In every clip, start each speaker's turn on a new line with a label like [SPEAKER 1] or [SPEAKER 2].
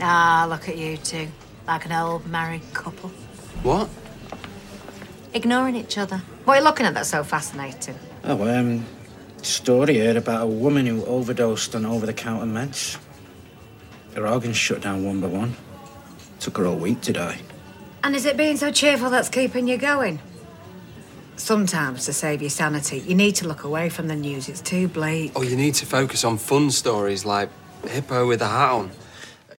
[SPEAKER 1] Ah, look at you two. Like an old married couple.
[SPEAKER 2] What?
[SPEAKER 1] Ignoring each other. What are you looking at that's so fascinating?
[SPEAKER 3] Oh, um, story here about a woman who overdosed on over the counter meds. Her organs shut down one by one. Took her all week to die.
[SPEAKER 1] And is it being so cheerful that's keeping you going? Sometimes, to save your sanity, you need to look away from the news. It's too bleak.
[SPEAKER 2] Or Oh, you need to focus on fun stories like Hippo with a hat on.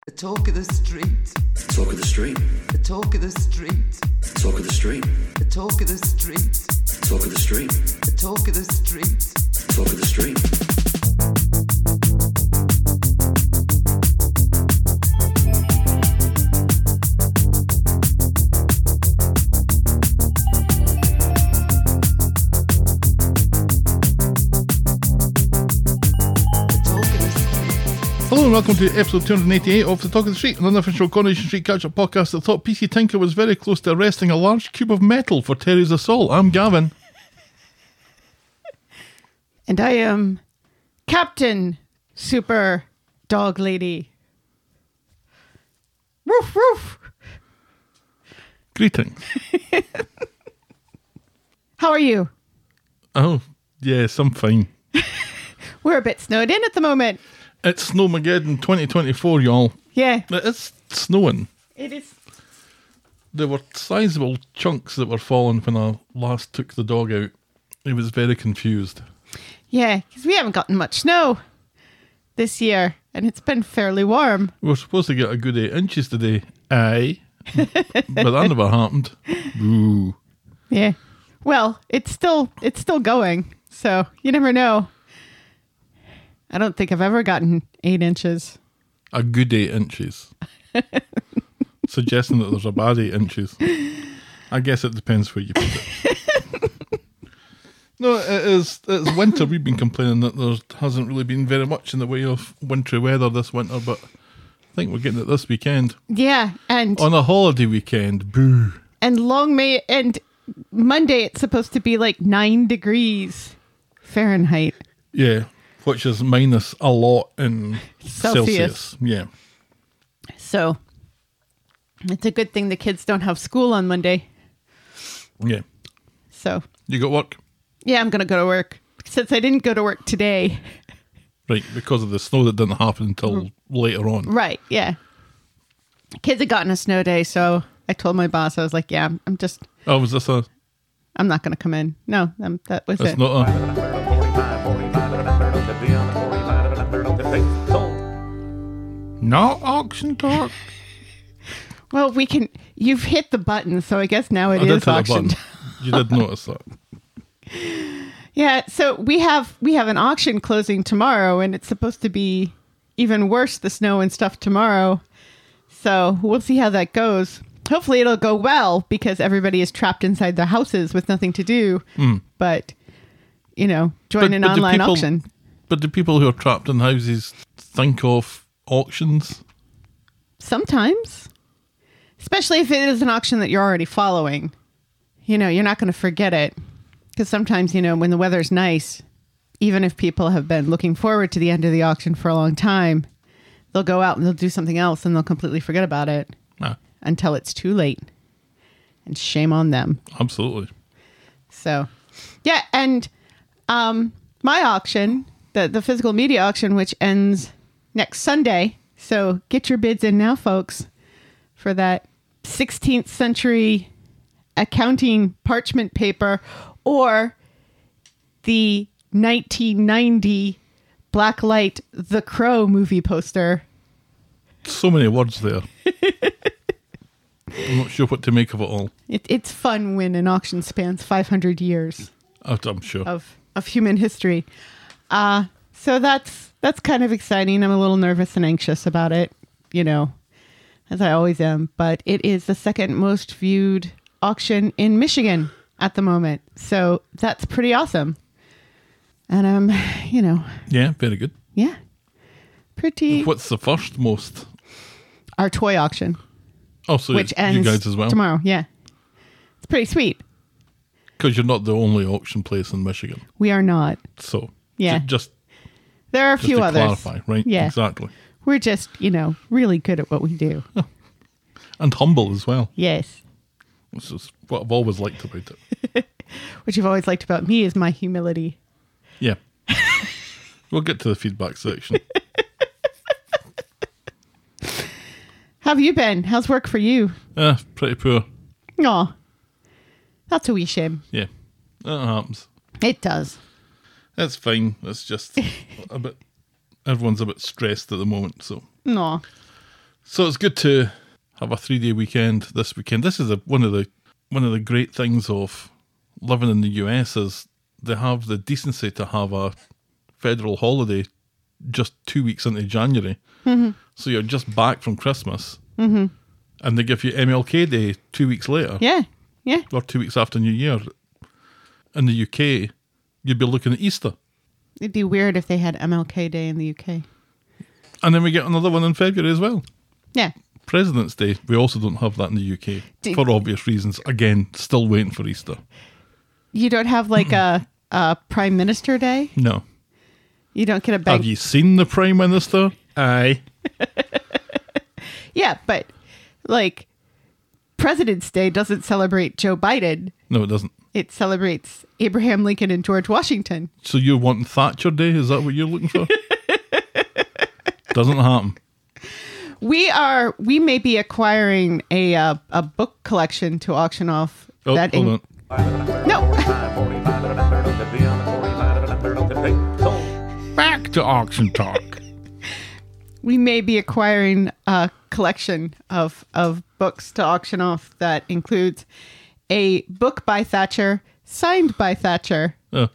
[SPEAKER 4] The talk of the street.
[SPEAKER 5] Talk of the street.
[SPEAKER 4] The talk of the street.
[SPEAKER 5] Talk of the street.
[SPEAKER 4] The talk of the street.
[SPEAKER 5] Talk of the street.
[SPEAKER 4] The talk of the street.
[SPEAKER 5] Talk of the street.
[SPEAKER 4] The talk of the street.
[SPEAKER 6] Hello and welcome to episode 288 of The Talk of the Street, another official Coronation Street Catch-Up podcast that thought PC Tinker was very close to arresting a large cube of metal for Terry's assault. I'm Gavin.
[SPEAKER 7] And I am Captain Super Dog Lady. Woof woof.
[SPEAKER 6] Greetings.
[SPEAKER 7] How are you?
[SPEAKER 6] Oh, yes, I'm fine.
[SPEAKER 7] We're a bit snowed in at the moment.
[SPEAKER 6] It's Snowmageddon 2024, y'all.
[SPEAKER 7] Yeah,
[SPEAKER 6] It is snowing.
[SPEAKER 7] it is.
[SPEAKER 6] There were sizable chunks that were falling when I last took the dog out. He was very confused.
[SPEAKER 7] Yeah, because we haven't gotten much snow this year, and it's been fairly warm.
[SPEAKER 6] We were supposed to get a good eight inches today. Aye. but that never happened. Boo.
[SPEAKER 7] Yeah. Well, it's still it's still going, so you never know. I don't think I've ever gotten eight inches.
[SPEAKER 6] a good eight inches. Suggesting that there's a bad eight inches. I guess it depends where you put it. no, it is. It's winter. We've been complaining that there hasn't really been very much in the way of wintry weather this winter, but I think we're getting it this weekend
[SPEAKER 7] Yeah, and
[SPEAKER 6] on a holiday weekend. Boo!
[SPEAKER 7] and long may and Monday it's supposed to be like nine degrees Fahrenheit.
[SPEAKER 6] Yeah, which is minus a lot in
[SPEAKER 7] Celsius.
[SPEAKER 6] Celsius. Yeah.
[SPEAKER 7] So it's a good thing the kids don't have school on Monday.
[SPEAKER 6] Yeah.
[SPEAKER 7] So
[SPEAKER 6] You got work?
[SPEAKER 7] yeah, I'm gonna go to work since I didn't go to work today.
[SPEAKER 6] Right, because of the snow that didn't happen until later on.
[SPEAKER 7] Right? Yeah. Kids had gotten a snow day, so I told my boss I was like, "Yeah, I'm- I'm just
[SPEAKER 6] Oh, was this a.
[SPEAKER 7] I'm not gonna come in." No, i that was
[SPEAKER 6] That's
[SPEAKER 7] it.
[SPEAKER 6] not a. Not auction talk.
[SPEAKER 7] well, we can. You've hit the button, so I guess now it is
[SPEAKER 6] hit the
[SPEAKER 7] auction.
[SPEAKER 6] button. You did notice that.
[SPEAKER 7] Yeah, so we have we have an auction closing tomorrow and it's supposed to be even worse the snow and stuff tomorrow. So, we'll see how that goes. Hopefully it'll go well because everybody is trapped inside their houses with nothing to do. But you know, join
[SPEAKER 6] Hmm. But-
[SPEAKER 7] an
[SPEAKER 6] but do
[SPEAKER 7] online
[SPEAKER 6] people-
[SPEAKER 7] auction.
[SPEAKER 6] But do people who are trapped in houses think of auctions?
[SPEAKER 7] Sometimes. Especially if it is an auction that you're already following. You know, you're not going to forget it. Because sometimes, you know, when the weather's nice, even if people have been looking forward to the end of the auction for a long time, they'll go out and they'll do something else and they'll completely forget about it
[SPEAKER 6] Nah,
[SPEAKER 7] until it's too late. And shame on them.
[SPEAKER 6] absolutely.
[SPEAKER 7] So, yeah, and um, my auction, the the physical media auction, which ends next Sunday. So get your bids in now, folks, for that 16th century accounting parchment paper, or the 1990 blacklight The Crow movie poster.
[SPEAKER 6] So many words there. I'm not sure what to make of it all.
[SPEAKER 7] It, it's fun when an auction spans 500 years.
[SPEAKER 6] I- I'm sure.
[SPEAKER 7] of of human history. Uh so that's that's kind of exciting. I'm a little nervous and anxious about it, you know, as I always am, but it is the second most viewed auction in Michigan at the moment. So that's pretty awesome. And um, you know,
[SPEAKER 6] Yeah, very good.
[SPEAKER 7] yeah. Pretty
[SPEAKER 6] What's the first most?
[SPEAKER 7] our toy auction,
[SPEAKER 6] Oh, so
[SPEAKER 7] which ends
[SPEAKER 6] you guys as well.
[SPEAKER 7] tomorrow. Yeah. It's pretty sweet.
[SPEAKER 6] Because you're not the only auction place in Michigan.
[SPEAKER 7] We are not.
[SPEAKER 6] So,
[SPEAKER 7] Yeah.
[SPEAKER 6] ju- just,
[SPEAKER 7] There are a
[SPEAKER 6] just
[SPEAKER 7] few
[SPEAKER 6] to
[SPEAKER 7] others.
[SPEAKER 6] clarify, right?
[SPEAKER 7] Yeah.
[SPEAKER 6] Exactly.
[SPEAKER 7] We're just, you know, really good at what we do.
[SPEAKER 6] And humble as well.
[SPEAKER 7] Yes.
[SPEAKER 6] This is what I've always liked about it.
[SPEAKER 7] What you've always liked about me is my humility.
[SPEAKER 6] Yeah. we'll get to the feedback section.
[SPEAKER 7] How have you been? How's work for you?
[SPEAKER 6] Uh, pretty poor.
[SPEAKER 7] Aw. That's a wee shame.
[SPEAKER 6] Yeah. That happens.
[SPEAKER 7] It does.
[SPEAKER 6] That's fine. That's just a bit. Everyone's a bit stressed at the moment, so
[SPEAKER 7] Aw.
[SPEAKER 6] so it's good to have a three day weekend this weekend. This is a, one of the one of the great things of living in the US is they have the decency to have a federal holiday just two weeks into January, so you're just back from Christmas, and they give you MLK Day two weeks later
[SPEAKER 7] Yeah. Yeah.
[SPEAKER 6] or two weeks after New Year. In the UK, you'd be looking at Easter.
[SPEAKER 7] It'd be weird if they had MLK Day in the UK.
[SPEAKER 6] And then we get another one in February as well.
[SPEAKER 7] Yeah.
[SPEAKER 6] President's Day, we also don't have that in the UK
[SPEAKER 7] Do-
[SPEAKER 6] for obvious reasons. Again, still waiting for Easter.
[SPEAKER 7] You don't have like a, a Prime Minister Day?
[SPEAKER 6] No.
[SPEAKER 7] You don't get a
[SPEAKER 6] Have
[SPEAKER 7] bank.
[SPEAKER 6] you seen the Prime Minister? Aye.
[SPEAKER 7] Yeah, but like President's Day doesn't celebrate Joe Biden.
[SPEAKER 6] No, it doesn't.
[SPEAKER 7] It celebrates Abraham Lincoln and George Washington.
[SPEAKER 6] So you're wanting Thatcher Day? Is that what you're looking for? doesn't happen.
[SPEAKER 7] We are we may be acquiring a uh, a book collection to auction off.
[SPEAKER 6] Oh, hold
[SPEAKER 7] in-
[SPEAKER 6] on.
[SPEAKER 7] No.
[SPEAKER 6] Back to auction talk.
[SPEAKER 7] we may be acquiring a collection of of books to auction off that includes a book by Thatcher, signed by Thatcher,
[SPEAKER 6] Uh,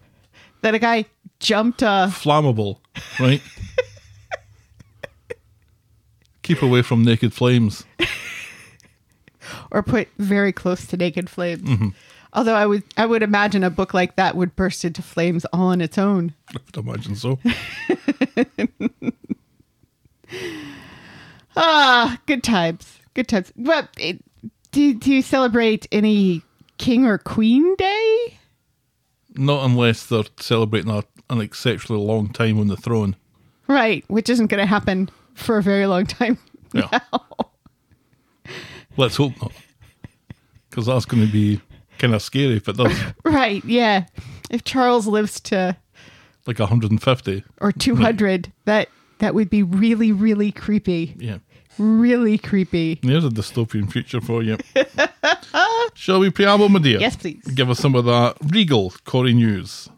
[SPEAKER 7] that a guy jumped uh, a
[SPEAKER 6] flammable, right? Keep away from naked flames.
[SPEAKER 7] or put very close to naked flames.
[SPEAKER 6] Mm-hmm.
[SPEAKER 7] Although I would I would imagine a book like that would burst into flames all on its own.
[SPEAKER 6] I would imagine so.
[SPEAKER 7] Ah, good times, good times. But it, do do you celebrate any king or queen day?
[SPEAKER 6] Not unless they're celebrating a, an exceptionally long time on the throne.
[SPEAKER 7] Right, which isn't going to happen for a very long time.
[SPEAKER 6] Yeah. Let's hope not. Because that's going to be kind of scary if it does.
[SPEAKER 7] Right, yeah. If Charles lives to
[SPEAKER 6] Like 150.
[SPEAKER 7] or 200, that that would be really really creepy.
[SPEAKER 6] Yeah.
[SPEAKER 7] Really creepy.
[SPEAKER 6] There's a dystopian future for you. Shall we preamble, my dear?
[SPEAKER 7] Yes, please.
[SPEAKER 6] Give us some of that regal Corey news.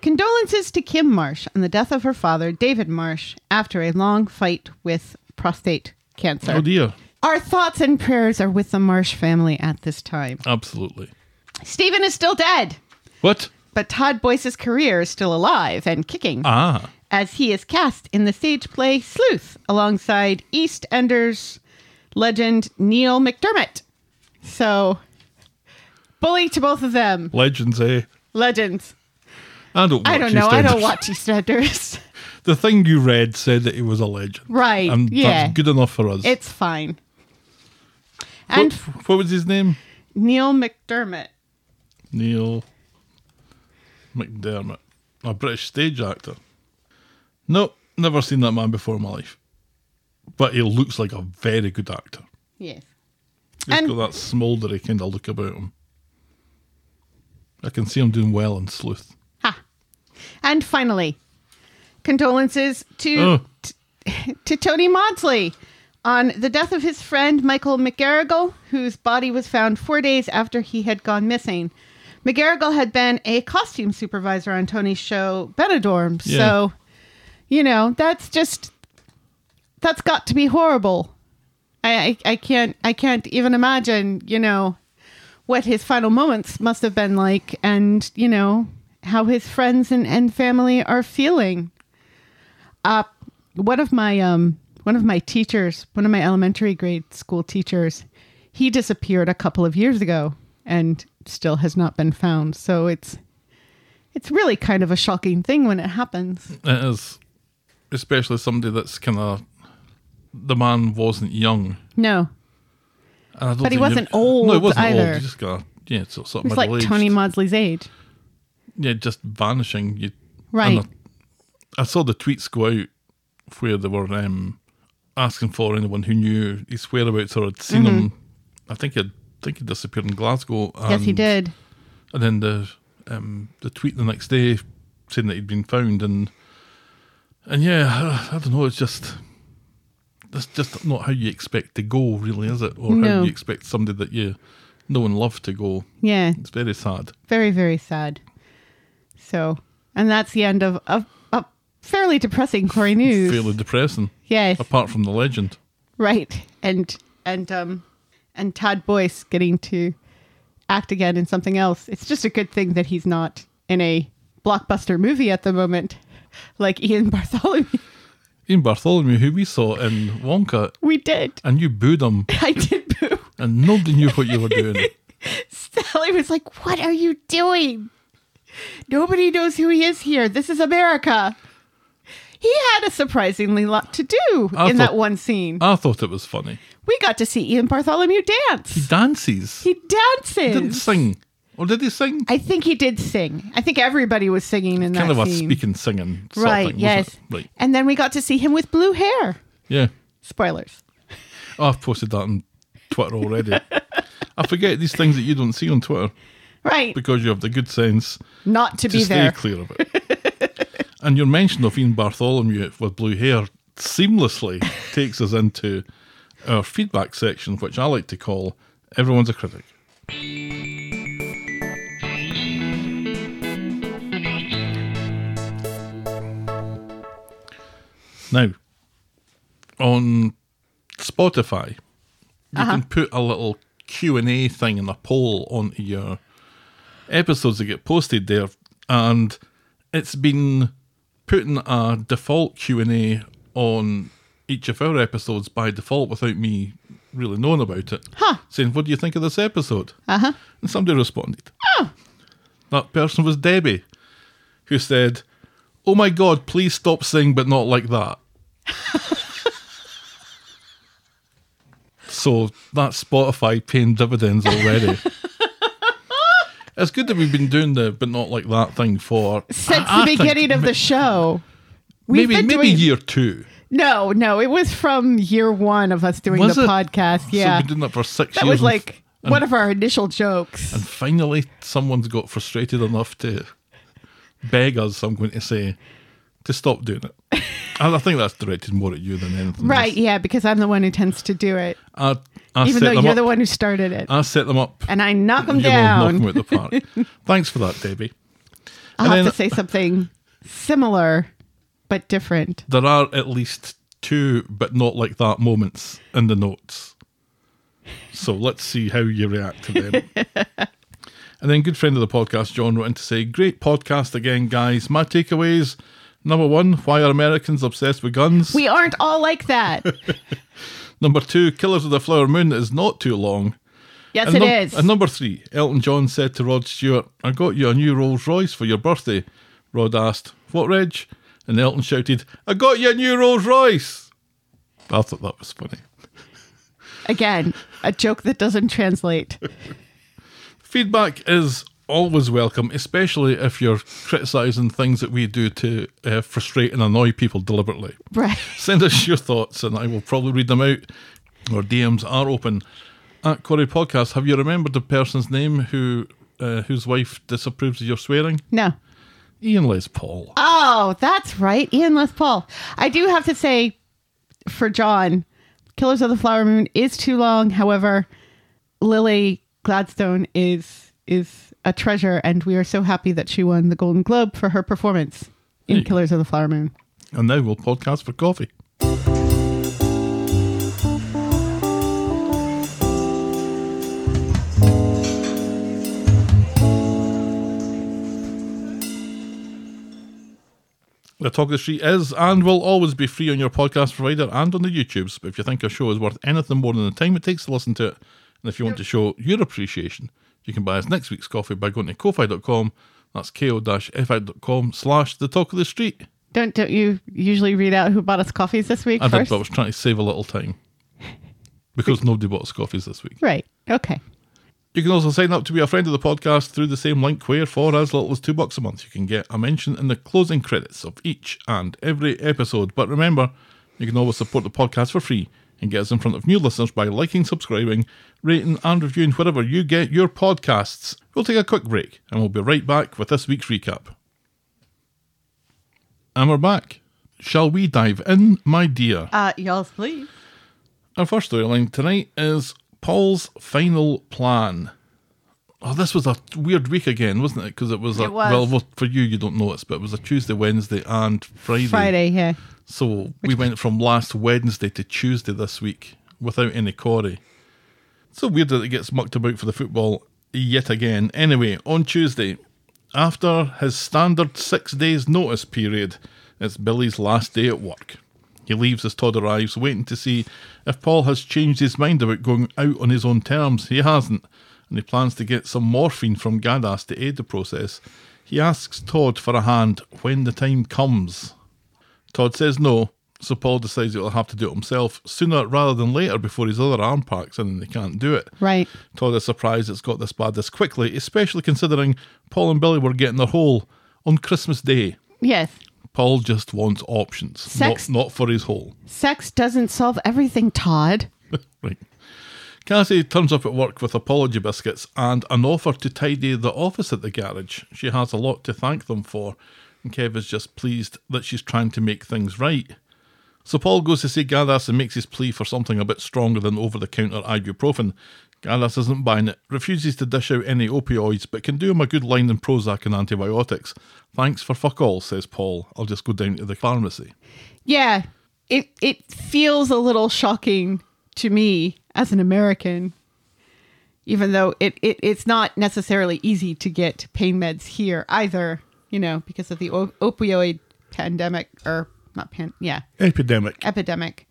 [SPEAKER 7] Condolences to Kim Marsh on the death of her father, David Marsh, after a long fight with prostate cancer.
[SPEAKER 6] Oh, dear.
[SPEAKER 7] Our thoughts and prayers are with the Marsh family at this time.
[SPEAKER 6] Absolutely.
[SPEAKER 7] Stephen is still dead,
[SPEAKER 6] What?
[SPEAKER 7] but Todd Boyce's career is still alive and kicking
[SPEAKER 6] Ah.
[SPEAKER 7] as he is cast in the stage play Sleuth alongside EastEnders legend Neil McDermott. So, bully to both of them.
[SPEAKER 6] Legends, eh?
[SPEAKER 7] Legends.
[SPEAKER 6] I don't watch
[SPEAKER 7] I don't know. I don't
[SPEAKER 6] EastEnders.
[SPEAKER 7] watch EastEnders.
[SPEAKER 6] The thing you read said that he was a legend.
[SPEAKER 7] Right,
[SPEAKER 6] And
[SPEAKER 7] yeah.
[SPEAKER 6] that's good enough for us.
[SPEAKER 7] It's fine.
[SPEAKER 6] What-
[SPEAKER 7] And
[SPEAKER 6] what, was his name?
[SPEAKER 7] Neil McDermott.
[SPEAKER 6] Neil McDermott, a British stage actor. No, never seen that man before in my life. But he looks like a very good actor.
[SPEAKER 7] Yes.
[SPEAKER 6] He's
[SPEAKER 7] And-
[SPEAKER 6] got that smouldery kind of look about him. I can see him doing well in Sleuth.
[SPEAKER 7] And finally, condolences to
[SPEAKER 6] Oh.
[SPEAKER 7] t- to Tony Maudsley on the death of his friend Michael McGarrigle, whose body was found four days after he had gone missing. McGarrigle had been a costume supervisor on Tony's show Benidorm, so you know that's just that's got to be horrible. I, I I can't I can't even imagine you know what his final moments must have been like, and you know how his friends and, and family are feeling Uh, one of my um one of my teachers, one of my elementary grade school teachers, he disappeared a couple of years ago and still has not been found. So it's it's really kind of a shocking thing when it happens.
[SPEAKER 6] It is, especially somebody that's kind of. The man wasn't young.
[SPEAKER 7] No.
[SPEAKER 6] And I don't
[SPEAKER 7] But
[SPEAKER 6] think
[SPEAKER 7] he
[SPEAKER 6] you-
[SPEAKER 7] wasn't old
[SPEAKER 6] No, he wasn't
[SPEAKER 7] either.
[SPEAKER 6] old. He just got, yeah, so sort
[SPEAKER 7] It
[SPEAKER 6] of
[SPEAKER 7] was like
[SPEAKER 6] middle-aged.
[SPEAKER 7] Tony Maudsley's age.
[SPEAKER 6] yeah, just vanishing. You
[SPEAKER 7] Right.
[SPEAKER 6] and I, I saw the tweets go out where they were um, asking for anyone who knew his whereabouts or had seen
[SPEAKER 7] Mm-hmm.
[SPEAKER 6] him. I think he think he disappeared in Glasgow. And,
[SPEAKER 7] yes, he did.
[SPEAKER 6] And then the um, the tweet the next day saying that he'd been found and and yeah, I, I don't know. It's just that's just not how you expect to go, really, is it? Or
[SPEAKER 7] No.
[SPEAKER 6] how you expect somebody that you know and love to go.
[SPEAKER 7] Yeah.
[SPEAKER 6] It's very sad.
[SPEAKER 7] Very, very sad. So, and that's the end of a, a fairly depressing Corey news.
[SPEAKER 6] Fairly depressing.
[SPEAKER 7] yes.
[SPEAKER 6] Apart from the legend.
[SPEAKER 7] Right. And and um and Todd Boyce getting to act again in something else. It's just a good thing that he's not in a blockbuster movie at the moment. Like Ian Bartholomew.
[SPEAKER 6] Ian Bartholomew, who we saw in Wonka,
[SPEAKER 7] We did.
[SPEAKER 6] and you booed him,
[SPEAKER 7] I did boo.
[SPEAKER 6] and nobody knew what you were doing.
[SPEAKER 7] Sally was like, What are you doing? Nobody knows who he is here. This is America. He had a surprisingly lot to do
[SPEAKER 6] I thought-
[SPEAKER 7] in that one scene.
[SPEAKER 6] I thought it was funny.
[SPEAKER 7] we got to see Ian Bartholomew
[SPEAKER 6] He
[SPEAKER 7] dance.
[SPEAKER 6] dances.
[SPEAKER 7] He
[SPEAKER 6] He didn't
[SPEAKER 7] dances.
[SPEAKER 6] sing. Or did he sing?
[SPEAKER 7] I think he did sing. I think everybody was singing in
[SPEAKER 6] kind
[SPEAKER 7] that
[SPEAKER 6] of a
[SPEAKER 7] scene.
[SPEAKER 6] speaking, singing sort of
[SPEAKER 7] right?
[SPEAKER 6] thing, wasn't
[SPEAKER 7] yes.
[SPEAKER 6] it? Right.
[SPEAKER 7] And then we got to see him with blue hair.
[SPEAKER 6] Yeah.
[SPEAKER 7] Spoilers.
[SPEAKER 6] Oh, I've posted that on Twitter already. I forget these things that you don't see on Twitter
[SPEAKER 7] Right.
[SPEAKER 6] because you have the good sense
[SPEAKER 7] Not to
[SPEAKER 6] to
[SPEAKER 7] be
[SPEAKER 6] stay
[SPEAKER 7] there.
[SPEAKER 6] clear of it. and your mention of Ian Bartholomew with blue hair seamlessly takes us into our feedback section, which I like to call Everyone's a Critic. Now, on Spotify, you
[SPEAKER 7] Uh-huh.
[SPEAKER 6] can put a little Q&A thing in a poll onto your episodes that get posted there, and it's been putting a default Q and A on each of our episodes by default without me really knowing about it. Huh. Saying, "What do you think of this episode?" Uh huh. And somebody responded. Oh. That person was Debbie, who said, "Oh my God, please stop saying, but not like that." so that's Spotify paying dividends already. It's good that we've been doing the but not like that thing for
[SPEAKER 7] Since
[SPEAKER 6] Ah, I- I
[SPEAKER 7] the
[SPEAKER 6] think
[SPEAKER 7] beginning of
[SPEAKER 6] ma-
[SPEAKER 7] the show. We've
[SPEAKER 6] maybe
[SPEAKER 7] been
[SPEAKER 6] maybe
[SPEAKER 7] doing-
[SPEAKER 6] year two.
[SPEAKER 7] No, no, it was from year one of us doing
[SPEAKER 6] Was
[SPEAKER 7] the
[SPEAKER 6] it?
[SPEAKER 7] podcast.
[SPEAKER 6] so
[SPEAKER 7] Yeah,
[SPEAKER 6] we've been doing that for six
[SPEAKER 7] that
[SPEAKER 6] years.
[SPEAKER 7] was
[SPEAKER 6] and f-
[SPEAKER 7] like one of our initial jokes.
[SPEAKER 6] and finally, someone's got frustrated enough to beg us. I'm going to say to stop doing it. and I think that's directed more at you than anything.
[SPEAKER 7] Right,
[SPEAKER 6] else.
[SPEAKER 7] yeah, because I'm the one who tends to do it,
[SPEAKER 6] I, I
[SPEAKER 7] even
[SPEAKER 6] set
[SPEAKER 7] though
[SPEAKER 6] them
[SPEAKER 7] you're
[SPEAKER 6] up.
[SPEAKER 7] the one who started it.
[SPEAKER 6] I set them up.
[SPEAKER 7] and I knock them
[SPEAKER 6] you know, knock
[SPEAKER 7] down.
[SPEAKER 6] 'em out the park. Thanks for that, Debbie.
[SPEAKER 7] I'll have
[SPEAKER 6] then-
[SPEAKER 7] to say something similar but different.
[SPEAKER 6] There are at least two but not like that moments in the notes. So let's see how you react to them. and then good friend of the podcast, John, wrote in to say, Great podcast again, guys. My takeaways number one, why are Americans obsessed with guns?
[SPEAKER 7] We aren't all like that.
[SPEAKER 6] number two, Killers of the Flower Moon is not too long.
[SPEAKER 7] Yes,
[SPEAKER 6] And
[SPEAKER 7] it
[SPEAKER 6] num-
[SPEAKER 7] is.
[SPEAKER 6] And number three, Elton John said to Rod Stewart, I got you a new Rolls Royce for your birthday. Rod asked, What, Reg? And Elton shouted, I got you a new Rolls Royce. I thought that was funny.
[SPEAKER 7] Again, a joke that doesn't translate.
[SPEAKER 6] Feedback is always welcome, especially if you're criticising things that we do to uh, frustrate and annoy people deliberately.
[SPEAKER 7] Right.
[SPEAKER 6] Send us your thoughts and I will probably read them out. Our DMs are open. At Quarry Podcast, have you remembered the person's name who uh, whose wife disapproves of your swearing?
[SPEAKER 7] No.
[SPEAKER 6] Ian Les Paul.
[SPEAKER 7] Oh, that's right. Ian Les Paul. I do have to say for John, Killers of the Flower Moon is too long. However, Lily Gladstone is is a treasure and we are so happy that she won the Golden Globe for her performance in
[SPEAKER 6] Hey.
[SPEAKER 7] Killers of the Flower Moon.
[SPEAKER 6] And now we'll podcast for coffee. The Talk of the Street is and will always be free on your podcast provider and on the YouTubes. But if you think a show is worth anything more than the time it takes to listen to it, and if you want to show your appreciation, you can buy us next week's coffee by going to ko-fi.com. That's ko-fi.com slash the talk of the street.
[SPEAKER 7] Don't don't you usually read out who bought us coffees this week
[SPEAKER 6] I did,
[SPEAKER 7] first?
[SPEAKER 6] but I was trying to save a little time because nobody bought us coffees this week.
[SPEAKER 7] Right. Okay.
[SPEAKER 6] You can also sign up to be a friend of the podcast through the same link where, for as little as two bucks a month, you can get a mention in the closing credits of each and every episode. But remember, you can always support the podcast for free and get us in front of new listeners by liking, subscribing, rating, and reviewing wherever you get your podcasts. We'll take a quick break and we'll be right back with this week's recap. And we're back. Shall we dive in, my dear?
[SPEAKER 7] Uh, y'all sleep.
[SPEAKER 6] Our first storyline tonight is Paul's final plan. Oh, this was a weird week again, wasn't it? Because it was a
[SPEAKER 7] It was.
[SPEAKER 6] well well, for you, you don't notice, but it was a Tuesday, Wednesday, and Friday.
[SPEAKER 7] Friday, yeah.
[SPEAKER 6] So we went from last Wednesday to Tuesday this week without any Corey. So weird that it gets mucked about for the football yet again. Anyway, on Tuesday, after his standard six days notice period, it's Billy's last day at work. He leaves as Todd arrives, waiting to see if Paul has changed his mind about going out on his own terms. He hasn't, and he plans to get some morphine from Gadas to aid the process. He asks Todd for a hand when the time comes. Todd says no, so Paul decides he'll have to do it himself sooner rather than later before his other arm packs in and they can't do it.
[SPEAKER 7] Right.
[SPEAKER 6] Todd is surprised it's got this bad this quickly, especially considering Paul and Billy were getting their hole on Christmas Day.
[SPEAKER 7] Yes.
[SPEAKER 6] Paul just wants options,
[SPEAKER 7] Sex-
[SPEAKER 6] not not for his hole.
[SPEAKER 7] Sex doesn't solve everything, Todd.
[SPEAKER 6] Right. Cassie turns up at work with apology biscuits and an offer to tidy the office at the garage. She has a lot to thank them for, and Kev is just pleased that she's trying to make things right. So Paul goes to see Gadas and makes his plea for something a bit stronger than over the counter ibuprofen. Gadas isn't buying it, refuses to dish out any opioids, but can do him a good line in Prozac and antibiotics. Thanks for fuck all, says Paul. I'll just go down to the pharmacy.
[SPEAKER 7] Yeah. It it feels a little shocking to me as an American, even though it, it it's not necessarily easy to get pain meds here either, you know, because of the o- opioid pandemic or not pan yeah,
[SPEAKER 6] Epidemic.
[SPEAKER 7] epidemic.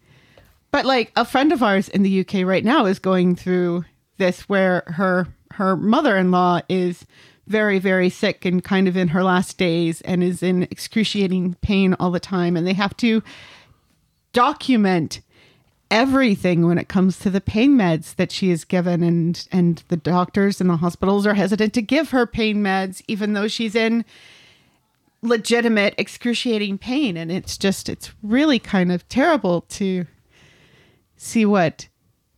[SPEAKER 7] But like a friend of ours in the UK right now is going through this where her her mother-in-law is very very sick and kind of in her last days and is in excruciating pain all the time and they have to document everything when it comes to the pain meds that she is given and and the doctors and the hospitals are hesitant to give her pain meds even though she's in legitimate excruciating pain and it's just it's really kind of terrible to see what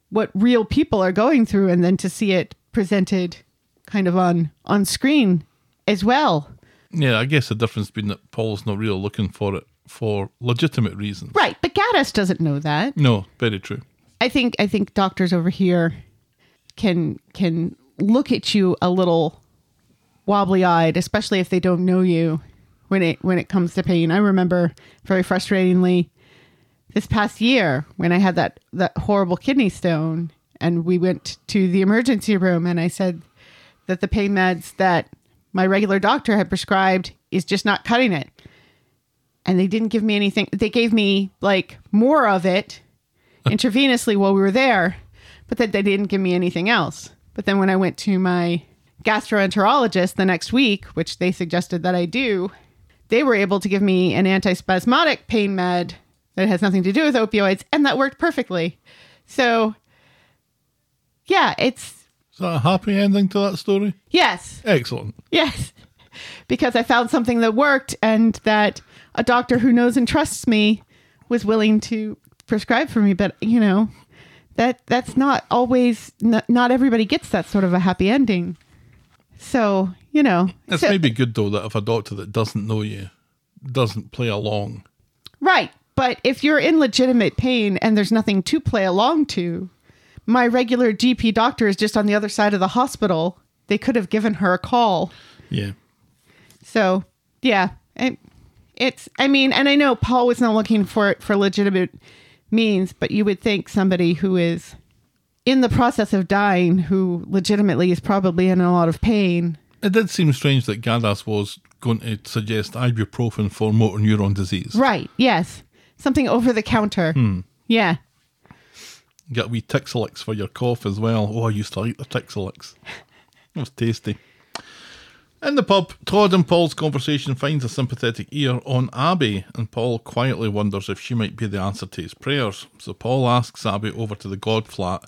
[SPEAKER 7] what real people are going through and then to see it presented kind of on on screen as well
[SPEAKER 6] Yeah, I guess the difference being that Paul's not really looking for it for legitimate reasons.
[SPEAKER 7] right but gaddis doesn't know that
[SPEAKER 6] No, very true.
[SPEAKER 7] I think I think doctors over here can can look at you a little wobbly eyed, especially if they don't know you when it when it comes to pain. I remember very frustratingly this past year when I had that that horrible kidney stone and we went to the emergency room and I said that the pain meds that my regular doctor had prescribed is just not cutting it. And they didn't give me anything. They gave me like more of it intravenously while we were there, but that they didn't give me anything else. But then when I went to my gastroenterologist the next week, which they suggested that I do, they were able to give me an antispasmodic pain med that has nothing to do with opioids, and that worked perfectly. So, yeah, it's
[SPEAKER 6] Is that a happy ending to that story?
[SPEAKER 7] yes,
[SPEAKER 6] Excellent.
[SPEAKER 7] yes, because I found something that worked and that a doctor who knows and trusts me was willing to prescribe for me. But you know, that that's not always. Not, not everybody gets that sort of a happy ending. So you know,
[SPEAKER 6] It's
[SPEAKER 7] so-
[SPEAKER 6] maybe good though that if a doctor that doesn't know you doesn't play along.
[SPEAKER 7] Right. But if you're in legitimate pain and there's nothing to play along to, my regular GP doctor is just on the other side of the hospital. They could have given her a call.
[SPEAKER 6] Yeah.
[SPEAKER 7] So, yeah. It, it's, I mean, and I know Paul was not looking for it for legitimate means, but you would think somebody who is in the process of dying, who legitimately is probably in a lot of pain.
[SPEAKER 6] It did seem strange that Gadas was going to suggest ibuprofen for motor neuron disease.
[SPEAKER 7] Right. Yes. Something over the counter. Yeah.
[SPEAKER 6] Get wee Tixilix for your cough as well. Oh, I used to like the Tixilix. It was tasty. In the pub, Todd and Paul's conversation finds a sympathetic ear on Abby, and Paul quietly wonders if she might be the answer to his prayers. So Paul asks Abby over to the God flat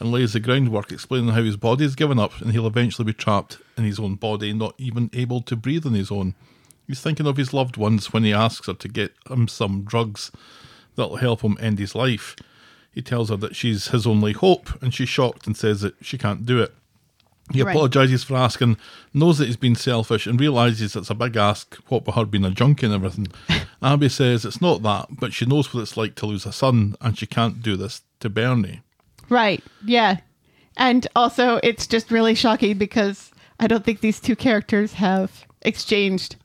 [SPEAKER 6] and lays the groundwork explaining how his body is given up and he'll eventually be trapped in his own body, not even able to breathe on his own. He's thinking of his loved ones when he asks her to get him some drugs that'll help him end his life. He tells her that she's his only hope, and she's shocked and says that she can't do it. He
[SPEAKER 7] Right.
[SPEAKER 6] apologises for asking, knows that he's been selfish, and realises it's a big ask, what with her being a junkie and everything. Abby says it's not that, but she knows what it's like to lose a son, and she can't do this to Bernie.
[SPEAKER 7] Right. Yeah. And also, it's just really shocking because I don't think these two characters have exchanged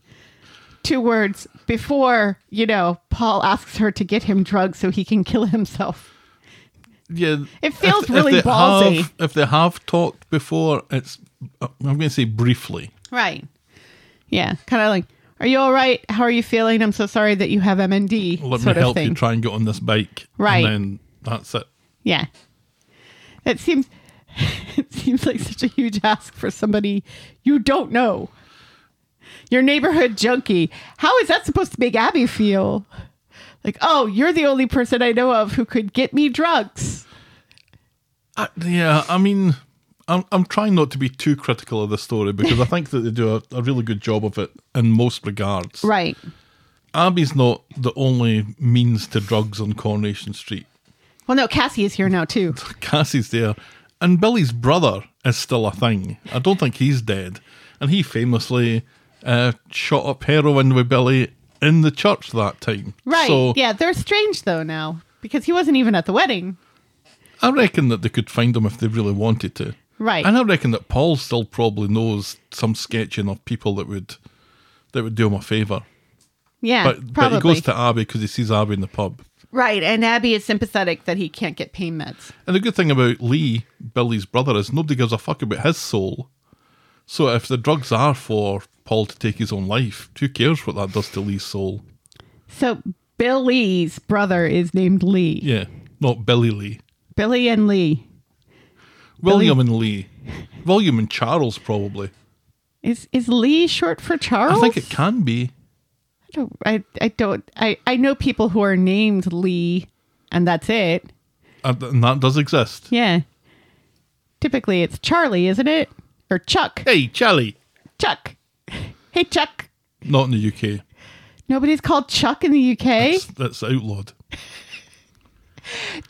[SPEAKER 7] two words before, you know, Paul asks her to get him drugs so he can kill himself.
[SPEAKER 6] Yeah,
[SPEAKER 7] It feels really
[SPEAKER 6] they
[SPEAKER 7] ballsy.
[SPEAKER 6] Have, if they have talked before, it's I'm going to say briefly.
[SPEAKER 7] Right. Yeah. Kind of like, are you all right? How are you feeling? I'm so sorry that you have MND.
[SPEAKER 6] Let
[SPEAKER 7] sort
[SPEAKER 6] me help
[SPEAKER 7] of thing.
[SPEAKER 6] you try and get on this bike,
[SPEAKER 7] Right.
[SPEAKER 6] And then that's it.
[SPEAKER 7] Yeah. It seems it seems like such a huge ask for somebody you don't know. Your neighborhood junkie. How is that supposed to make Abby feel? Like, oh, you're the only person I know of who could get me drugs.
[SPEAKER 6] I, yeah, I mean, I'm I'm trying not to be too critical of the story because I think that they do a, a really good job of it in most regards.
[SPEAKER 7] Right.
[SPEAKER 6] Abby's not the only means to drugs on Coronation Street.
[SPEAKER 7] Well, no, Cassie is here now too.
[SPEAKER 6] Cassie's there, and Billy's brother is still a thing. I don't think he's dead, and he famously uh, shot up heroin with Billy in the church that time.
[SPEAKER 7] Right.
[SPEAKER 6] So
[SPEAKER 7] yeah, they're strange though now because he wasn't even at the wedding.
[SPEAKER 6] I reckon that they could find him if they really wanted to.
[SPEAKER 7] Right.
[SPEAKER 6] And I reckon that Paul still probably knows some sketching of people that would that would do him a favour.
[SPEAKER 7] Yeah,
[SPEAKER 6] But but
[SPEAKER 7] Uh, probably.
[SPEAKER 6] he goes to Abby because he sees Abby in the pub.
[SPEAKER 7] right, and Abby is sympathetic that he can't get pain meds.
[SPEAKER 6] And the good thing about Lee, Billy's brother, is nobody gives a fuck about his soul. So if the drugs are for Paul to take his own life, who cares what that does to Lee's soul?
[SPEAKER 7] So Billy's brother is named Lee.
[SPEAKER 6] Yeah, not Billy Lee.
[SPEAKER 7] Billy and Lee.
[SPEAKER 6] William and Lee. William and Charles, probably.
[SPEAKER 7] Is is Lee short for Charles?
[SPEAKER 6] I think it can be.
[SPEAKER 7] I don't. I, I don't. I I know people who are named Lee, and that's it.
[SPEAKER 6] And and that does exist.
[SPEAKER 7] Yeah. Typically, it's Charlie, isn't it? Or Chuck.
[SPEAKER 6] Hey, Charlie.
[SPEAKER 7] Chuck. Hey, Chuck.
[SPEAKER 6] Not in the UK.
[SPEAKER 7] Nobody's called Chuck in the UK.
[SPEAKER 6] That's, that's outlawed.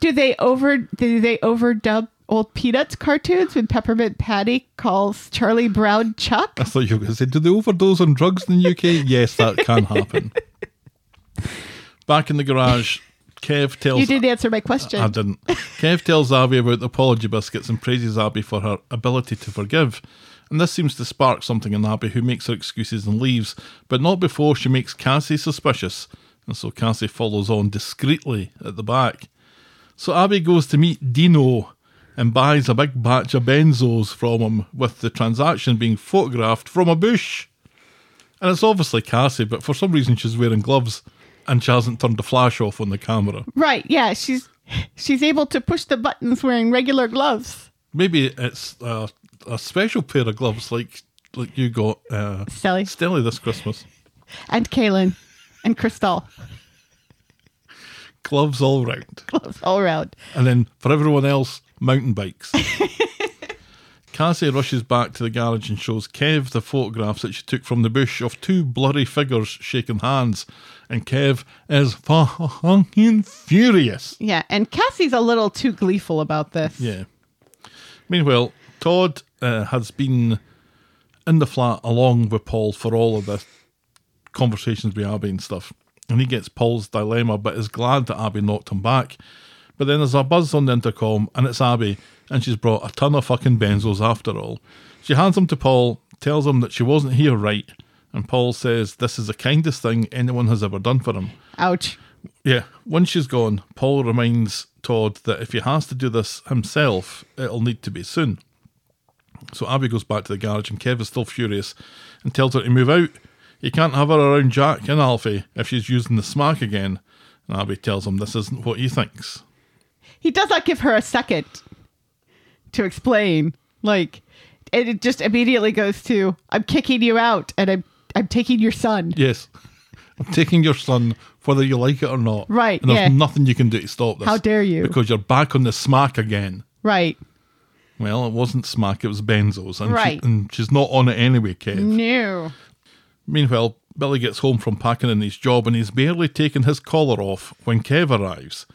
[SPEAKER 7] Do they over? Do they overdub old Peanuts cartoons when Peppermint Patty calls Charlie Brown Chuck?
[SPEAKER 6] I thought you were going to say, do they overdose on drugs in the UK? yes, that can happen. Back in the garage, Kev tells
[SPEAKER 7] You didn't answer my question.
[SPEAKER 6] I didn't. Kev tells Abby about the apology biscuits and praises Abby for her ability to forgive. And this seems to spark something in Abby, who makes her excuses and leaves, but not before she makes Cassie suspicious. And so Cassie follows on discreetly at the back. So Abby goes to meet Dino and buys a big batch of benzos from him, with the transaction being photographed from a bush. And it's obviously Cassie, but for some reason she's wearing gloves and she hasn't turned the flash off on the camera.
[SPEAKER 7] Right. Yeah. She's she's able to push the buttons wearing regular gloves.
[SPEAKER 6] maybe it's a, a special pair of gloves like like you got uh,
[SPEAKER 7] Sally
[SPEAKER 6] Stelly this Christmas.
[SPEAKER 7] and Kaylin and Crystal
[SPEAKER 6] Gloves all round.
[SPEAKER 7] gloves all around.
[SPEAKER 6] And then for everyone else, mountain bikes. Cassie rushes back to the garage and shows Kev the photographs that she took from the bush of two blurry figures shaking hands. And Kev is fucking furious.
[SPEAKER 7] Yeah. And Cassie's a little too gleeful about this.
[SPEAKER 6] Yeah. Meanwhile, Todd uh, has been in the flat along with Paul for all of the conversations with Abby and stuff. And he gets Paul's dilemma, but is glad that Abby knocked him back. But then there's a buzz on the intercom, and it's Abby, and she's brought a ton of fucking benzos after all. She hands them to Paul, tells him that she wasn't here right, and Paul says this is the kindest thing anyone has ever done for him.
[SPEAKER 7] Ouch.
[SPEAKER 6] Yeah. Once she's gone, Paul reminds Todd that if he has to do this himself, it'll need to be soon. So Abby goes back to the garage and Kev is still furious and tells her to move out. He can't have her around Jack and Alfie if she's using the smack again. And Abby tells him this isn't what he thinks.
[SPEAKER 7] He does not give her a second to explain. Like, and it just immediately goes to I'm kicking you out and I'm I'm taking your son.
[SPEAKER 6] Yes. I'm taking your son whether you like it or not.
[SPEAKER 7] Right,
[SPEAKER 6] And there's
[SPEAKER 7] yeah.
[SPEAKER 6] nothing you can do to stop this.
[SPEAKER 7] How dare you.
[SPEAKER 6] Because you're back on the smack again.
[SPEAKER 7] Right.
[SPEAKER 6] Well, it wasn't smack, it was Benzo's. And, she-
[SPEAKER 7] Right.
[SPEAKER 6] and she's not on it anyway, Kev.
[SPEAKER 7] No.
[SPEAKER 6] Meanwhile, Billy gets home from packing in his job and he's barely taken his collar off when Kev arrives.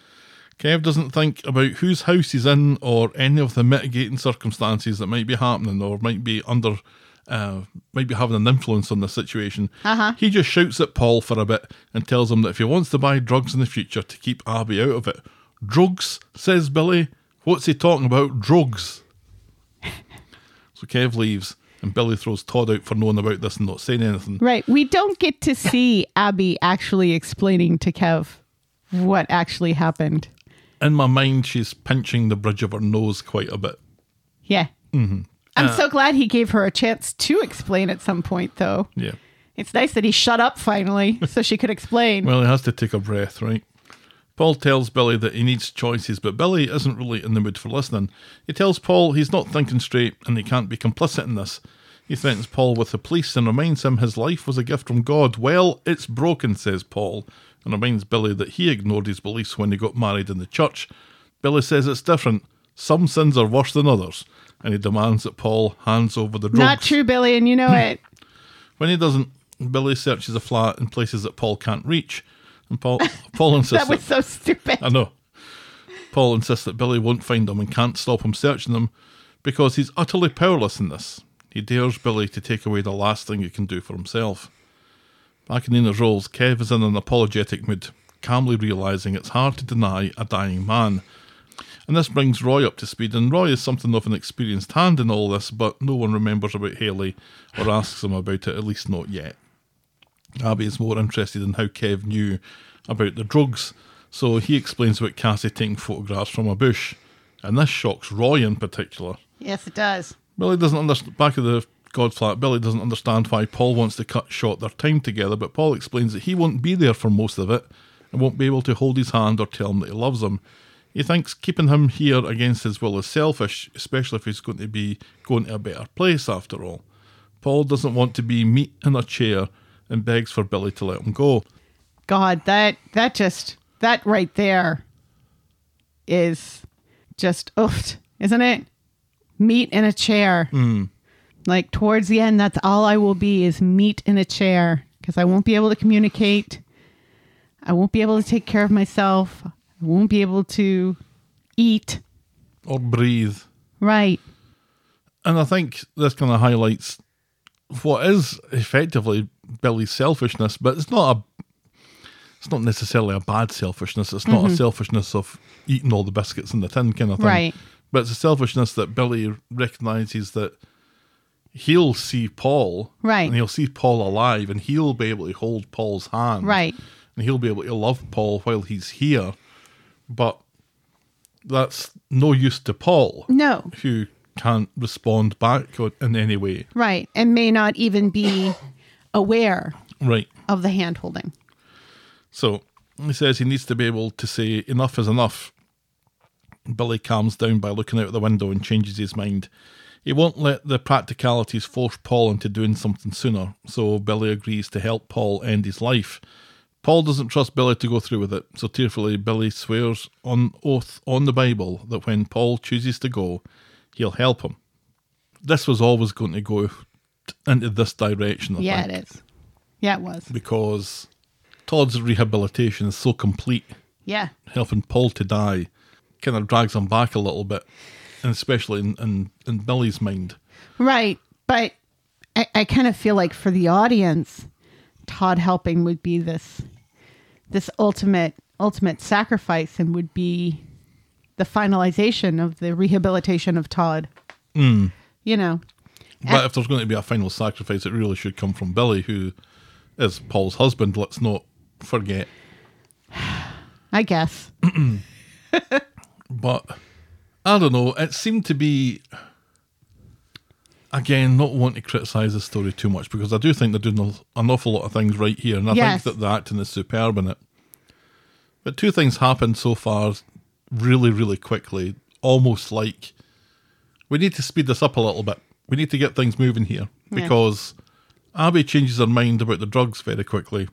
[SPEAKER 6] Kev doesn't think about whose house he's in or any of the mitigating circumstances that might be happening or might be under, uh, might be having an influence on the situation. Uh-huh. He just shouts at Paul for a bit and tells him that if he wants to buy drugs in the future to keep Abby out of it. Drugs, says Billy. What's he talking about? Drugs. So Kev leaves and Billy throws Todd out for knowing about this and not saying anything.
[SPEAKER 7] Right. We don't get to see Abby actually explaining to Kev what actually happened.
[SPEAKER 6] in my mind, she's pinching the bridge of her nose quite a bit.
[SPEAKER 7] Yeah. Mm-hmm. I'm so glad he gave her a chance to explain at some point, though.
[SPEAKER 6] Yeah.
[SPEAKER 7] It's nice that he shut up finally so she could explain.
[SPEAKER 6] Well, he has to take a breath, right? Paul tells Billy that he needs choices, but Billy isn't really in the mood for listening. He tells Paul he's not thinking straight and he can't be complicit in this. He threatens Paul with the police and reminds him his life was a gift from God. Well, it's broken, says Paul, and reminds Billy that he ignored his beliefs when he got married in the church. Billy says it's different. Some sins are worse than others, and he demands that Paul hands over the drugs.
[SPEAKER 7] Not true, Billy, and you know it.
[SPEAKER 6] When he doesn't, Billy searches a flat in places that Paul can't reach, and Paul Paul insists.
[SPEAKER 7] That was so stupid.
[SPEAKER 6] I know. Paul insists that Billy won't find them and can't stop him searching them because he's utterly powerless in this. He dares Billy to take away the last thing he can do for himself. Back in Nina's roles, Kev is in an apologetic mood, calmly realising it's hard to deny a dying man. And this brings Roy up to speed, and Roy is something of an experienced hand in all this, but no one remembers about Haley or asks him about it, at least not yet. Abby is more interested in how Kev knew about the drugs, so he explains about Cassie taking photographs from a bush, and this shocks Roy in particular.
[SPEAKER 7] Yes, it does.
[SPEAKER 6] Billy doesn't understand. Back of the God flat, Billy doesn't understand why Paul wants to cut short their time together, but Paul explains that he won't be there for most of it and won't be able to hold his hand or tell him that he loves him. He thinks keeping him here against his will is selfish, especially if he's going to be going to a better place after all. Paul doesn't want to be meat in a chair and begs for Billy to let him go.
[SPEAKER 7] God, that that just that right there is just oof, isn't it? Meat in a chair.
[SPEAKER 6] Mm.
[SPEAKER 7] Like towards the end, that's all I will be is meat in a chair because I won't be able to communicate. I won't be able to take care of myself. I won't be able to eat.
[SPEAKER 6] Or breathe.
[SPEAKER 7] Right.
[SPEAKER 6] and I think this kind of highlights what is effectively Billy's selfishness, but it's not a it's not necessarily a bad selfishness. It's not a selfishness of eating all the biscuits in the tin kind of thing.
[SPEAKER 7] Mm-hmm. Right.
[SPEAKER 6] But it's a selfishness that Billy recognizes that he'll see Paul.
[SPEAKER 7] Right.
[SPEAKER 6] And he'll see Paul alive and he'll be able to hold Paul's hand.
[SPEAKER 7] Right.
[SPEAKER 6] And he'll be able to love Paul while he's here. But that's no use to Paul
[SPEAKER 7] No.
[SPEAKER 6] who can't respond back or- in any way.
[SPEAKER 7] Right. And may not even be aware
[SPEAKER 6] Right.
[SPEAKER 7] of the hand holding.
[SPEAKER 6] So he says he needs to be able to say enough is enough. Billy calms down by looking out the window and changes his mind. He won't let the practicalities force Paul into doing something sooner, so Billy agrees to help Paul end his life. Paul doesn't trust Billy to go through with it, so tearfully Billy swears on oath on the Bible that when Paul chooses to go, he'll help him. This was always going to go t- into this direction. I
[SPEAKER 7] yeah,
[SPEAKER 6] think.
[SPEAKER 7] it is. Yeah, it was.
[SPEAKER 6] because Todd's rehabilitation is so complete,
[SPEAKER 7] Yeah.
[SPEAKER 6] helping Paul to die kind of drags him back a little bit, and especially in, in, in Billy's mind.
[SPEAKER 7] Right. But I, I kind of feel like for the audience, Todd helping would be this this ultimate ultimate sacrifice and would be the finalization of the rehabilitation of Todd. You know.
[SPEAKER 6] But if there's going to be a final sacrifice, it really should come from Billy, who is Paul's husband. Let's not forget.
[SPEAKER 7] I guess.
[SPEAKER 6] But I don't know. It seemed to be. Again, not want to criticise the story too much because I do think they're doing a- an awful lot of things right here, and I think
[SPEAKER 7] Yes.
[SPEAKER 6] that the acting is superb in it. But two things happened so far, really, really quickly, almost like we need to speed this up a little bit. We need to get things moving here because Abby changes her mind about the drugs very quickly,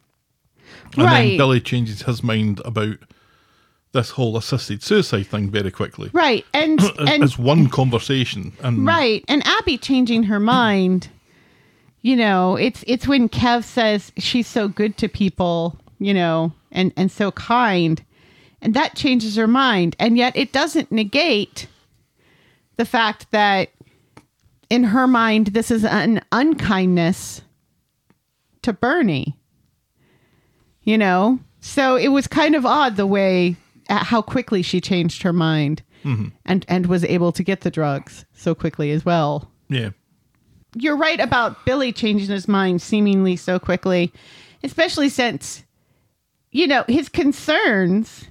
[SPEAKER 6] and
[SPEAKER 7] Right.
[SPEAKER 6] then Billy changes his mind about this whole assisted suicide thing very quickly.
[SPEAKER 7] Right. And and
[SPEAKER 6] It's one conversation, and
[SPEAKER 7] Right. And Abby changing her mind. You know, it's it's when Kev says she's so good to people, you know, and and so kind. And that changes her mind. And yet it doesn't negate the fact that in her mind this is an unkindness to Bernie. You know? So it was kind of odd the way at how quickly she changed her mind and and was able to get the drugs so quickly as well.
[SPEAKER 6] yeah,
[SPEAKER 7] You're right about Billy changing his mind seemingly so quickly, especially since you know his concerns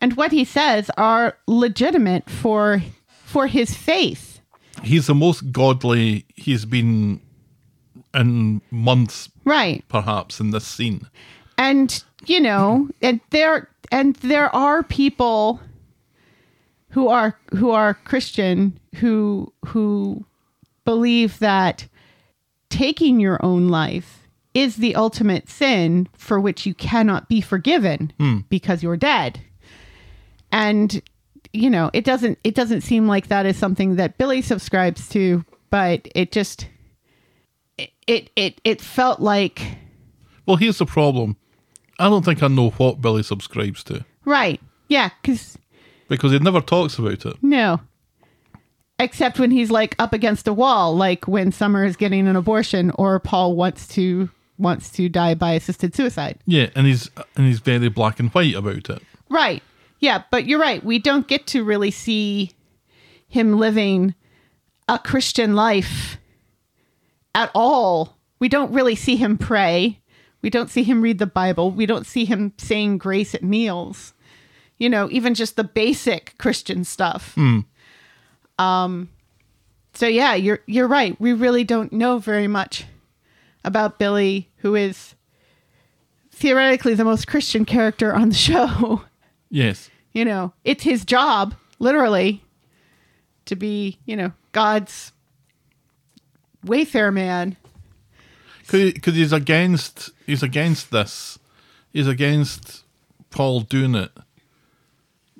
[SPEAKER 7] and what he says are legitimate for for his faith.
[SPEAKER 6] he's the most godly he's been in months,
[SPEAKER 7] Right.
[SPEAKER 6] perhaps, in this scene.
[SPEAKER 7] and you know and there and there are people who are who are christian who who believe that taking your own life is the ultimate sin for which you cannot be forgiven because you're dead and you know it doesn't it doesn't seem like that is something that billy subscribes to but it just it it it, it felt like
[SPEAKER 6] Well, here's the problem. I don't think I know what Billy subscribes to
[SPEAKER 7] Right. Yeah, because
[SPEAKER 6] because he never talks about it.
[SPEAKER 7] no. Except when he's like up against a wall, like when Summer is getting an abortion or Paul wants to wants to die by assisted suicide.
[SPEAKER 6] Yeah, and he's and he's very black and white about it.
[SPEAKER 7] Right. Yeah, but you're right. We don't get to really see him living a Christian life at all. We don't really see him pray. We don't see him read the Bible. We don't see him saying grace at meals. You know, even just the basic Christian stuff. Um so yeah, you're you're right. We really don't know very much about Billy who is theoretically the most Christian character on the show.
[SPEAKER 6] Yes.
[SPEAKER 7] you know, it's his job, literally, to be, you know, God's wayfair man.
[SPEAKER 6] because he's against he's against this he's against paul doing it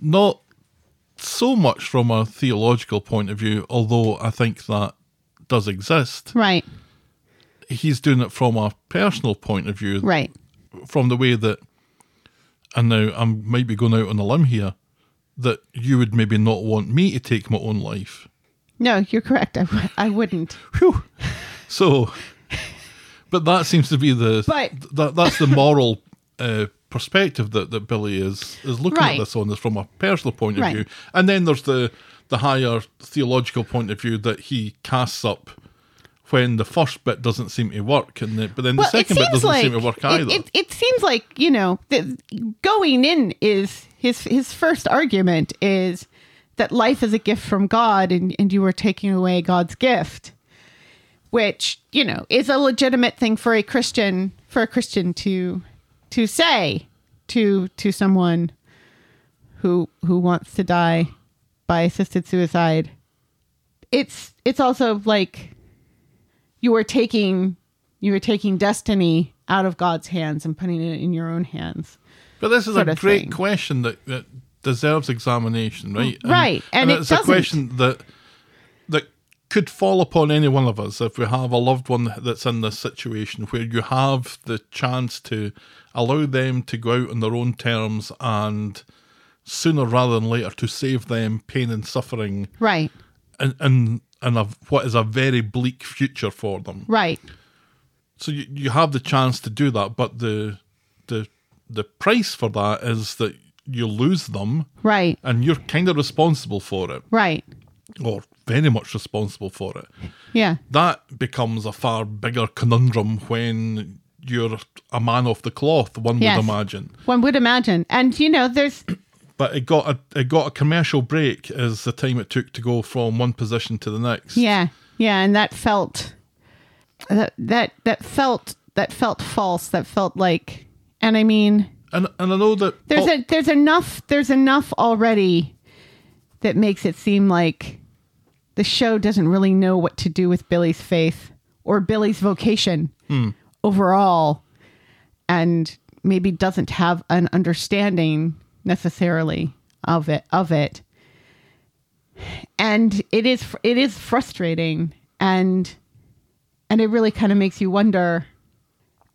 [SPEAKER 6] not so much from a theological point of view although i think that does exist
[SPEAKER 7] Right,
[SPEAKER 6] he's doing it from a personal point of view
[SPEAKER 7] right,
[SPEAKER 6] from the way that and now i might be going out on a limb here that you would maybe not want me to take my own life
[SPEAKER 7] No, you're correct. I, w- I wouldn't.
[SPEAKER 6] Phew. So, but that seems to be the
[SPEAKER 7] But-
[SPEAKER 6] that that's the moral uh, perspective that, that Billy is is looking
[SPEAKER 7] Right.
[SPEAKER 6] at this on is from a personal point of
[SPEAKER 7] Right.
[SPEAKER 6] view, and then there's the the higher theological point of view that he casts up when the first bit doesn't seem to work, and the, but then the second bit doesn't seem to work
[SPEAKER 7] it-
[SPEAKER 6] either.
[SPEAKER 7] It, it seems like you know the, going in is his his first argument is that life is a gift from God and and you are taking away God's gift, which you know is a legitimate thing for a Christian for a Christian to to say to to someone who who wants to die by assisted suicide. It's it's also like you are taking you are taking destiny out of God's hands and putting it in your own hands.
[SPEAKER 6] But this is
[SPEAKER 7] sort
[SPEAKER 6] a
[SPEAKER 7] of
[SPEAKER 6] great
[SPEAKER 7] thing. Mm,
[SPEAKER 6] question that, that deserves examination, right?
[SPEAKER 7] right, and it
[SPEAKER 6] it's
[SPEAKER 7] doesn't.
[SPEAKER 6] a question that that could fall upon any one of us if we have a loved one that's in this situation where you have the chance to allow them to go out on their own terms and sooner rather than later to save them pain and suffering
[SPEAKER 7] Right,
[SPEAKER 6] and and and of what is a very bleak future for them
[SPEAKER 7] right,
[SPEAKER 6] so you, you have the chance to do that, but the the the price for that is that you lose them
[SPEAKER 7] right,
[SPEAKER 6] and you're kind of responsible for it
[SPEAKER 7] right.
[SPEAKER 6] or very much responsible for it.
[SPEAKER 7] Yeah,
[SPEAKER 6] That becomes a far bigger conundrum when you're a man off the cloth, one
[SPEAKER 7] Yes.
[SPEAKER 6] would imagine.
[SPEAKER 7] one would imagine. And you know, there's
[SPEAKER 6] But it got a it got a commercial break as the time it took to go from one position to the next.
[SPEAKER 7] yeah, yeah, and that felt that that that felt that felt false. That felt like, and I mean,
[SPEAKER 6] And and I know that
[SPEAKER 7] there's
[SPEAKER 6] Paul-
[SPEAKER 7] a there's enough there's enough already that makes it seem like the show doesn't really know what to do with Billy's faith or Billy's vocation overall and maybe doesn't have an understanding necessarily of it of it and it is fr- it is frustrating and and it really kind of makes you wonder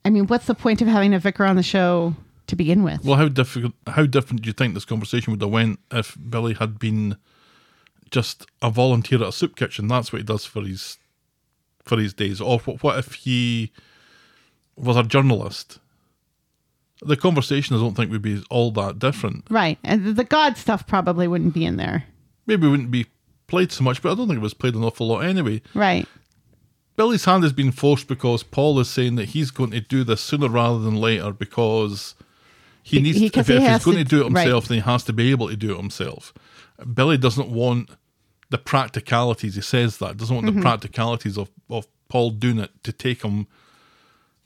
[SPEAKER 7] i mean what's the point of having a vicar on the show to begin with
[SPEAKER 6] Well, how difficult? How different do you think this conversation would have went if Billy had been just a volunteer at a soup kitchen? That's what he does for his for his days off. What, what if he was a journalist? The conversation, I don't think, would be all that different.
[SPEAKER 7] right and the god stuff probably wouldn't be in there
[SPEAKER 6] Maybe it wouldn't be played so much, but I don't think it was played an awful lot anyway.
[SPEAKER 7] right
[SPEAKER 6] Billy's hand has been forced because Paul is saying that he's going to do this sooner rather than later because he
[SPEAKER 7] Be-
[SPEAKER 6] needs
[SPEAKER 7] he-
[SPEAKER 6] to,
[SPEAKER 7] 'cause
[SPEAKER 6] if,
[SPEAKER 7] he
[SPEAKER 6] if
[SPEAKER 7] has
[SPEAKER 6] he's going to
[SPEAKER 7] to-
[SPEAKER 6] do it
[SPEAKER 7] right.
[SPEAKER 6] himself, then he has to be able to do it himself. Billy doesn't want the practicalities. He says that doesn't want
[SPEAKER 7] Mm-hmm.
[SPEAKER 6] the practicalities of, of Paul doing it to take him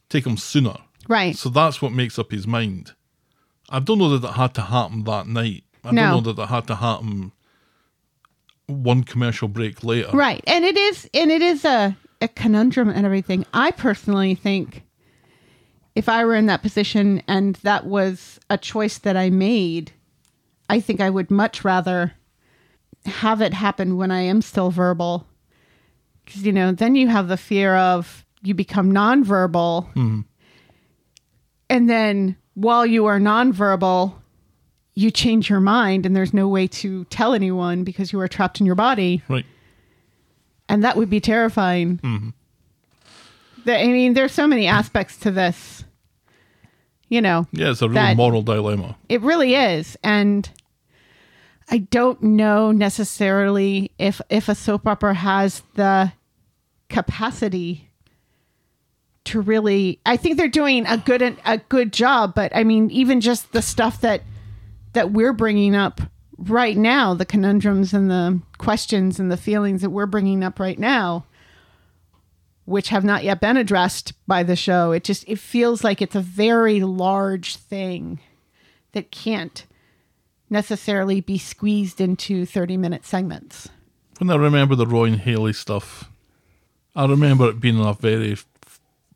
[SPEAKER 6] take him sooner.
[SPEAKER 7] right
[SPEAKER 6] So that's what makes up his mind. I don't know that that had to happen that night. I
[SPEAKER 7] No.
[SPEAKER 6] don't know that that had to happen one commercial break later.
[SPEAKER 7] right and it is and it is a, a conundrum and everything i personally think if i were in that position and that was a choice that i made i think i would much rather have it happen when i am still verbal because you know then you have the fear of you become nonverbal and then while you are nonverbal you change your mind and there's no way to tell anyone because you are trapped in your body
[SPEAKER 6] Right.
[SPEAKER 7] and that would be terrifying. The- I mean, there's so many aspects to this. You know,
[SPEAKER 6] Yeah, it's a real
[SPEAKER 7] That-
[SPEAKER 6] moral dilemma.
[SPEAKER 7] it really is, and I don't know necessarily if if a soap opera has the capacity to really. I think they're doing a good a good job, but I mean, even just the stuff that that we're bringing up right now, the conundrums and the questions and the feelings that we're bringing up right now, which have not yet been addressed by the show. It just it feels like it's a very large thing that can't necessarily be squeezed into 30 minute segments.
[SPEAKER 6] When I remember the Roy and Haley stuff, I remember it being a very,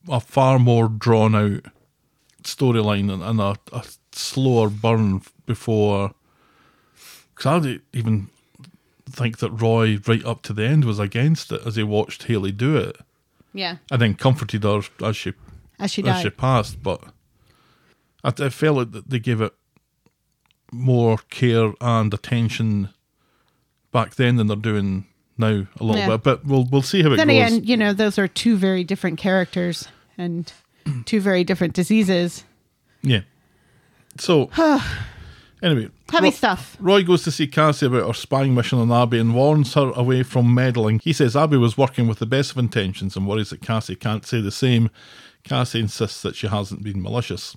[SPEAKER 6] a far more drawn out storyline and, and a, a slower burn before. Because I didn't even think that Roy, right up to the end, was against it as he watched Haley do it
[SPEAKER 7] Yeah.
[SPEAKER 6] and then comforted her as she
[SPEAKER 7] As she
[SPEAKER 6] as
[SPEAKER 7] died.
[SPEAKER 6] she passed, but I, I felt like that they gave it more care and attention back then than they're doing now a little
[SPEAKER 7] Yeah.
[SPEAKER 6] bit. But we'll we'll see how it
[SPEAKER 7] then
[SPEAKER 6] goes.
[SPEAKER 7] again, you know, those are two very different characters and two very different diseases.
[SPEAKER 6] yeah. So anyway,
[SPEAKER 7] Heavy
[SPEAKER 6] Ro-
[SPEAKER 7] stuff.
[SPEAKER 6] Roy goes to see Cassie about her spying mission on Abby and warns her away from meddling. He says Abby was working with the best of intentions and worries that Cassie can't say the same. Cassie insists that she hasn't been malicious.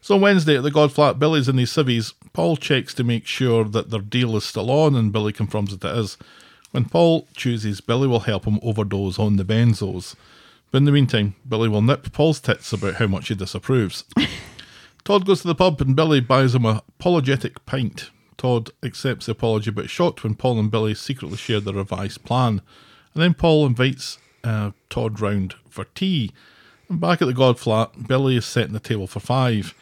[SPEAKER 6] So on Wednesday at the Godflat, Billy's in his civvies. Paul checks to make sure that their deal is still on, and Billy confirms that it is. When Paul chooses, Billy will help him overdose on the benzos. But in the meantime, Billy will nip Paul's tits about how much he disapproves. Todd goes to the pub and Billy buys him a apologetic pint. Todd accepts the apology but is shocked when Paul and Billy secretly share the revised plan. And then Paul invites uh, Todd round for tea. And back at the God flat, Billy is setting the table for five.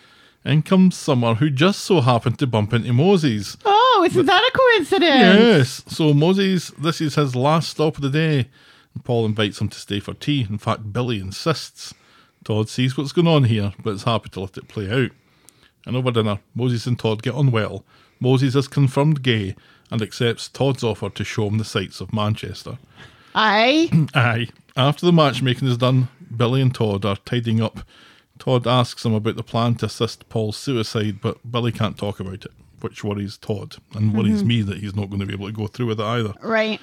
[SPEAKER 6] In comes someone who just so happened to bump into Moses.
[SPEAKER 7] Oh, isn't that a coincidence?
[SPEAKER 6] Yes. So Moses, this is his last stop of the day. And Paul invites him to stay for tea. In fact, Billy insists. Todd sees what's going on here, but is happy to let it play out. And over dinner, Moses and Todd get on well. Moses is confirmed gay and accepts Todd's offer to show him the sights of Manchester.
[SPEAKER 7] I
[SPEAKER 6] Aye. After the matchmaking is done, Billy and Todd are tidying up. Todd asks him about the plan to assist Paul's suicide, but Billy can't talk about it, which worries Todd and worries
[SPEAKER 7] Mm-hmm.
[SPEAKER 6] me that he's not going to be able to go through with it either.
[SPEAKER 7] right.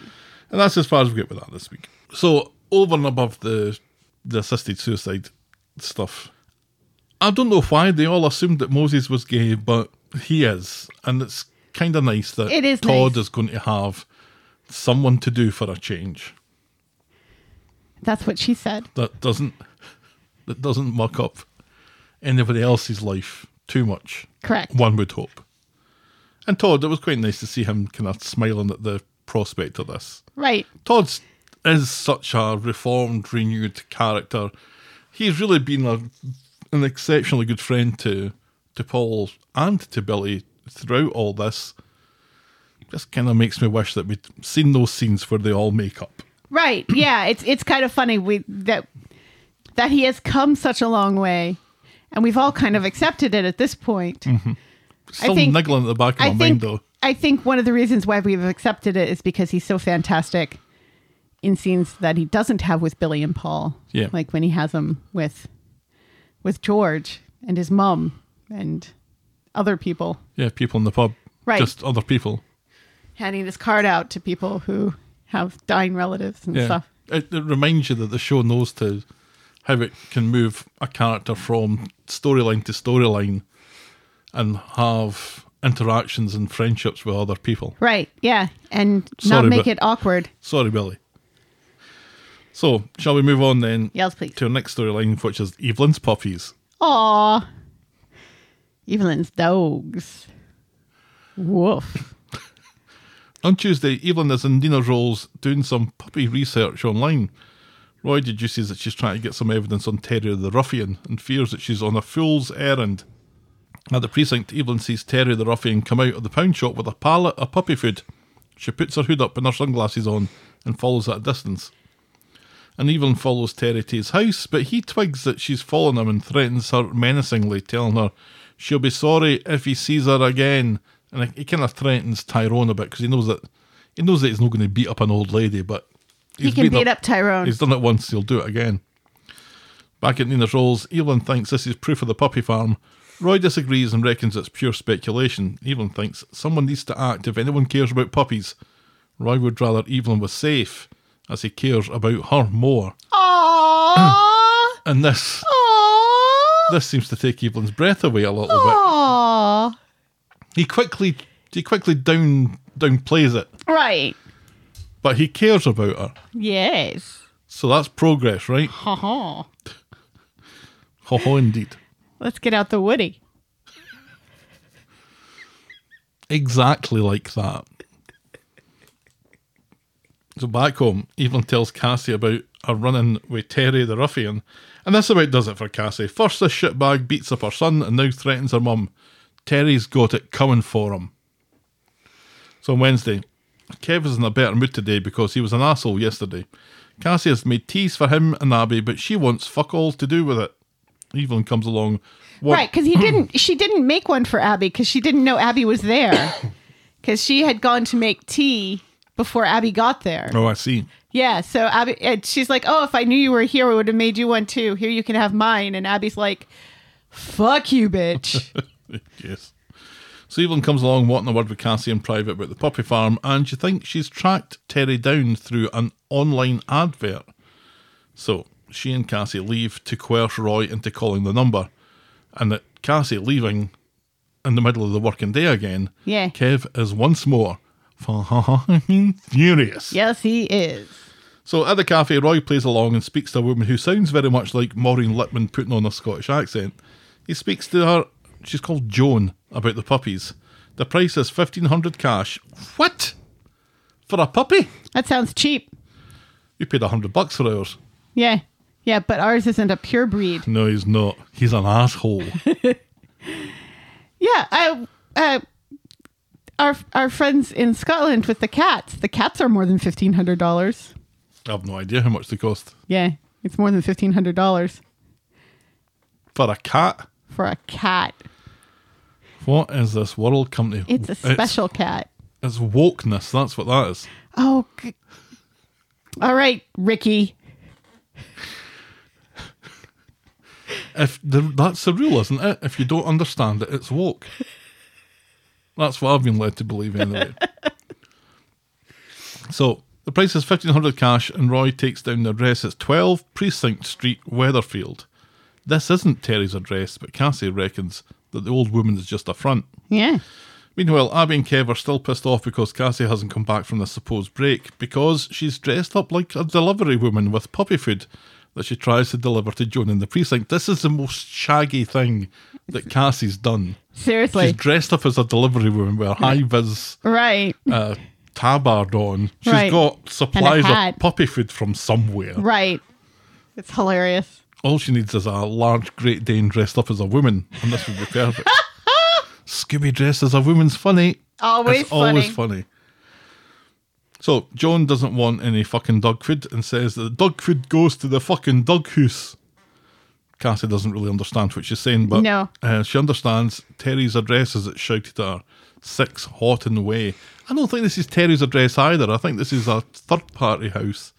[SPEAKER 6] And that's as far as we get with that this week. So over and above the the assisted suicide stuff, I don't know why they all assumed that Moses was gay, but he is, and it's kind of nice that
[SPEAKER 7] It is
[SPEAKER 6] Todd
[SPEAKER 7] nice.
[SPEAKER 6] is going to have someone to do for a change.
[SPEAKER 7] That's what she said.
[SPEAKER 6] that doesn't that doesn't muck up anybody else's life too much.
[SPEAKER 7] Correct.
[SPEAKER 6] One would hope. And Todd, it was quite nice to see him kind of smiling at the prospect of this.
[SPEAKER 7] Right.
[SPEAKER 6] Todd is such a reformed, renewed character. He's really been a, an exceptionally good friend to to Paul and to Billy throughout all this. just kind of makes me wish that we'd seen those scenes where they all make up.
[SPEAKER 7] Right. Yeah. It's it's kind of funny we that that he has come such a long way, and we've all kind of accepted it at this point.
[SPEAKER 6] Still
[SPEAKER 7] think-
[SPEAKER 6] niggling at the back of my
[SPEAKER 7] I think
[SPEAKER 6] mind though.
[SPEAKER 7] I think one of the reasons why we've accepted it is because he's so fantastic in scenes that he doesn't have with Billy and Paul.
[SPEAKER 6] Yeah.
[SPEAKER 7] Like when he has them with with George and his mum and other people
[SPEAKER 6] Yeah, people in the pub.
[SPEAKER 7] Right.
[SPEAKER 6] Just other people.
[SPEAKER 7] handing this card out to people who have dying relatives and
[SPEAKER 6] Yeah.
[SPEAKER 7] stuff.
[SPEAKER 6] It, it reminds you that the show knows to how it can move a character from storyline to storyline and have interactions and friendships with other people.
[SPEAKER 7] Right. Yeah. And
[SPEAKER 6] Sorry,
[SPEAKER 7] not make
[SPEAKER 6] but-
[SPEAKER 7] it awkward.
[SPEAKER 6] Sorry, Billy. So, shall we move on then
[SPEAKER 7] Yes, please.
[SPEAKER 6] to our next storyline, which is Evelyn's puppies?
[SPEAKER 7] Aw. Evelyn's dogs. Woof.
[SPEAKER 6] On Tuesday, Evelyn is in Nina Rolls doing some puppy research online. Roy deduces that she's trying to get some evidence on Terry the Ruffian and fears that she's on a fool's errand. At the precinct, Evelyn sees Terry the Ruffian come out of the pound shop with a pallet of puppy food. She puts her hood up and her sunglasses on and follows at a distance. And Evelyn follows Terry to his house, but he twigs that she's following him and threatens her menacingly, telling her she'll be sorry if he sees her again. And he kind of threatens Tyrone a bit because he knows that he knows that he's not going to beat up an old lady, but
[SPEAKER 7] He
[SPEAKER 6] he's
[SPEAKER 7] can
[SPEAKER 6] beaten
[SPEAKER 7] beat up Tyrone.
[SPEAKER 6] He's done it once, he'll do it again. Back at Nina's Rolls, Evelyn thinks this is proof of the puppy farm. Roy disagrees and reckons it's pure speculation. Evelyn thinks someone needs to act if anyone cares about puppies. Roy would rather Evelyn was safe, as he cares about her more.
[SPEAKER 7] Aww.
[SPEAKER 6] And this
[SPEAKER 7] Aww.
[SPEAKER 6] this seems to take Evelyn's breath away a little bit.
[SPEAKER 7] Aww.
[SPEAKER 6] He quickly he quickly down downplays it,
[SPEAKER 7] Right.
[SPEAKER 6] but he cares about her.
[SPEAKER 7] Yes.
[SPEAKER 6] So that's progress, right?
[SPEAKER 7] Ha ha.
[SPEAKER 6] Ho ho indeed.
[SPEAKER 7] Let's get out the Woody.
[SPEAKER 6] exactly like that. So back home, Evelyn tells Cassie about a run-in with Terry the ruffian, and this about does it for Cassie. First, this shitbag beats up her son, and now threatens her mum. Terry's got it coming for him. So on Wednesday, Kev is in a better mood today because he was an asshole yesterday. Cassie has made teas for him and Abby, but she wants fuck all to do with it. Evelyn comes along. What,
[SPEAKER 7] Right, because he didn't. She didn't make one for Abby because she didn't know Abby was there. Because she had gone to make tea before Abby got there.
[SPEAKER 6] Oh, I see.
[SPEAKER 7] Yeah, so Abby, and she's like, "Oh, if I knew you were here, I would have made you one too. Here, you can have mine." And Abby's like, "Fuck you, bitch."
[SPEAKER 6] yes. So Evelyn comes along wanting a word with Cassie in private about the puppy farm, and she thinks she's tracked Terry down through an online advert. So she and Cassie leave to coerce Roy into calling the number, and that Cassie leaving in the middle of the working day again.
[SPEAKER 7] Yeah.
[SPEAKER 6] Kev is once more fucking furious.
[SPEAKER 7] yes, he is.
[SPEAKER 6] So at the cafe, Roy plays along and speaks to a woman who sounds very much like Maureen Lipman putting on a Scottish accent. He speaks to her, she's called Joan, about the puppies. The price is 1500 cash. What? For a puppy?
[SPEAKER 7] That sounds cheap.
[SPEAKER 6] You paid 100 bucks for ours.
[SPEAKER 7] Yeah, yeah, but ours isn't a pure breed.
[SPEAKER 6] No, he's not. He's an asshole.
[SPEAKER 7] Yeah, I, uh, our our friends in Scotland with the cats. The cats are more than fifteen hundred dollars.
[SPEAKER 6] I have no idea how much they cost.
[SPEAKER 7] Yeah, it's more than fifteen hundred dollars
[SPEAKER 6] For a cat?
[SPEAKER 7] for a cat.
[SPEAKER 6] What is this world company?
[SPEAKER 7] It's a special cat.
[SPEAKER 6] It's, it's wokeness, that's what that is.
[SPEAKER 7] Oh, g- all right, Ricky.
[SPEAKER 6] If the, that's the rule, isn't it? If you don't understand it, it's woke. That's what I've been led to believe anyway. so the price is fifteen hundred cash, and Roy takes down the address. It's twelve Precinct Street, Weatherfield. This isn't Terry's address, but Cassie reckons that the old woman is just a front.
[SPEAKER 7] Yeah.
[SPEAKER 6] Meanwhile, Abby and Kev are still pissed off because Cassie hasn't come back from the supposed break because she's dressed up like a delivery woman with puppy food that she tries to deliver to Joan in the precinct. This is the most shaggy thing that Cassie's done.
[SPEAKER 7] Seriously.
[SPEAKER 6] She's dressed up as a delivery woman with her high vis
[SPEAKER 7] right.
[SPEAKER 6] uh, tabard on. She's
[SPEAKER 7] Right.
[SPEAKER 6] got supplies of
[SPEAKER 7] hat.
[SPEAKER 6] puppy food from somewhere.
[SPEAKER 7] Right. It's hilarious.
[SPEAKER 6] All she needs is a large Great Dane dressed up as a woman, and this would be perfect. Scooby dressed as a woman's funny.
[SPEAKER 7] Always
[SPEAKER 6] it's always
[SPEAKER 7] funny.
[SPEAKER 6] funny. So John doesn't want any fucking dog food and says that the dog food goes to the fucking dog house. Cassie doesn't really understand what she's saying, but
[SPEAKER 7] No.
[SPEAKER 6] uh, she understands Terry's address as it's shouted at her. Six hot and way. I don't think this is Terry's address either. I think this is a third party house.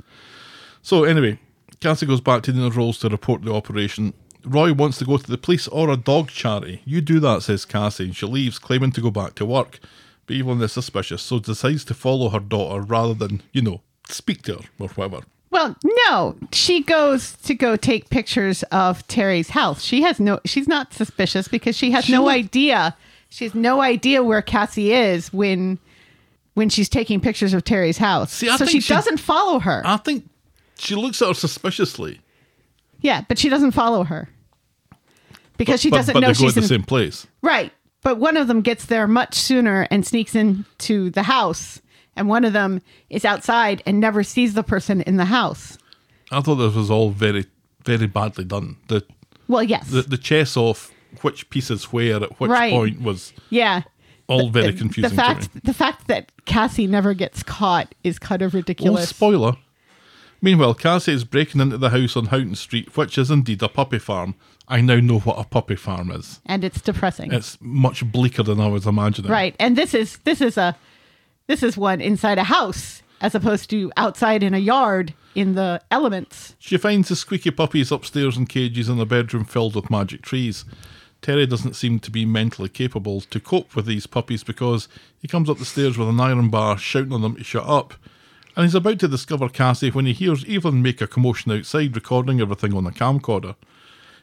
[SPEAKER 6] So anyway, Cassie goes back to the rolls to report the operation. Roy wants to go to the police or a dog charity. You do that, says Cassie, and she leaves, claiming to go back to work. But Evelyn is suspicious, so decides to follow her daughter rather than, you know, speak to her or whatever.
[SPEAKER 7] Well, no, she goes to go take pictures of Terry's house. She has no, she's not suspicious because she has no idea. She has no idea where Cassie is when when she's taking pictures of Terry's house.
[SPEAKER 6] See, I
[SPEAKER 7] so
[SPEAKER 6] think
[SPEAKER 7] she,
[SPEAKER 6] she-
[SPEAKER 7] doesn't follow her.
[SPEAKER 6] I think she looks at her suspiciously.
[SPEAKER 7] yeah, but she doesn't follow her because she
[SPEAKER 6] but,
[SPEAKER 7] doesn't
[SPEAKER 6] but
[SPEAKER 7] know
[SPEAKER 6] they go
[SPEAKER 7] she's
[SPEAKER 6] at the
[SPEAKER 7] in,
[SPEAKER 6] same place.
[SPEAKER 7] right. But one of them gets there much sooner and sneaks into the house, and one of them is outside and never sees the person in the house.
[SPEAKER 6] I thought this was all very, very badly done. The
[SPEAKER 7] Well, yes,
[SPEAKER 6] the, the chess off which piece is where at which
[SPEAKER 7] Right.
[SPEAKER 6] point was oh,
[SPEAKER 7] yeah.
[SPEAKER 6] all very
[SPEAKER 7] the-
[SPEAKER 6] confusing
[SPEAKER 7] The
[SPEAKER 6] to me.
[SPEAKER 7] fact, the fact that Cassie never gets caught is kind of
[SPEAKER 6] Well,
[SPEAKER 7] ridiculous.
[SPEAKER 6] spoiler. Meanwhile, Cassie is breaking into the house on Houghton Street, which is indeed a puppy farm. I now know what a puppy farm is.
[SPEAKER 7] and it's depressing,
[SPEAKER 6] It's much bleaker than I was imagining.
[SPEAKER 7] right? And this is this is a this is one inside a house as opposed to outside in a yard in the elements.
[SPEAKER 6] She finds the squeaky puppies upstairs in cages in a bedroom filled with magic trees. Terry doesn't seem to be mentally capable to cope with these puppies because he comes up the stairs with an iron bar shouting on them to shut up. And he's about to discover Cassie when he hears Evelyn make a commotion outside, recording everything on the camcorder.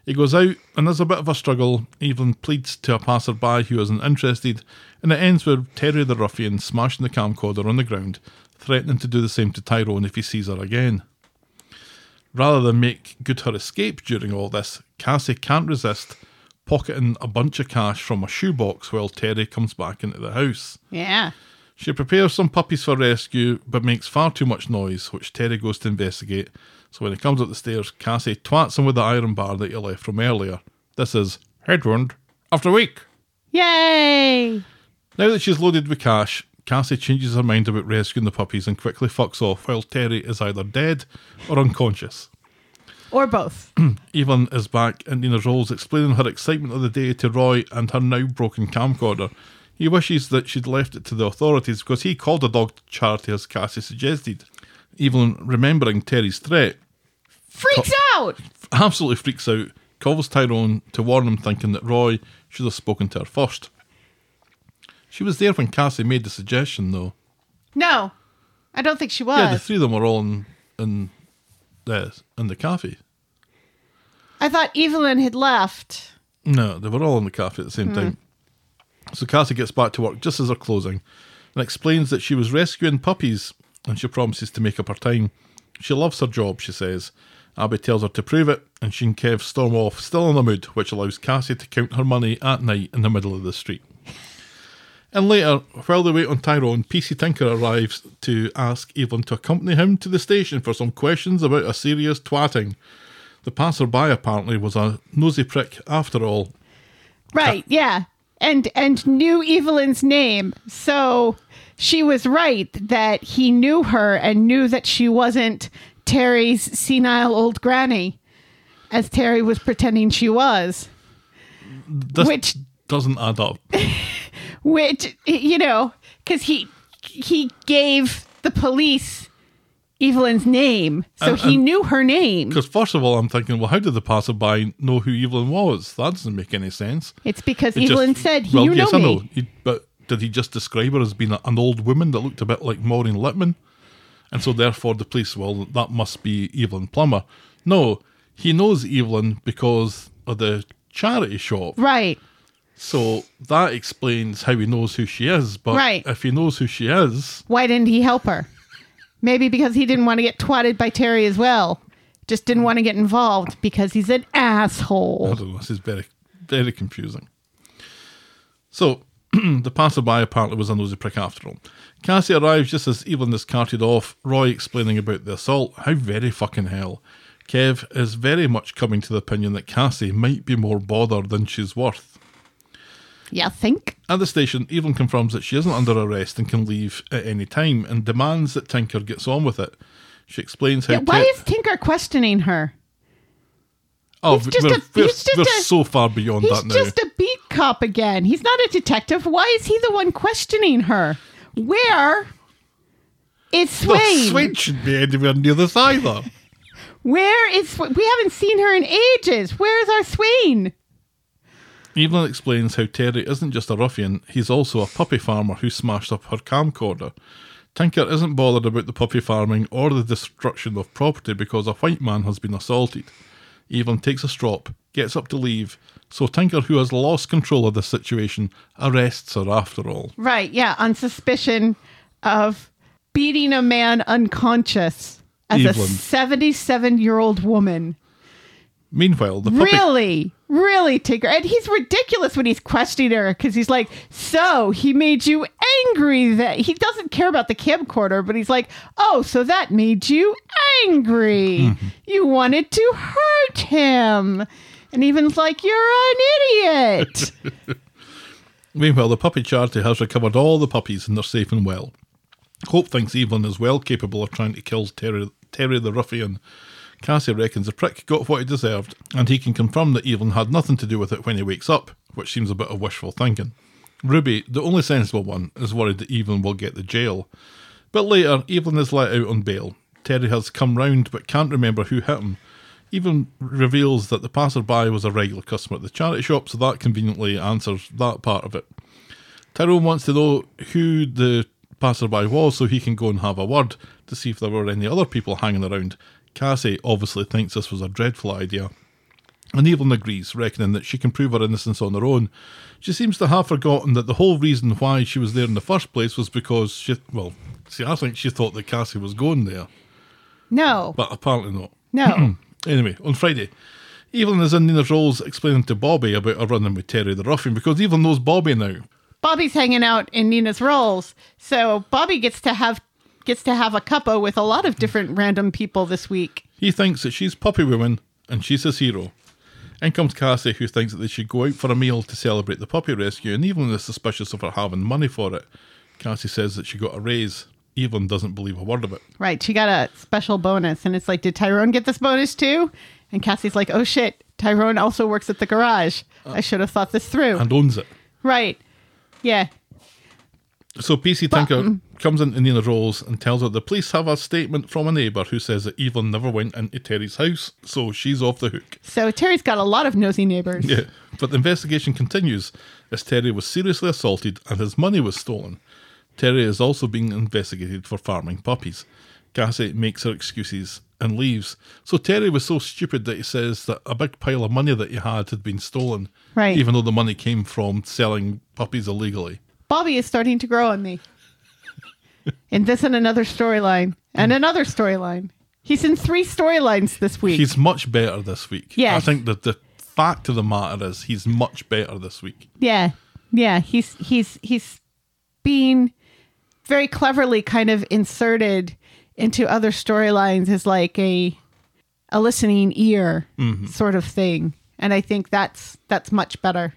[SPEAKER 6] He goes out, and there's a bit of a struggle. Evelyn pleads to a passerby who isn't interested, and it ends with Terry the ruffian smashing the camcorder on the ground, threatening to do the same to Tyrone if he sees her again. Rather than make good her escape during all this, Cassie can't resist pocketing a bunch of cash from a shoebox while Terry comes back into the house.
[SPEAKER 7] Yeah,
[SPEAKER 6] She prepares some puppies for rescue, but makes far too much noise, which Terry goes to investigate. So when he comes up the stairs, Cassie twats him with the iron bar that he left from earlier. This is headwind after week.
[SPEAKER 7] yay!
[SPEAKER 6] Now that she's loaded with cash, Cassie changes her mind about rescuing the puppies and quickly fucks off while Terry is either dead or unconscious.
[SPEAKER 7] Or both.
[SPEAKER 6] Mm. Evelyn is back and Nina Rolls explaining her excitement of the day to Roy and her now broken camcorder. He wishes that she'd left it to the authorities because he called a dog charity as Cassie suggested. Evelyn, remembering Terry's threat,
[SPEAKER 7] Freaks out.
[SPEAKER 6] absolutely freaks out, calls Tyrone to warn him, thinking that Roy should have spoken to her first. She was there when Cassie made the suggestion, though.
[SPEAKER 7] No, I don't think she was.
[SPEAKER 6] Yeah, the three of them were all in, in, the, in the cafe.
[SPEAKER 7] I thought Evelyn had left.
[SPEAKER 6] No, they were all in the cafe at the same time. So Cassie gets back to work just as they're closing and explains that she was rescuing puppies and she promises to make up her time. She loves her job, she says. Abby tells her to prove it, and she and Kev storm off, still in the mood, which allows Cassie to count her money at night in the middle of the street. And later, while they wait on Tyrone, PC Tinker arrives to ask Evelyn to accompany him to the station for some questions about a serious twatting. The passerby apparently was a nosy prick after all,
[SPEAKER 7] Right, yeah. And and knew Evelyn's name. So she was right that he knew her and knew that she wasn't Terry's senile old granny as Terry was pretending she was.
[SPEAKER 6] This
[SPEAKER 7] Which-
[SPEAKER 6] doesn't add up.
[SPEAKER 7] Which you know, cuz he he gave the police Evelyn's name. So
[SPEAKER 6] And-
[SPEAKER 7] he
[SPEAKER 6] and-
[SPEAKER 7] knew her name.
[SPEAKER 6] Because first of all, I'm thinking, well, how did the passerby know who Evelyn was? That doesn't make any sense.
[SPEAKER 7] It's because
[SPEAKER 6] It just-
[SPEAKER 7] Evelyn said,
[SPEAKER 6] well,
[SPEAKER 7] "You
[SPEAKER 6] yes,
[SPEAKER 7] know
[SPEAKER 6] I
[SPEAKER 7] me."
[SPEAKER 6] know. He- but did he just describe her as being a- an old woman that looked a bit like Maureen Littman? And so, therefore, the police, well, that must be Evelyn Plummer. No, he knows Evelyn because of the charity shop.
[SPEAKER 7] Right.
[SPEAKER 6] So that explains how he knows who she is. But
[SPEAKER 7] Right.
[SPEAKER 6] if he knows who she is,
[SPEAKER 7] Why didn't he help her? Maybe because he didn't want to get twatted by Terry as well. Just didn't want to get involved because he's an
[SPEAKER 6] I
[SPEAKER 7] asshole.
[SPEAKER 6] don't know. This is very, very confusing. So, the passerby apparently was a nosy prick after all. Cassie arrives just as Evelyn is carted off, Roy explaining about the assault. How very fucking hell. Kev is very much coming to the opinion that Cassie might be more bothered than she's worth.
[SPEAKER 7] Yeah, think?
[SPEAKER 6] At the station, Evelyn confirms that she isn't under arrest and can leave at any time and demands that Tinker gets on with it. She explains how.
[SPEAKER 7] Yeah, why
[SPEAKER 6] Ted-
[SPEAKER 7] is Tinker questioning her?
[SPEAKER 6] oh,
[SPEAKER 7] he's just
[SPEAKER 6] we're,
[SPEAKER 7] a-
[SPEAKER 6] we're,
[SPEAKER 7] he's just
[SPEAKER 6] we're
[SPEAKER 7] a-
[SPEAKER 6] so far beyond
[SPEAKER 7] He's
[SPEAKER 6] that now.
[SPEAKER 7] just a beat cop again. He's not a detective. Why is he the one questioning her? Where is
[SPEAKER 6] The
[SPEAKER 7] Swain?
[SPEAKER 6] Swain should be anywhere near this either.
[SPEAKER 7] Where is Swa- we haven't seen her in ages? Where is our Swain?
[SPEAKER 6] Evelyn explains how Terry isn't just a ruffian, he's also a puppy farmer who smashed up her camcorder. Tinker isn't bothered about the puppy farming or the destruction of property because a white man has been assaulted. Evelyn takes a strop, gets up to leave, so Tinker, who has lost control of the situation, arrests her after all.
[SPEAKER 7] Right, yeah, on suspicion of beating a man unconscious as a
[SPEAKER 6] Evelyn.
[SPEAKER 7] 77 year old woman.
[SPEAKER 6] Meanwhile, the puppy.
[SPEAKER 7] Really, really, Tinker. And he's ridiculous when he's questioning her because he's like, So he made you angry that he doesn't care about the camcorder, but he's like, Oh, so that made you angry. You wanted to hurt him. And Evan's like, You're an idiot.
[SPEAKER 6] Meanwhile, the puppy charity has recovered all the puppies and they're safe and well. Hope thinks Evelyn is well capable of trying to kill Terry, Terry the ruffian. Cassie reckons the prick got what he deserved, and he can confirm that Evelyn had nothing to do with it when he wakes up, which seems a bit of wishful thinking. Ruby, the only sensible one, is worried that Evelyn will get the jail. But later, Evelyn is let out on bail. Terry has come round but can't remember who hit him. Even reveals that the passerby was a regular customer at the charity shop, so that conveniently answers that part of it. Tyrone wants to know who the passerby was so he can go and have a word to see if there were any other people hanging around. Cassie obviously thinks this was a dreadful idea. And Evelyn agrees, reckoning that she can prove her innocence on her own. She seems to have forgotten that the whole reason why she was there in the first place was because she, well, see, I think she thought that Cassie was going there,
[SPEAKER 7] No,
[SPEAKER 6] but apparently not.
[SPEAKER 7] no.
[SPEAKER 6] Anyway, on Friday, Evelyn is in Nina's roles explaining to Bobby about her running with Terry the Ruffian because Evelyn knows Bobby now.
[SPEAKER 7] Bobby's hanging out in Nina's rolls, so Bobby gets to have gets to have a cuppa with a lot of different random people this week.
[SPEAKER 6] He thinks that she's Puppy Woman and she's his hero. In comes Cassie, who thinks that they should go out for a meal to celebrate the puppy rescue, and Evelyn is suspicious of her having money for it. Cassie says that she got a raise. Evelyn doesn't believe a word of it.
[SPEAKER 7] Right, she got a special bonus, and it's like, did Tyrone get this bonus too? And Cassie's like, oh shit, Tyrone also works at the garage. I should have thought this through.
[SPEAKER 6] and owns it.
[SPEAKER 7] right, yeah,
[SPEAKER 6] So PC Tinker comes into Nina Rolls and tells her the police have a statement from a neighbour who says that Evelyn never went into Terry's house, so she's off the hook.
[SPEAKER 7] so Terry's got a lot of nosy neighbors.
[SPEAKER 6] Yeah, but the investigation continues as Terry was seriously assaulted and his money was stolen. Terry is also being investigated for farming puppies. Cassie makes her excuses and leaves. So Terry was so stupid that he says that a big pile of money that he had had been stolen,
[SPEAKER 7] Right.
[SPEAKER 6] even though the money came from selling puppies illegally.
[SPEAKER 7] Bobby is starting to grow on me. and this and another storyline, and another storyline. He's in three storylines this week.
[SPEAKER 6] He's much better this week.
[SPEAKER 7] Yes.
[SPEAKER 6] I think that the fact of the matter is he's much better this week.
[SPEAKER 7] Yeah. Yeah. He's he's he's being very cleverly kind of inserted into other storylines as like a a listening ear
[SPEAKER 6] Mm-hmm.
[SPEAKER 7] sort of thing. And I think that's that's much better.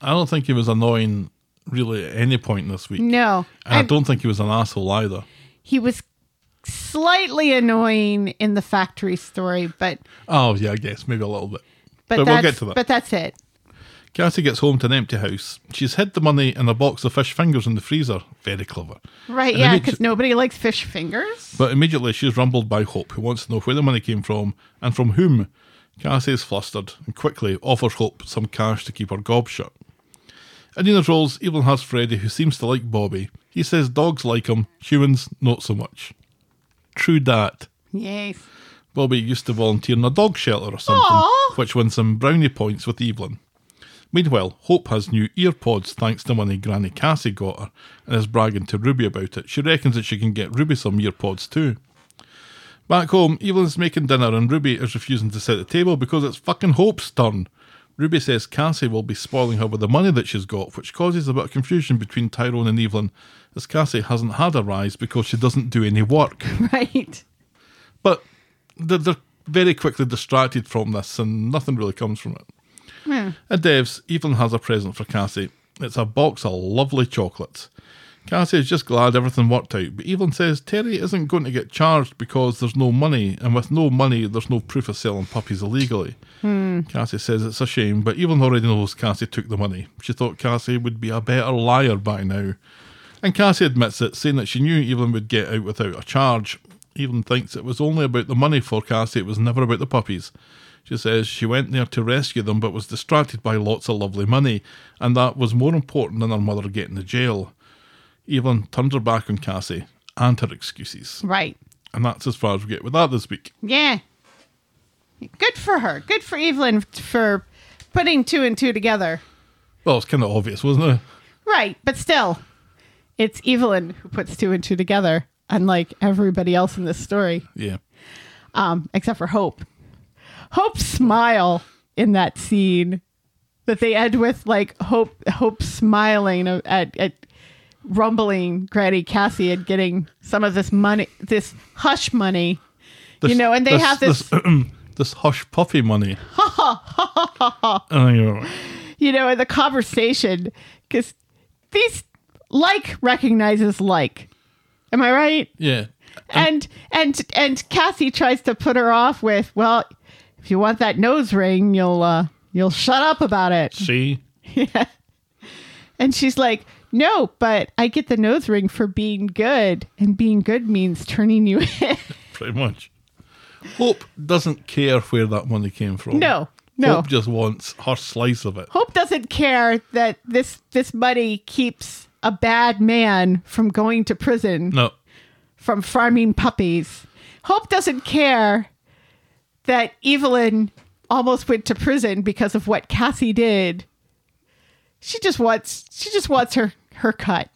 [SPEAKER 6] I don't think he was annoying really at any point this week.
[SPEAKER 7] No.
[SPEAKER 6] And I
[SPEAKER 7] And
[SPEAKER 6] don't think he was an asshole either.
[SPEAKER 7] he was slightly annoying in the factory story, but
[SPEAKER 6] Oh yeah, I guess maybe a little bit. But
[SPEAKER 7] but,
[SPEAKER 6] we'll
[SPEAKER 7] that's
[SPEAKER 6] get to that.
[SPEAKER 7] but that's it.
[SPEAKER 6] Cassie gets home to an empty house. She's hid the money in a box of fish fingers in the freezer. Very clever.
[SPEAKER 7] Right,
[SPEAKER 6] And
[SPEAKER 7] yeah,
[SPEAKER 6] immedi-
[SPEAKER 7] because nobody likes fish fingers.
[SPEAKER 6] But immediately she's rumbled by Hope, who wants to know where the money came from and from whom. Cassie is flustered and quickly offers Hope some cash to keep her gob shut. In Nina's roles, Evelyn has Freddy, who seems to like Bobby. He says dogs like him, humans not so much. True dat.
[SPEAKER 7] Yes.
[SPEAKER 6] Bobby used to volunteer in a dog shelter or something,
[SPEAKER 7] Aw.
[SPEAKER 6] which wins some brownie points with Evelyn. Meanwhile, Hope has new ear pods thanks to money Granny Cassie got her and is bragging to Ruby about it. She reckons that she can get Ruby some ear pods too. Back home, Evelyn's making dinner and Ruby is refusing to set the table because it's fucking Hope's turn. Ruby says Cassie will be spoiling her with the money that she's got, which causes a bit of confusion between Tyrone and Evelyn, as Cassie hasn't had a rise because she doesn't do any work.
[SPEAKER 7] Right.
[SPEAKER 6] But they're, they're very quickly distracted from this, and nothing really comes from it. At Dev's, Evelyn has a present for Cassie. It's a box of lovely chocolates. Cassie is just glad everything worked out, but Evelyn says Terry isn't going to get charged because there's no money, and with no money, there's no proof of selling puppies illegally. Cassie says it's a shame, but Evelyn already knows Cassie took the money. She thought Cassie would be a better liar by now. And Cassie admits it, saying that she knew Evelyn would get out without a charge. Evelyn thinks it was only about the money for Cassie, it was never about the puppies. She says she went there to rescue them but was distracted by lots of lovely money, and that was more important than her mother getting to jail. Evelyn turns her back on Cassie and her excuses.
[SPEAKER 7] Right.
[SPEAKER 6] And that's as far as we get with that this week.
[SPEAKER 7] Yeah. Good for her. Good for Evelyn f- for putting two and two together.
[SPEAKER 6] Well, it's kind of obvious, wasn't it?
[SPEAKER 7] Right, but still, it's Evelyn who puts two and two together, unlike everybody else in this story,
[SPEAKER 6] Yeah.
[SPEAKER 7] um, except for Hope. Hope's smile in that scene that they end with, like Hope, Hope smiling at, at rumbling Granny Cassie and getting some of this money, this hush money. you know, and they have this
[SPEAKER 6] this, this hush puppy money. And you're like,
[SPEAKER 7] you know, in the conversation because these like recognizes like. Am I right?
[SPEAKER 6] yeah.
[SPEAKER 7] And and and Cassie tries to put her off with, well, if you want that nose ring, you'll uh, you'll shut up about it.
[SPEAKER 6] See?
[SPEAKER 7] And she's like, no, but I get the nose ring for being good, and being good means turning you in.
[SPEAKER 6] Pretty much. Hope doesn't care where that money came from.
[SPEAKER 7] No, no.
[SPEAKER 6] Hope just wants her slice of it.
[SPEAKER 7] Hope doesn't care that this this money keeps a bad man from going to prison.
[SPEAKER 6] No.
[SPEAKER 7] from farming puppies. Hope doesn't care that Evelyn almost went to prison because of what Cassie did. She just wants she just wants her her cut.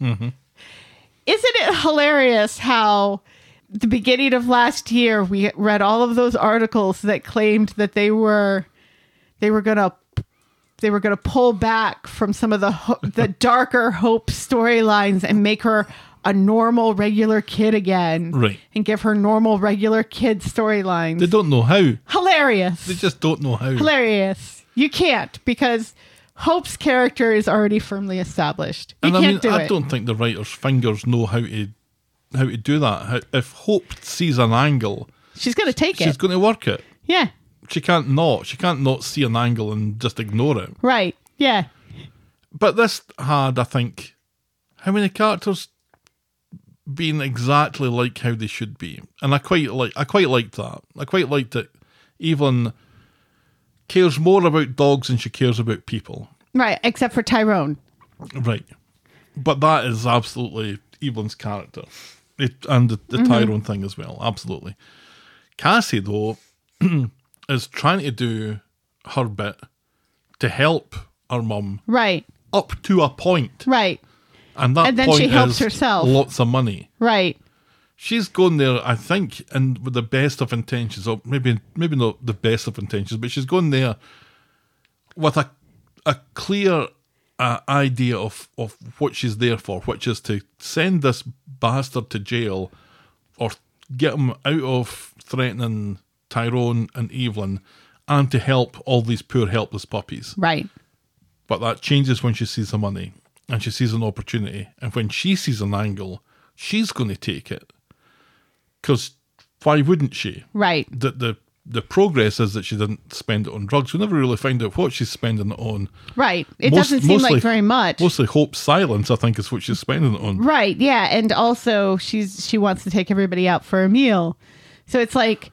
[SPEAKER 7] Isn't it hilarious how the beginning of last year we read all of those articles that claimed that they were they were going to they were going to pull back from some of the ho- the darker hope storylines and make her a normal regular kid again
[SPEAKER 6] Right.
[SPEAKER 7] and give her normal regular kid storylines
[SPEAKER 6] They don't know how. They
[SPEAKER 7] hilarious
[SPEAKER 6] just don't know how.
[SPEAKER 7] hilarious you can't because hope's character is already firmly established you
[SPEAKER 6] and
[SPEAKER 7] can't
[SPEAKER 6] I mean,
[SPEAKER 7] do
[SPEAKER 6] I
[SPEAKER 7] it
[SPEAKER 6] don't think the writer's fingers know how to how to do that. How, if Hope sees an angle,
[SPEAKER 7] she's going to take
[SPEAKER 6] she's
[SPEAKER 7] it
[SPEAKER 6] going to work it.
[SPEAKER 7] yeah
[SPEAKER 6] She can't not. She can't not see an angle and just ignore it.
[SPEAKER 7] right yeah
[SPEAKER 6] But this had, I think, how many characters being exactly like how they should be, and I quite like. I quite liked that. I quite liked it. Evelyn cares more about dogs than she cares about people.
[SPEAKER 7] right except for tyrone
[SPEAKER 6] Right. But that is absolutely Evelyn's character. It, and the, the Tyrone thing as well, absolutely. Cassie, though, is trying to do her bit to help her mum
[SPEAKER 7] right
[SPEAKER 6] up to a point.
[SPEAKER 7] right
[SPEAKER 6] And that
[SPEAKER 7] And then
[SPEAKER 6] point
[SPEAKER 7] she helps
[SPEAKER 6] is
[SPEAKER 7] herself.
[SPEAKER 6] lots of money.
[SPEAKER 7] right
[SPEAKER 6] She's gone there, I think, and with the best of intentions, or maybe maybe not the best of intentions, but she's gone there with a a clear uh, idea of of what she's there for, which is to send this bastard to jail or get him out of threatening Tyrone and Evelyn, and to help all these poor helpless puppies.
[SPEAKER 7] right
[SPEAKER 6] But that changes when she sees the money and she sees an opportunity. And when she sees an angle, she's going to take it. Because why wouldn't she?
[SPEAKER 7] right
[SPEAKER 6] The, the, the progress is that she didn't spend it on drugs. We never really find out what she's spending it on.
[SPEAKER 7] right it
[SPEAKER 6] Most-
[SPEAKER 7] doesn't seem
[SPEAKER 6] mostly-
[SPEAKER 7] like very much
[SPEAKER 6] Mostly Hope's silence, I think, is what she's spending it on.
[SPEAKER 7] Right. Yeah, and also she's she wants to take everybody out for a meal. So it's like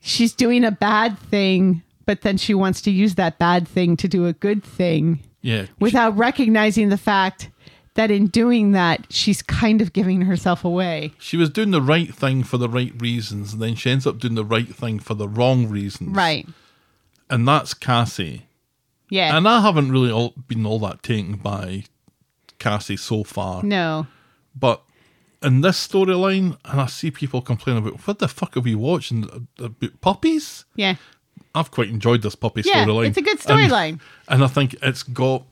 [SPEAKER 7] she's doing a bad thing, but then she wants to use that bad thing to do a good thing
[SPEAKER 6] Yeah.
[SPEAKER 7] without recognizing the fact that in doing that she's kind of giving herself away.
[SPEAKER 6] She was doing the right thing for the right reasons, and then she ends up doing the right thing for the wrong reasons.
[SPEAKER 7] Right.
[SPEAKER 6] And that's Cassie.
[SPEAKER 7] Yeah.
[SPEAKER 6] And I haven't really all, been all that taken by Cassie so far.
[SPEAKER 7] no.
[SPEAKER 6] But in this storyline, and I see people complain about what the fuck are we watching about puppies?
[SPEAKER 7] Yeah.
[SPEAKER 6] I've quite enjoyed this puppy
[SPEAKER 7] Yeah,
[SPEAKER 6] storyline.
[SPEAKER 7] it's a good
[SPEAKER 6] And-
[SPEAKER 7] storyline.
[SPEAKER 6] and I think it's got.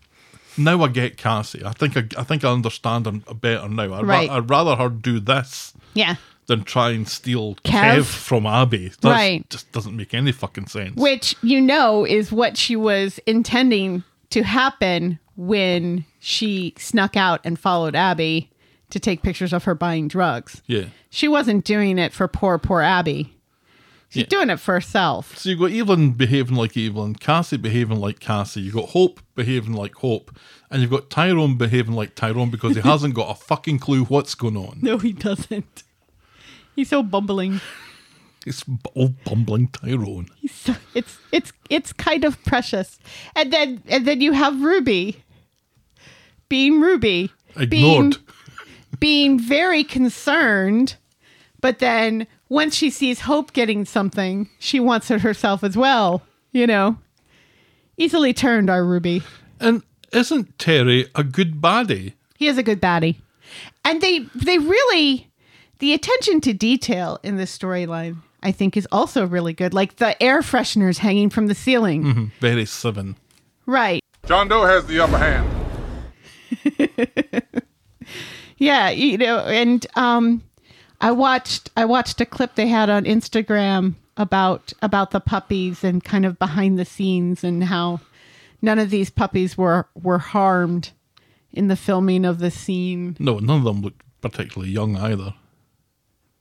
[SPEAKER 6] Now I get Cassie. I think I, I think I understand her better now. I'd, ra-
[SPEAKER 7] Right.
[SPEAKER 6] I'd rather her do this
[SPEAKER 7] Yeah.
[SPEAKER 6] than try and steal
[SPEAKER 7] Kev?
[SPEAKER 6] Kev, from Abby. That
[SPEAKER 7] Right.
[SPEAKER 6] just doesn't make any fucking sense.
[SPEAKER 7] Which you know is what she was intending to happen when she snuck out and followed Abby to take pictures of her buying drugs.
[SPEAKER 6] Yeah.
[SPEAKER 7] She wasn't doing it for poor, poor Abby. She's
[SPEAKER 6] Yeah.
[SPEAKER 7] doing it for herself.
[SPEAKER 6] So you've got Evelyn behaving like Evelyn, Cassie behaving like Cassie, you've got Hope behaving like Hope, and you've got Tyrone behaving like Tyrone because he hasn't got a fucking clue what's going on.
[SPEAKER 7] No, he doesn't. He's so bumbling.
[SPEAKER 6] It's b- old bumbling Tyrone.
[SPEAKER 7] He's so, it's it's it's kind of precious. And then and then you have Ruby being Ruby, being
[SPEAKER 6] Ignored.
[SPEAKER 7] being very concerned, but then once she sees Hope getting something, she wants it herself as well. You know, easily turned our Ruby.
[SPEAKER 6] And isn't Terry a good baddie?
[SPEAKER 7] He is a good baddie, and they they really the attention to detail in this storyline. I think is also really good. Like the air fresheners hanging from the ceiling.
[SPEAKER 6] Hmm, Very seven.
[SPEAKER 7] Right.
[SPEAKER 8] John Doe has the upper hand.
[SPEAKER 7] Yeah, you know, and um, I watched I watched a clip they had on Instagram about about the puppies and kind of behind the scenes and how none of these puppies were were harmed in the filming of the scene.
[SPEAKER 6] No, none of them looked particularly young either.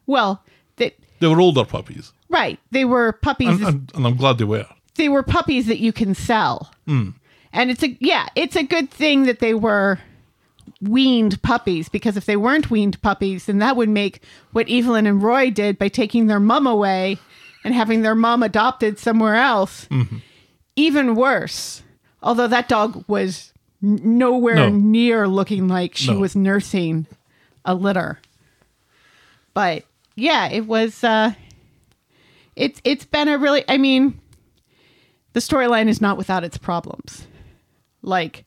[SPEAKER 7] Well, that
[SPEAKER 6] They were older puppies,
[SPEAKER 7] right, they were puppies.
[SPEAKER 6] and, and, and I'm glad they were.
[SPEAKER 7] they were puppies that you can sell.
[SPEAKER 6] Hmm.
[SPEAKER 7] And it's a yeah, it's a good thing that they were weaned puppies because if they weren't weaned puppies, then that would make what Evelyn and Roy did by taking their mum away and having their mum adopted somewhere else
[SPEAKER 6] Mm-hmm.
[SPEAKER 7] even worse. Although that dog was n- nowhere
[SPEAKER 6] No.
[SPEAKER 7] near looking like she
[SPEAKER 6] No.
[SPEAKER 7] was nursing a litter. But yeah, it was uh it's it's been a really I mean the storyline is not without its problems. Like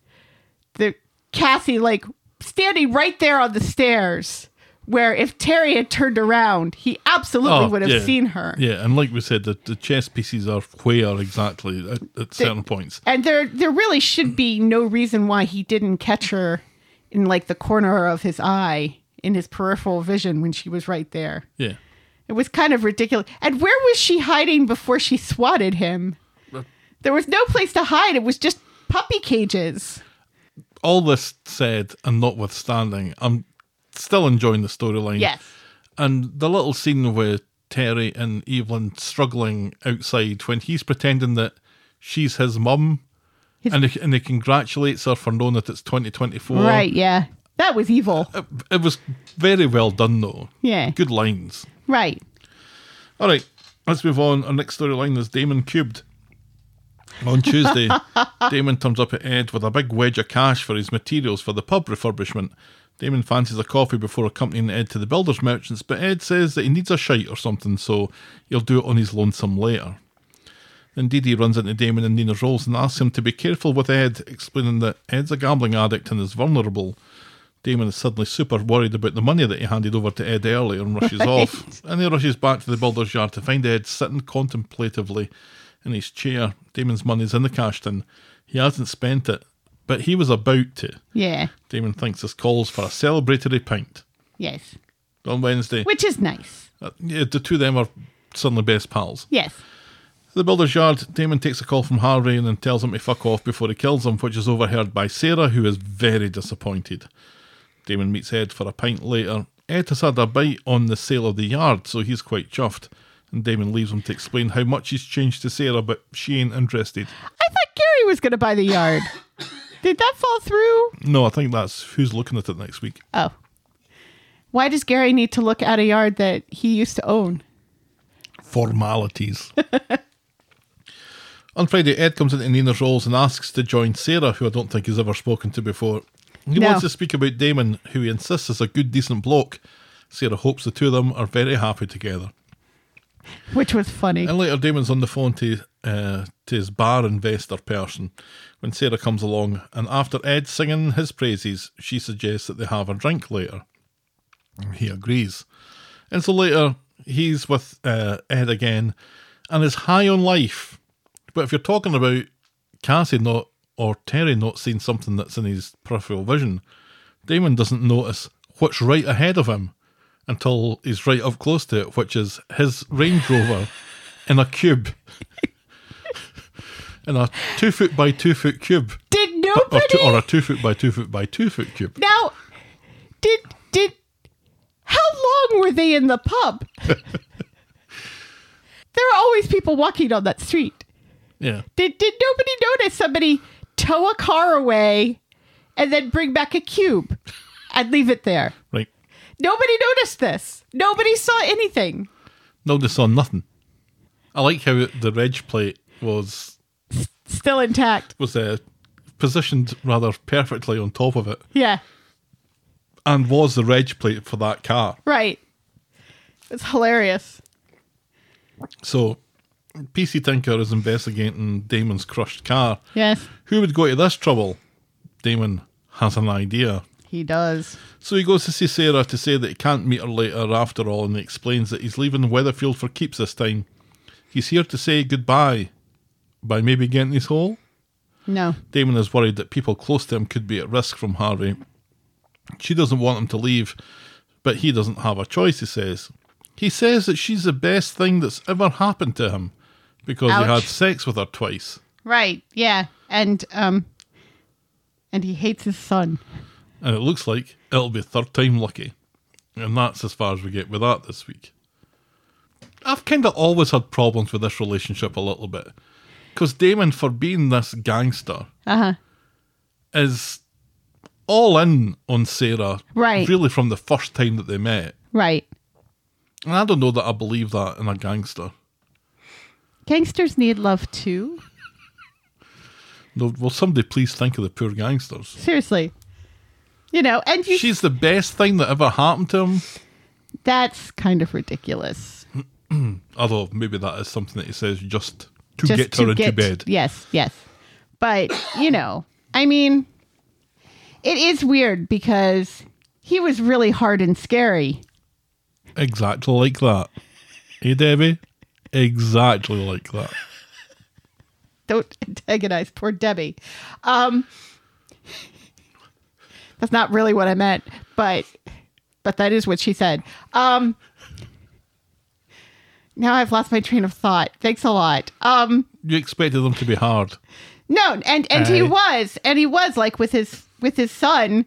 [SPEAKER 7] the Cassie like standing right there on the stairs where if Terry had turned around, he absolutely would have
[SPEAKER 6] Ah, Oh, yeah.
[SPEAKER 7] seen her.
[SPEAKER 6] Yeah, and like we said, the, the chess pieces are where exactly at, at certain points.
[SPEAKER 7] And there there really should be no reason why he didn't catch her in like the corner of his eye in his peripheral vision when she was right there.
[SPEAKER 6] Yeah.
[SPEAKER 7] It was kind of ridiculous. And where was she hiding before she swatted him? There was no place to hide. It was just puppy cages.
[SPEAKER 6] all this said and notwithstanding, I'm still enjoying the storyline.
[SPEAKER 7] Yes.
[SPEAKER 6] And the little scene where Terry and Evelyn struggling outside when he's pretending that she's his mum and he, and he congratulates her for knowing that it's 2024.
[SPEAKER 7] Right, yeah. That was evil.
[SPEAKER 6] It, it was very well done, though.
[SPEAKER 7] Yeah.
[SPEAKER 6] Good lines.
[SPEAKER 7] Right.
[SPEAKER 6] All right, let's move on. Our next storyline is Damon Cubed. On Tuesday, Damon turns up at Ed with a big wedge of cash for his materials for the pub refurbishment. Damon fancies a coffee before accompanying Ed to the builder's merchants, but Ed says that he needs a shite or something, so he'll do it on his lonesome later. Then Dee Dee runs into Damon in Nina's rolls and asks him to be careful with Ed, explaining that Ed's a gambling addict and is vulnerable. Damon is suddenly super worried about the money that he handed over to Ed earlier and rushes off. And he rushes back to the builder's yard to find Ed sitting contemplatively in his chair. Damon's money's in the cash tin. He hasn't spent it, but he was about to.
[SPEAKER 7] Yeah.
[SPEAKER 6] Damon thinks this calls for a celebratory pint.
[SPEAKER 7] Yes.
[SPEAKER 6] On Wednesday,
[SPEAKER 7] Which is nice.
[SPEAKER 6] uh, yeah, the two of them are suddenly best pals.
[SPEAKER 7] Yes.
[SPEAKER 6] At the builder's yard, Damon takes a call from Harvey and then tells him to fuck off before he kills him, which is overheard by Sarah, who is very disappointed. Damon meets Ed for a pint later. Ed has had a bite on the sale of the yard, so he's quite chuffed. And Damon leaves him to explain how much he's changed to Sarah, but she ain't interested.
[SPEAKER 7] I thought Gary was going to buy the yard. Did that fall through?
[SPEAKER 6] No, I think that's who's looking at it next week.
[SPEAKER 7] Oh. Why does Gary need to look at a yard that he used to own?
[SPEAKER 6] formalities. On Friday, Ed comes into Nina's rolls and asks to join Sarah, who I don't think he's ever spoken to before. He
[SPEAKER 7] No.
[SPEAKER 6] wants to speak about Damon, who he insists is a good, decent bloke. Sarah hopes the two of them are very happy together.
[SPEAKER 7] Which was funny.
[SPEAKER 6] And later, Damon's on the phone to uh, to his bar investor person when Sarah comes along, and after Ed singing his praises, she suggests that they have a drink later. He agrees, and so later he's with uh, Ed again, and is high on life. But if you're talking about Cassie not or Terry not seeing something that's in his peripheral vision, Damon doesn't notice what's right ahead of him until he's right up close to it, which is his Range Rover in a cube. in a two foot by two foot cube.
[SPEAKER 7] Did
[SPEAKER 6] or,
[SPEAKER 7] Nobody.
[SPEAKER 6] two, or a two foot by two foot by two foot cube.
[SPEAKER 7] now, did did how long were they in the pub? there are always people walking on that street.
[SPEAKER 6] Yeah.
[SPEAKER 7] Did did nobody notice somebody tow a car away and then bring back a cube and leave it there?
[SPEAKER 6] Right.
[SPEAKER 7] Nobody noticed this. Nobody saw anything.
[SPEAKER 6] Nobody saw nothing. I like how the reg plate was
[SPEAKER 7] Still intact.
[SPEAKER 6] was uh, positioned rather perfectly on top of it,
[SPEAKER 7] Yeah.
[SPEAKER 6] and was the reg plate for that car.
[SPEAKER 7] Right. It's hilarious.
[SPEAKER 6] So, PC Tinker is investigating Damon's crushed car.
[SPEAKER 7] Yes,
[SPEAKER 6] Who would go to this trouble? Damon has an idea.
[SPEAKER 7] he does.
[SPEAKER 6] So he goes to see Sarah to say that he can't meet her later after all and explains that he's leaving Weatherfield for keeps this time. He's here to say goodbye by maybe getting his hole.
[SPEAKER 7] No.
[SPEAKER 6] Damon is worried that people close to him could be at risk from Harvey. She doesn't want him to leave, but he doesn't have a choice, he says. He says that she's the best thing that's ever happened to him because he
[SPEAKER 7] Ouch.
[SPEAKER 6] had sex with her twice.
[SPEAKER 7] Right. Yeah. And um and he hates his son.
[SPEAKER 6] And it looks like it'll be third time lucky. And that's as far as we get with that this week. I've kind of always had problems with this relationship a little bit. Because Damon, for being this gangster,
[SPEAKER 7] Uh-huh.
[SPEAKER 6] is all in on Sarah,
[SPEAKER 7] Right.
[SPEAKER 6] really from the first time that they met.
[SPEAKER 7] Right.
[SPEAKER 6] And I don't know that I believe that in a gangster.
[SPEAKER 7] Gangsters need love too.
[SPEAKER 6] No, will somebody please think of the poor gangsters?
[SPEAKER 7] Seriously. You know, and you
[SPEAKER 6] She's the best thing that ever happened to him.
[SPEAKER 7] that's kind of ridiculous.
[SPEAKER 6] Although maybe that is something that he says just to
[SPEAKER 7] Just
[SPEAKER 6] get her
[SPEAKER 7] to
[SPEAKER 6] into
[SPEAKER 7] get-
[SPEAKER 6] bed.
[SPEAKER 7] Yes, yes. But, you know, I mean it is weird because he was really hard and scary.
[SPEAKER 6] Exactly like that. Hey, Debbie? Exactly like that.
[SPEAKER 7] don't antagonize poor Debbie. Um, that's not really what I meant, but but that is what she said. Um, now I've lost my train of thought. Thanks a lot. Um,
[SPEAKER 6] You expected them to be hard.
[SPEAKER 7] no, and and he
[SPEAKER 6] Aye.
[SPEAKER 7] was, and he was like with his with his son,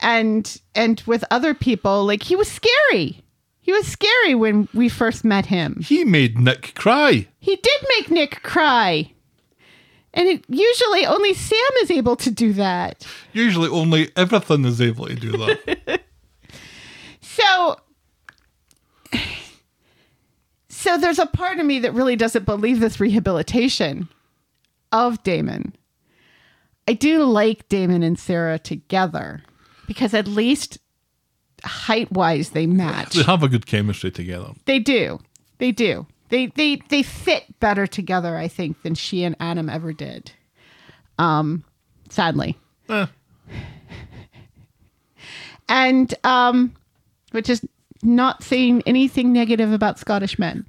[SPEAKER 7] and and with other people. Like he was scary. He was scary when we first met him.
[SPEAKER 6] He made Nick cry.
[SPEAKER 7] He did make Nick cry. And it, usually only Sam is able to do that.
[SPEAKER 6] Usually only everything is able to do that.
[SPEAKER 7] So So there's a part of me that really doesn't believe this rehabilitation of Damon. I do like Damon and Sarah together because at least height-wise they match.
[SPEAKER 6] they have a good chemistry together.
[SPEAKER 7] They do. They do. They they they fit better together, I think, than she and Adam ever did. Um, sadly.
[SPEAKER 6] Eh.
[SPEAKER 7] And um, which is not saying anything negative about Scottish men.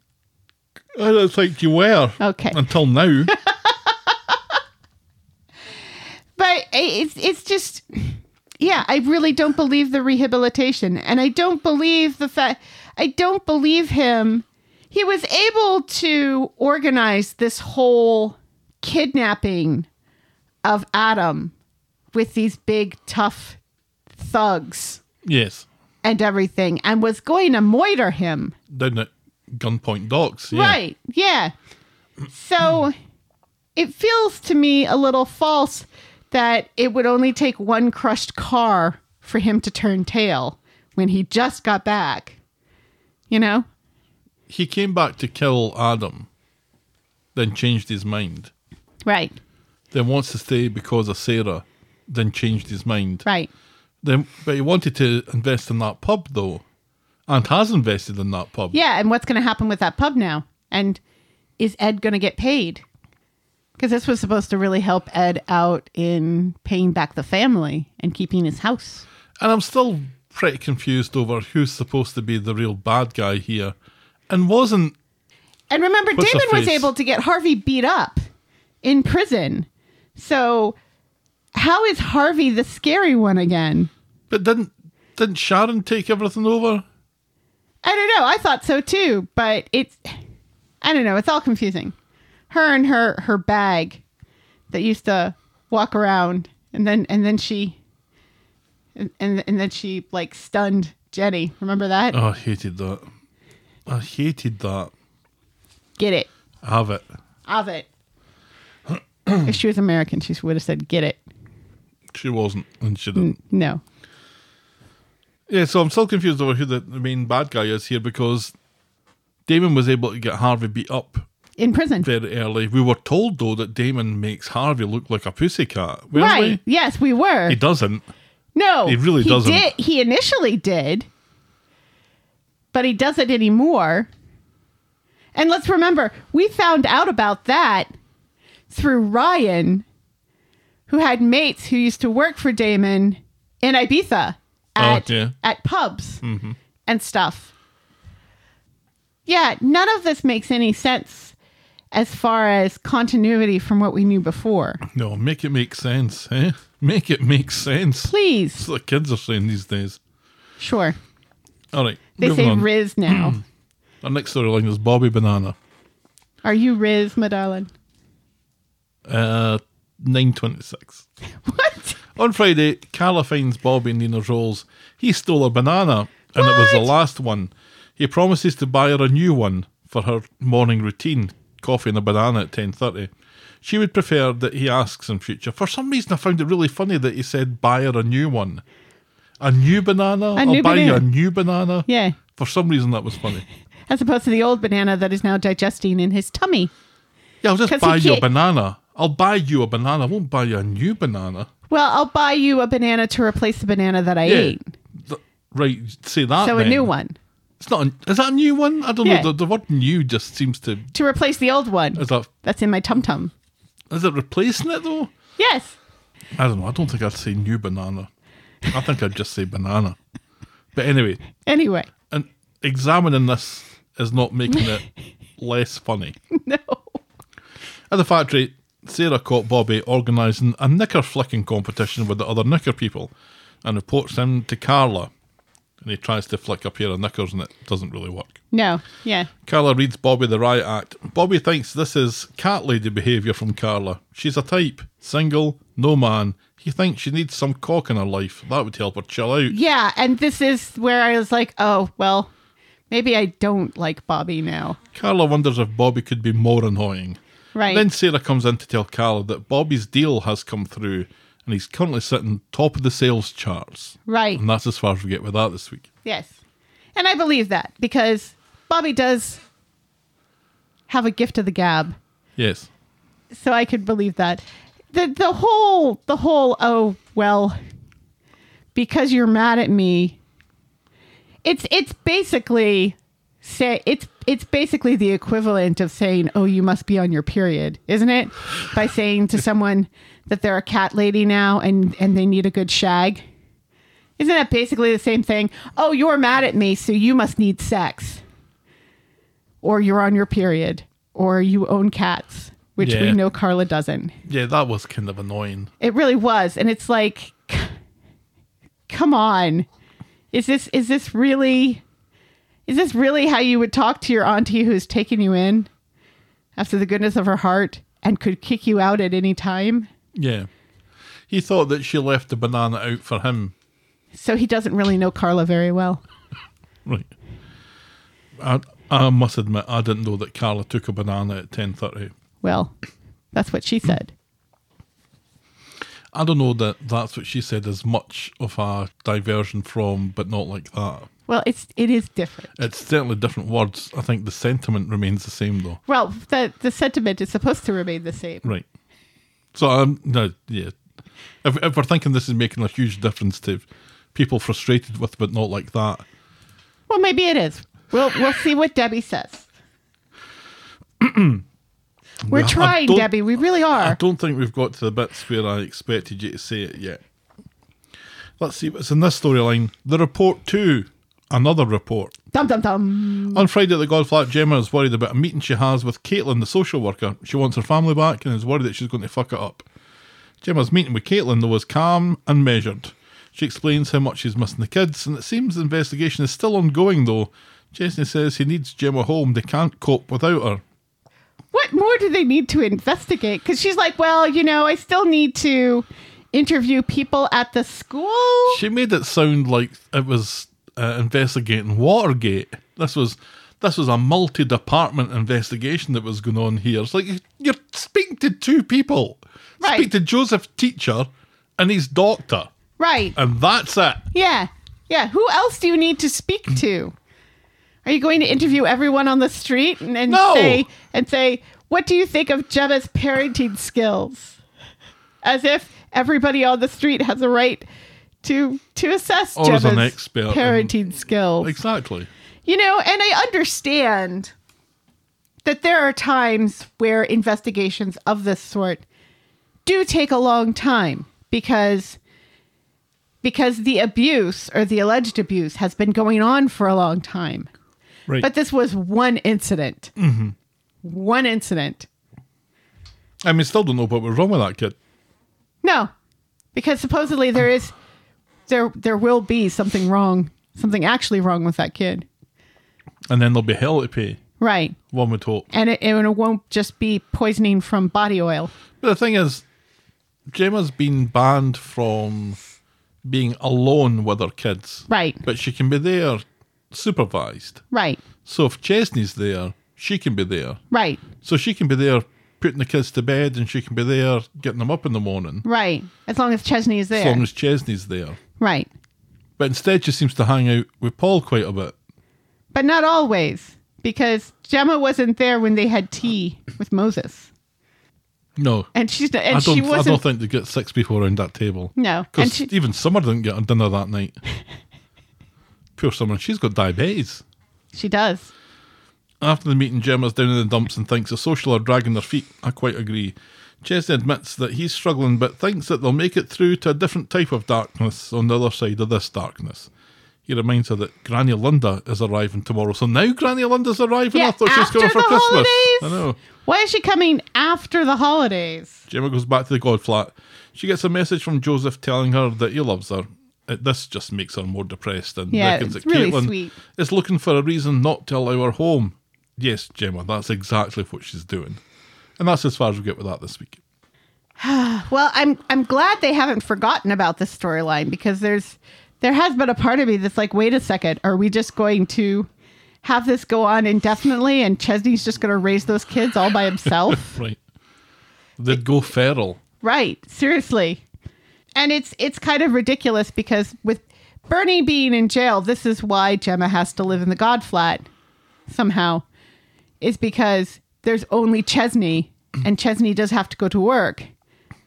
[SPEAKER 6] I don't think you were.
[SPEAKER 7] Okay.
[SPEAKER 6] Until now.
[SPEAKER 7] but it's it's just yeah i really don't believe the rehabilitation and i don't believe the fact i don't believe him he was able to organize this whole kidnapping of adam with these big tough thugs
[SPEAKER 6] yes.
[SPEAKER 7] and everything and was going to moiter him
[SPEAKER 6] down at Gunpoint Docks. Yeah.
[SPEAKER 7] Right. Yeah. So it feels to me a little false that it would only take one crushed car for him to turn tail when he just got back. You know?
[SPEAKER 6] He came back to kill Adam, then changed his mind.
[SPEAKER 7] Right.
[SPEAKER 6] Then wants to stay because of Sarah, then changed his mind.
[SPEAKER 7] Right.
[SPEAKER 6] Then, but he wanted to invest in that pub though, and has invested in that pub.
[SPEAKER 7] Yeah. And what's going to happen with that pub now? And is Ed going to get paid? Because this was supposed to really help Ed out in paying back the family and keeping his house.
[SPEAKER 6] And I'm still pretty confused over who's supposed to be the real bad guy here, and wasn't.
[SPEAKER 7] And remember,
[SPEAKER 6] What's her
[SPEAKER 7] Damon was
[SPEAKER 6] face?
[SPEAKER 7] able to get Harvey beat up in prison. So how is Harvey the scary one again?
[SPEAKER 6] But didn't didn't Sharon take everything over?
[SPEAKER 7] I don't know. I thought so too, but it's I don't know. It's all confusing. Her and her her bag that used to walk around and then and then she, and and, and then she like stunned Jenny. Remember that?
[SPEAKER 6] Oh, I hated that. I hated that.
[SPEAKER 7] Get it,
[SPEAKER 6] Have it.
[SPEAKER 7] of it. if she was American, she would have said "get it."
[SPEAKER 6] She wasn't, and she didn't.
[SPEAKER 7] No,
[SPEAKER 6] Yeah, so I'm still confused over who the, the main bad guy is here because Damon was able to get Harvey beat up
[SPEAKER 7] in prison.
[SPEAKER 6] very early. We were told though that Damon makes Harvey look like a pussycat. Were
[SPEAKER 7] right? Yes, we were.
[SPEAKER 6] We? He doesn't.
[SPEAKER 7] No,
[SPEAKER 6] He really doesn't.
[SPEAKER 7] Did, he initially did, but he doesn't anymore. And let's remember, we found out about that through Ryan, who had mates who used to work for Damon in Ibiza at
[SPEAKER 6] Oh, yeah. Mm-hmm.
[SPEAKER 7] at pubs and stuff. Yeah, none of this makes any sense as far as continuity from what we knew before.
[SPEAKER 6] No, make it make sense, eh? Make it make sense.
[SPEAKER 7] Please,
[SPEAKER 6] That's what the kids are saying these days.
[SPEAKER 7] sure.
[SPEAKER 6] All right,
[SPEAKER 7] They
[SPEAKER 6] moving
[SPEAKER 7] say
[SPEAKER 6] on.
[SPEAKER 7] Riz now.
[SPEAKER 6] Our next storyline is Bobby Banana.
[SPEAKER 7] Are you Riz, my darling?
[SPEAKER 6] Uh, nine twenty-six.
[SPEAKER 7] What?
[SPEAKER 6] On Friday, Carla finds Bobby in Nina's rolls. He stole a banana, and it was the
[SPEAKER 7] What?
[SPEAKER 6] last one. He promises to buy her a new one for her morning routine: coffee and a banana at ten thirty. She would prefer that he asks in future. For some reason, I found it really funny that he said, "Buy her a new one, a new banana. I'll
[SPEAKER 7] new
[SPEAKER 6] buy you a
[SPEAKER 7] banana."
[SPEAKER 6] new banana."
[SPEAKER 7] Yeah.
[SPEAKER 6] For some reason, that was funny.
[SPEAKER 7] As opposed to the old banana that is now digesting in his tummy.
[SPEAKER 6] Yeah, I'll just
[SPEAKER 7] 'Cause he
[SPEAKER 6] buy you a
[SPEAKER 7] can't-
[SPEAKER 6] banana. I'll buy you a banana. I won't buy you a new banana.
[SPEAKER 7] Well, I'll buy you a banana to replace the banana that I ate.
[SPEAKER 6] Th- right, say that.
[SPEAKER 7] So a
[SPEAKER 6] then.
[SPEAKER 7] new one
[SPEAKER 6] It's not. A, is that a new one? I don't
[SPEAKER 7] Yeah.
[SPEAKER 6] know. The, the word "new" just seems to.
[SPEAKER 7] to replace the old one
[SPEAKER 6] Is that
[SPEAKER 7] that's in my tum tum.
[SPEAKER 6] is it replacing it though?
[SPEAKER 7] Yes.
[SPEAKER 6] I don't know. I don't think I'd say new banana. I think I'd just say banana. But anyway,
[SPEAKER 7] Anyway,
[SPEAKER 6] and examining this is not making it less funny.
[SPEAKER 7] no.
[SPEAKER 6] At the factory, Sarah caught Bobby organising a knicker flicking competition with the other knicker people and reports him to Carla. And he tries to flick a pair of knickers and it doesn't really work.
[SPEAKER 7] No. Yeah.
[SPEAKER 6] Carla reads Bobby the Riot Act. Bobby thinks this is cat lady behaviour from Carla. She's a type, single, no man. He thinks she needs some cock in her life. That would help her chill out.
[SPEAKER 7] Yeah. And this is where I was like, oh, well, maybe I don't like Bobby now.
[SPEAKER 6] Carla wonders if Bobby could be more annoying.
[SPEAKER 7] Right.
[SPEAKER 6] Then Sarah comes in to tell Carla that Bobby's deal has come through and he's currently sitting top of the sales charts.
[SPEAKER 7] right.
[SPEAKER 6] And that's as far as we get with that this week.
[SPEAKER 7] Yes. And I believe that because Bobby does have a gift of the gab.
[SPEAKER 6] Yes.
[SPEAKER 7] so I could believe that. The the whole the whole oh well because you're mad at me. It's it's basically say it's it's basically the equivalent of saying oh you must be on your period, isn't it? By saying to someone that they're a cat lady now and and they need a good shag. Isn't that basically the same thing? Oh, you're mad at me, so you must need sex. Or you're on your period, or you own cats, which
[SPEAKER 6] Yeah.
[SPEAKER 7] we know Carla doesn't.
[SPEAKER 6] Yeah, that was kind of annoying.
[SPEAKER 7] It really was, and it's like, c- come on, is this is this really, is this really how you would talk to your auntie who's taken you in, after the goodness of her heart, and could kick you out at any time?
[SPEAKER 6] Yeah. He thought that she left the banana out for him.
[SPEAKER 7] So he doesn't really know Carla very well.
[SPEAKER 6] Right. I, I must admit, I didn't know that Carla took a banana at 10.30.
[SPEAKER 7] Well, that's what she said.
[SPEAKER 6] I don't know that that's what she said is much of a diversion from, but not like that.
[SPEAKER 7] Well, it's it is different.
[SPEAKER 6] It's certainly different words. I think the sentiment remains the same, though.
[SPEAKER 7] Well, the the sentiment is supposed to remain the same.
[SPEAKER 6] Right. So um, no, yeah. If, if we're thinking this is making a huge difference to people frustrated with, but not like that.
[SPEAKER 7] Well, maybe it is. We'll we'll see what Debbie says. We're
[SPEAKER 6] Well, I
[SPEAKER 7] trying,
[SPEAKER 6] don't-
[SPEAKER 7] Debbie. We really
[SPEAKER 6] I
[SPEAKER 7] are.
[SPEAKER 6] don't think we've got to the bits where I expected you to say it yet. Let's see what's in this storyline. The report two, another report.
[SPEAKER 7] Dum dum dum.
[SPEAKER 6] On Friday, the Godflat Gemma is worried about a meeting she has with Caitlin, the social worker. She wants her family back and is worried that she's going to fuck it up. Gemma's meeting with Caitlin, though, is calm and measured. She explains how much she's missing the kids, and it seems the investigation is still ongoing, though. Chesney says he needs Gemma home. They can't cope without her.
[SPEAKER 7] What more do they need to investigate? Because she's like, well, you know, I still need to interview people at the school.
[SPEAKER 6] She made it sound like it was uh, investigating Watergate. This was this was a multi-department investigation that was going on here. It's like you- you're speaking to two people.
[SPEAKER 7] Right.
[SPEAKER 6] Speak to Joseph's teacher and his doctor,
[SPEAKER 7] Right.
[SPEAKER 6] and that's it.
[SPEAKER 7] Yeah. Yeah. Who else do you need to speak to? Are you going to interview everyone on the street and, and
[SPEAKER 6] No.
[SPEAKER 7] say and say, what do you think of Gemma's parenting skills? As if everybody on the street has a right to to assess
[SPEAKER 6] Or as an
[SPEAKER 7] Gemma's
[SPEAKER 6] expert in-
[SPEAKER 7] parenting skills.
[SPEAKER 6] Exactly.
[SPEAKER 7] You know, and I understand that there are times where investigations of this sort do take a long time because because the abuse or the alleged abuse has been going on for a long time.
[SPEAKER 6] Right.
[SPEAKER 7] But this was one incident. One incident.
[SPEAKER 6] I mean, still don't know what was wrong with that kid.
[SPEAKER 7] No, because supposedly there is there there will be something wrong, something actually wrong with that kid.
[SPEAKER 6] And then there'll be hell to pay.
[SPEAKER 7] Right.
[SPEAKER 6] One would hope.
[SPEAKER 7] And it, and it won't just be poisoning from body oil.
[SPEAKER 6] But the thing is, Gemma's been banned from being alone with her kids.
[SPEAKER 7] Right.
[SPEAKER 6] But she can be there supervised.
[SPEAKER 7] Right.
[SPEAKER 6] So if Chesney's there, she can be there.
[SPEAKER 7] Right.
[SPEAKER 6] So she can be there putting the kids to bed and she can be there getting them up in the morning.
[SPEAKER 7] Right. As long as Chesney is
[SPEAKER 6] As
[SPEAKER 7] there.
[SPEAKER 6] long as Chesney's there.
[SPEAKER 7] right.
[SPEAKER 6] But instead she seems to hang out with Paul quite a bit.
[SPEAKER 7] But not always, because Gemma wasn't there when they had tea with Moses.
[SPEAKER 6] No.
[SPEAKER 7] And she's not, and
[SPEAKER 6] I don't
[SPEAKER 7] she
[SPEAKER 6] I
[SPEAKER 7] wasn't
[SPEAKER 6] don't think they get six people around that table.
[SPEAKER 7] No. And
[SPEAKER 6] Because
[SPEAKER 7] she,
[SPEAKER 6] even Summer didn't get a dinner that night. Poor Summer, she's got diabetes.
[SPEAKER 7] she does.
[SPEAKER 6] After the meeting, Gemma's down in the dumps and thinks the social are dragging their feet. I quite agree. Chesney admits that he's struggling, but thinks that they'll make it through to a different type of darkness on the other side of this darkness. He reminds her that Granny Linda is arriving tomorrow. So now Granny Linda's arriving? I
[SPEAKER 7] Yeah,
[SPEAKER 6] thought she was
[SPEAKER 7] after
[SPEAKER 6] coming for
[SPEAKER 7] the
[SPEAKER 6] Christmas. I
[SPEAKER 7] holidays.
[SPEAKER 6] know.
[SPEAKER 7] Why is she coming after the holidays?
[SPEAKER 6] Gemma goes back to the God flat. She gets a message from Joseph telling her that he loves her. It, this just makes her more depressed and
[SPEAKER 7] Yeah,
[SPEAKER 6] reckons
[SPEAKER 7] it's
[SPEAKER 6] that
[SPEAKER 7] really
[SPEAKER 6] Caitlin
[SPEAKER 7] sweet.
[SPEAKER 6] is looking for a reason not to allow her home. Yes, Gemma, that's exactly what she's doing. And that's as far as we get with that this week.
[SPEAKER 7] Well, I'm I'm glad they haven't forgotten about this storyline because there's there has been a part of me that's like, wait a second, are we just going to have this go on indefinitely and Chesney's just going to raise those kids all by himself?
[SPEAKER 6] Right. They'd go feral.
[SPEAKER 7] Right. Seriously. And it's it's kind of ridiculous because with Bernie being in jail, this is why Gemma has to live in the God flat somehow. Is because there's only Chesney and Chesney does have to go to work.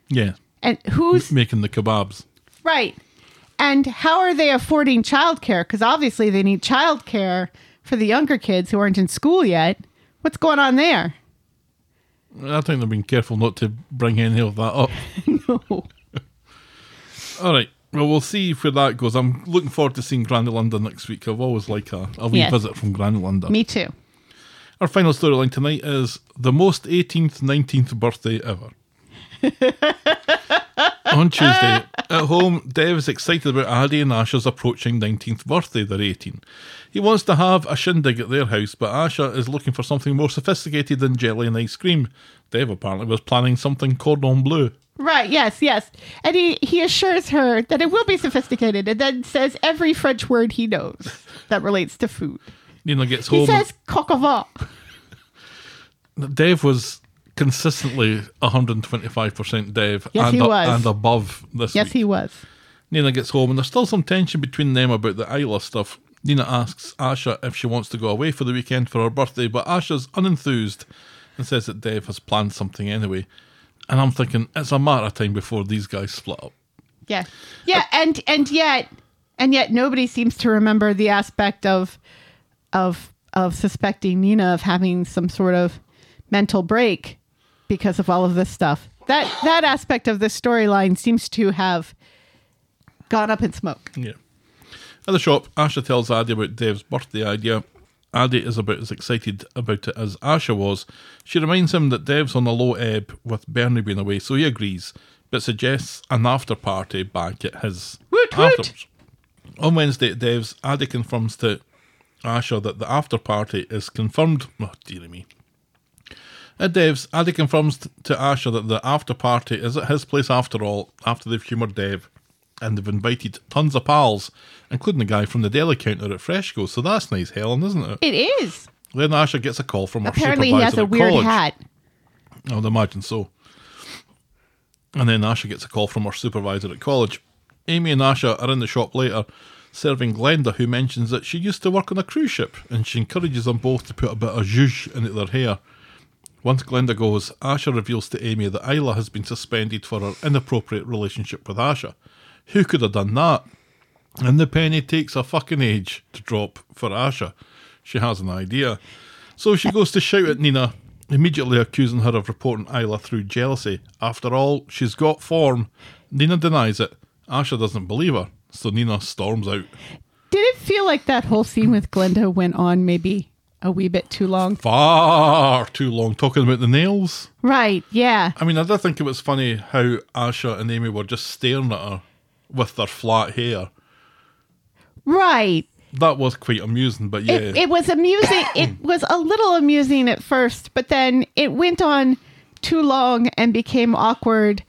[SPEAKER 6] Yeah.
[SPEAKER 7] And who's
[SPEAKER 6] Making the kebabs.
[SPEAKER 7] right? And how are they affording childcare? Because obviously they need childcare for the younger kids who aren't in school yet. What's going on there?
[SPEAKER 6] I think they've been careful not to bring any of that up.
[SPEAKER 7] No.
[SPEAKER 6] All right. Well, we'll see where that goes. I'm looking forward to seeing Granny Linda next week. I've always liked her. I'll
[SPEAKER 7] Yes.
[SPEAKER 6] revisit from Granny Linda.
[SPEAKER 7] Me too.
[SPEAKER 6] Our final storyline tonight is the most 18th, 19th birthday ever. On Tuesday, at home, Dev is excited about Addy and Asha's approaching 19th birthday. They're 18. He wants to have a shindig at their house, but Asha is looking for something more sophisticated than jelly and ice cream. Dev apparently was planning something cordon bleu.
[SPEAKER 7] Right, yes, yes. And he, he assures her that it will be sophisticated and then says every French word he knows that relates to food.
[SPEAKER 6] Nina gets
[SPEAKER 7] He
[SPEAKER 6] home.
[SPEAKER 7] says coq au vin.
[SPEAKER 6] Dev was consistently 125% Dev
[SPEAKER 7] Yes,
[SPEAKER 6] and,
[SPEAKER 7] he was.
[SPEAKER 6] and above this
[SPEAKER 7] Yes,
[SPEAKER 6] week.
[SPEAKER 7] he was.
[SPEAKER 6] Nina gets home, and there's still some tension between them about the Isla stuff. Nina asks Asha if she wants to go away for the weekend for her birthday, but Asha's unenthused and says that Dev has planned something anyway. And I'm thinking it's a matter of time before these guys split up.
[SPEAKER 7] Yeah. Yeah, and and yet and yet nobody seems to remember the aspect of of of suspecting Nina of having some sort of mental break because of all of this stuff. That that aspect of the storyline seems to have gone up in smoke.
[SPEAKER 6] Yeah. At the shop, Asha tells Addy about Dev's birthday idea. Addy is about as excited about it as Asha was. She reminds him that Dev's on a low ebb with Bernie being away, so he agrees, but suggests an after party back at his.
[SPEAKER 7] Woot woot.
[SPEAKER 6] afterwards. On Wednesday at Dev's, Addy confirms to Asha that the after party is confirmed. Oh, dear me. At Dev's, Addy confirms t- to Asher that the after party is at his place after all, after they've humoured Dev. And they've invited tons of pals, including the guy from the deli counter at Fresco, so that's nice, Helen, isn't it?
[SPEAKER 7] It is.
[SPEAKER 6] Then Asher gets a call from her
[SPEAKER 7] Apparently, he
[SPEAKER 6] supervisor
[SPEAKER 7] has a
[SPEAKER 6] at
[SPEAKER 7] weird
[SPEAKER 6] college.
[SPEAKER 7] hat.
[SPEAKER 6] I would imagine so. And then Asha gets a call from her supervisor at college. Amy and Asha are in the shop later, serving Glenda, who mentions that she used to work on a cruise ship, and she encourages them both to put a bit of zhuzh into their hair. Once Glenda goes, Asha reveals to Amy that Isla has been suspended for her inappropriate relationship with Asha. Who could have done that? And the penny takes a fucking age to drop for Asha. She has an idea. So she goes to shout at Nina, immediately accusing her of reporting Isla through jealousy. After all, she's got form. Nina denies it. Asha doesn't believe her, so Nina storms out.
[SPEAKER 7] Did it feel like that whole scene with Glenda went on maybe a wee bit too long?
[SPEAKER 6] Far too long talking about the nails.
[SPEAKER 7] Right. Yeah.
[SPEAKER 6] I mean, I did think it was funny how Asha and Amy were just staring at her with their flat hair.
[SPEAKER 7] Right.
[SPEAKER 6] That was quite amusing, but yeah.
[SPEAKER 7] It, it was amusing. it was a little amusing at first, but then it went on too long and became awkward.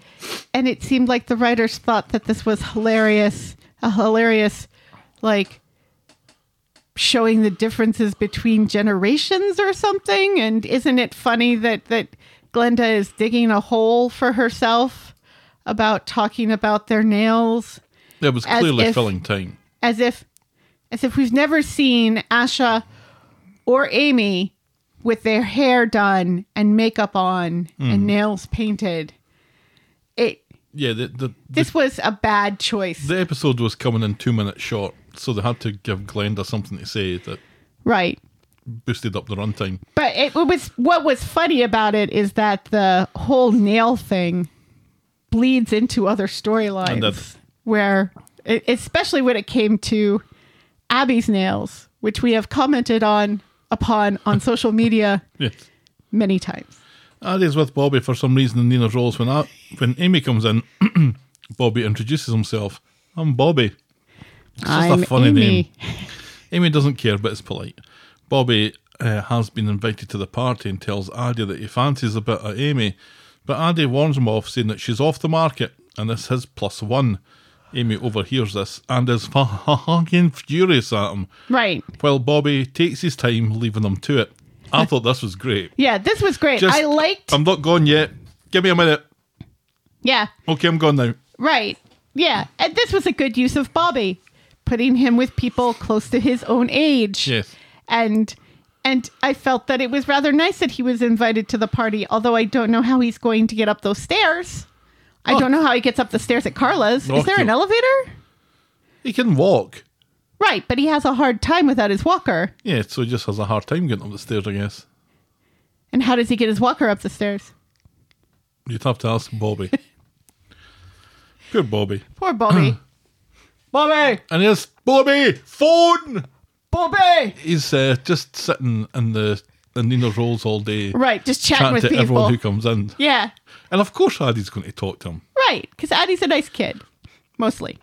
[SPEAKER 7] And it seemed like the writers thought that this was hilarious, a hilarious, like showing the differences between generations or something. And isn't it funny that that Glenda is digging a hole for herself about talking about their nails?
[SPEAKER 6] it was
[SPEAKER 7] as
[SPEAKER 6] clearly
[SPEAKER 7] if-
[SPEAKER 6] filling time.
[SPEAKER 7] as if as if we've never seen Asha or Amy with their hair done and makeup on and nails painted. It
[SPEAKER 6] Yeah, the, the, the
[SPEAKER 7] this was a bad choice.
[SPEAKER 6] The episode was coming in two minutes short, so they had to give Glenda something to say that
[SPEAKER 7] right.
[SPEAKER 6] boosted up the runtime.
[SPEAKER 7] But it was what was funny about it is that the whole nail thing bleeds into other
[SPEAKER 6] And
[SPEAKER 7] storylines
[SPEAKER 6] that's-
[SPEAKER 7] where e- especially when it came to Abby's nails, which we have commented on upon on social media
[SPEAKER 6] Yes.
[SPEAKER 7] many times.
[SPEAKER 6] Addy's with Bobby for some reason in Nina's roles. When, I, when Amy comes in, Bobby introduces himself. I'm Bobby. It's just a funny name. Amy doesn't care, but is polite. Bobby uh, has been invited to the party and tells Addy that he fancies a bit of Amy, but Addy warns him off, saying that she's off the market, and this is plus one. Amy overhears this and is fucking furious at him,
[SPEAKER 7] Right.
[SPEAKER 6] while Bobby takes his time, leaving them to it. I thought this was great.
[SPEAKER 7] Yeah, this was great.
[SPEAKER 6] Just-
[SPEAKER 7] I liked.
[SPEAKER 6] I'm not gone yet. Give me a minute.
[SPEAKER 7] yeah.
[SPEAKER 6] Okay, I'm gone now.
[SPEAKER 7] Right. Yeah. And this was a good use of Bobby, putting him with people close to his own age.
[SPEAKER 6] Yes.
[SPEAKER 7] And and I felt that it was rather nice that he was invited to the party, although I don't know how he's going to get up those stairs. I
[SPEAKER 6] Oh.
[SPEAKER 7] don't know how he gets up the stairs at Carla's. Is
[SPEAKER 6] Rocky.
[SPEAKER 7] there an elevator?
[SPEAKER 6] He can walk.
[SPEAKER 7] Right, but he has a hard time without his walker.
[SPEAKER 6] Yeah, so he just has a hard time getting up the stairs, I guess.
[SPEAKER 7] And how does he get his walker up the stairs?
[SPEAKER 6] You'd have to ask Bobby. Poor Bobby.
[SPEAKER 7] Poor Bobby. Bobby!
[SPEAKER 6] And here's Bobby phone.
[SPEAKER 7] Bobby!
[SPEAKER 6] He's uh, just sitting in the in Nina's rolls all day,
[SPEAKER 7] Right, just chatting
[SPEAKER 6] chatting
[SPEAKER 7] with
[SPEAKER 6] to
[SPEAKER 7] people.
[SPEAKER 6] everyone who comes in.
[SPEAKER 7] yeah.
[SPEAKER 6] And of course, Addy's going to talk to him.
[SPEAKER 7] Right, because Addie's a nice kid, mostly.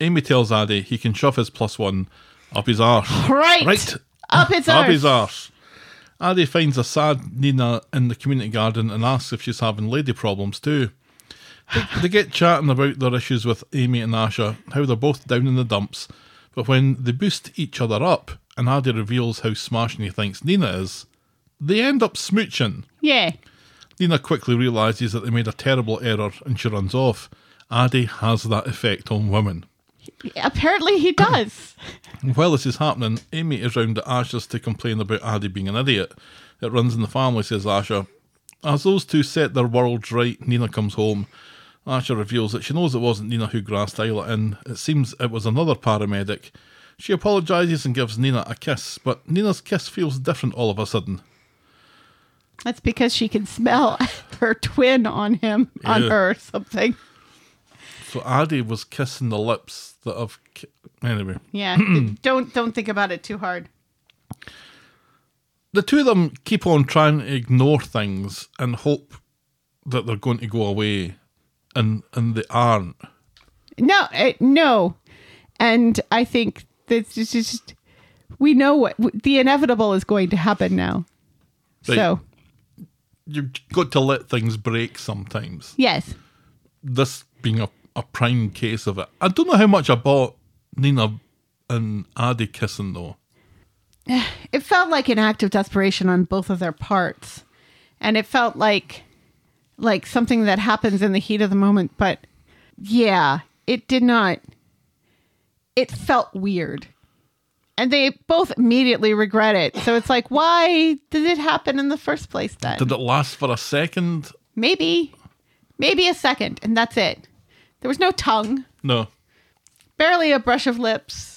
[SPEAKER 6] Amy tells Addy he can shove his plus one up his arse.
[SPEAKER 7] Right.
[SPEAKER 6] Right.
[SPEAKER 7] Up its
[SPEAKER 6] Up
[SPEAKER 7] arse.
[SPEAKER 6] his arse. Addy finds a sad Nina in the community garden and asks if she's having lady problems too. They, they get chatting about their issues with Amy and Asha, how they're both down in the dumps, but when they boost each other up and Addy reveals how smashing he thinks Nina is, they end up smooching.
[SPEAKER 7] Yeah.
[SPEAKER 6] Nina quickly realises that they made a terrible error and she runs off. Addy has that effect on women.
[SPEAKER 7] Apparently he does.
[SPEAKER 6] While this is happening, Amy is round at Asha's to complain about Addy being an idiot. It runs in the family, says Asha. As those two set their worlds right, Nina comes home. Asha reveals that she knows it wasn't Nina who grassed Isla in. It seems it was another paramedic. She apologises and gives Nina a kiss, but Nina's kiss feels different all of a sudden.
[SPEAKER 7] That's because she can smell her twin on him, on
[SPEAKER 6] Yeah.
[SPEAKER 7] her or something.
[SPEAKER 6] So Addy was kissing the lips that have. Ki- anyway.
[SPEAKER 7] Yeah. don't don't think about it too hard.
[SPEAKER 6] the two of them keep on trying to ignore things and hope that they're going to go away, and and they aren't.
[SPEAKER 7] No, uh, no. And I think this is just we know what the inevitable is going to happen now.
[SPEAKER 6] Right.
[SPEAKER 7] So
[SPEAKER 6] you've got to let things break sometimes.
[SPEAKER 7] Yes.
[SPEAKER 6] This being a, a prime case of it. I don't know how much I bought Nina and Addy kissing though.
[SPEAKER 7] It felt like an act of desperation on both of their parts. And it felt like like something that happens in the heat of the moment, but yeah, it did not it felt weird. And they both immediately regret it. So it's like, why did it happen in the first place then?
[SPEAKER 6] Did it last for a second?
[SPEAKER 7] Maybe maybe a second and that's it. There was no tongue.
[SPEAKER 6] No.
[SPEAKER 7] barely a brush of lips.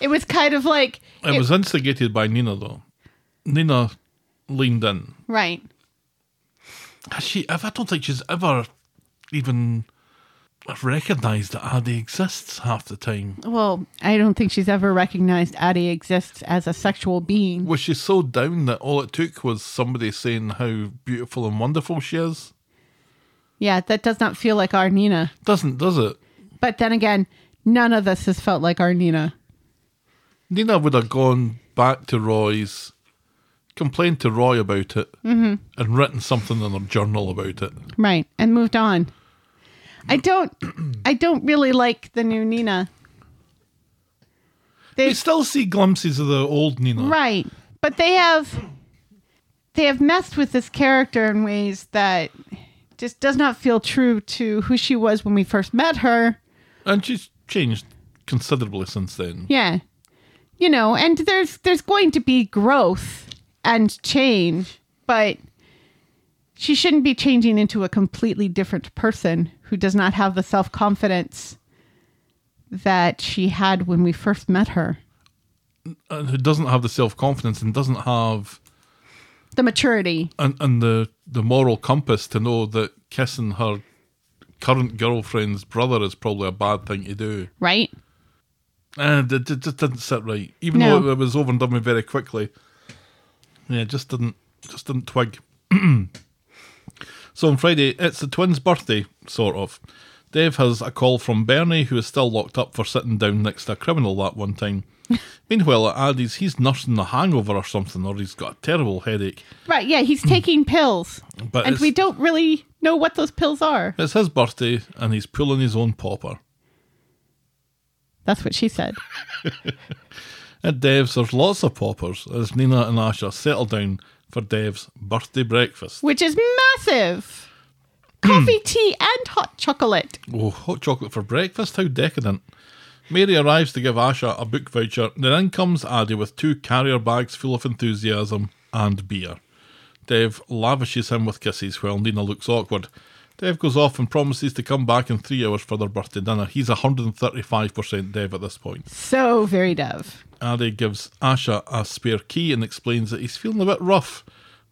[SPEAKER 7] It was kind of like
[SPEAKER 6] It,
[SPEAKER 7] it-
[SPEAKER 6] was instigated by Nina though. Nina leaned in.
[SPEAKER 7] right.
[SPEAKER 6] Has she ever, I don't think she's ever even recognised that Addy exists half the time.
[SPEAKER 7] Well, I don't think she's ever recognized Addie exists as a sexual being.
[SPEAKER 6] Was she so down that all it took was somebody saying how beautiful and wonderful she is?
[SPEAKER 7] Yeah, that does not feel like our Nina.
[SPEAKER 6] Doesn't, does it?
[SPEAKER 7] But then again, none of this has felt like our Nina.
[SPEAKER 6] Nina would have gone back to Roy's, complained to Roy about it, and written something in her journal about it.
[SPEAKER 7] Right. And moved on. I don't I don't really like the new Nina.
[SPEAKER 6] You still see glimpses of the old Nina.
[SPEAKER 7] Right. But they have they have messed with this character in ways that just does not feel true to who she was when we first met her.
[SPEAKER 6] And she's changed considerably since then.
[SPEAKER 7] Yeah. You know, and there's there's going to be growth and change, but she shouldn't be changing into a completely different person who does not have the self-confidence that she had when we first met her.
[SPEAKER 6] And who doesn't have the self confidence and doesn't have
[SPEAKER 7] The maturity.
[SPEAKER 6] and, and the, the moral compass to know that kissing her current girlfriend's brother is probably a bad thing to do.
[SPEAKER 7] Right?
[SPEAKER 6] And it, it just didn't sit right. Even
[SPEAKER 7] No.
[SPEAKER 6] though it was over and done with very quickly. Yeah, it just didn't just didn't twig. so on Friday, it's the twins' birthday, sort of. Dave has a call from Bernie, who is still locked up for sitting down next to a criminal that one time. Meanwhile, at Addy's, he's nursing a hangover or something, or he's got a terrible headache.
[SPEAKER 7] Right, yeah, he's taking pills.
[SPEAKER 6] But
[SPEAKER 7] and
[SPEAKER 6] it's,
[SPEAKER 7] we don't really know what those pills are.
[SPEAKER 6] it's his birthday, and he's pulling his own popper.
[SPEAKER 7] That's what she said.
[SPEAKER 6] At Dev's, there's lots of poppers as Nina and Asha settle down for Dev's birthday breakfast.
[SPEAKER 7] Which is massive. Coffee, tea, and hot chocolate.
[SPEAKER 6] Oh, hot chocolate for breakfast? How decadent. Mary arrives to give Asha a book voucher, then in comes Addy with two carrier bags full of enthusiasm and beer. Dev lavishes him with kisses while Nina looks awkward. Dev goes off and promises to come back in three hours for their birthday dinner. He's 135% Dev at this point.
[SPEAKER 7] So very dove.
[SPEAKER 6] Addy gives Asha a spare key and explains that he's feeling a bit rough,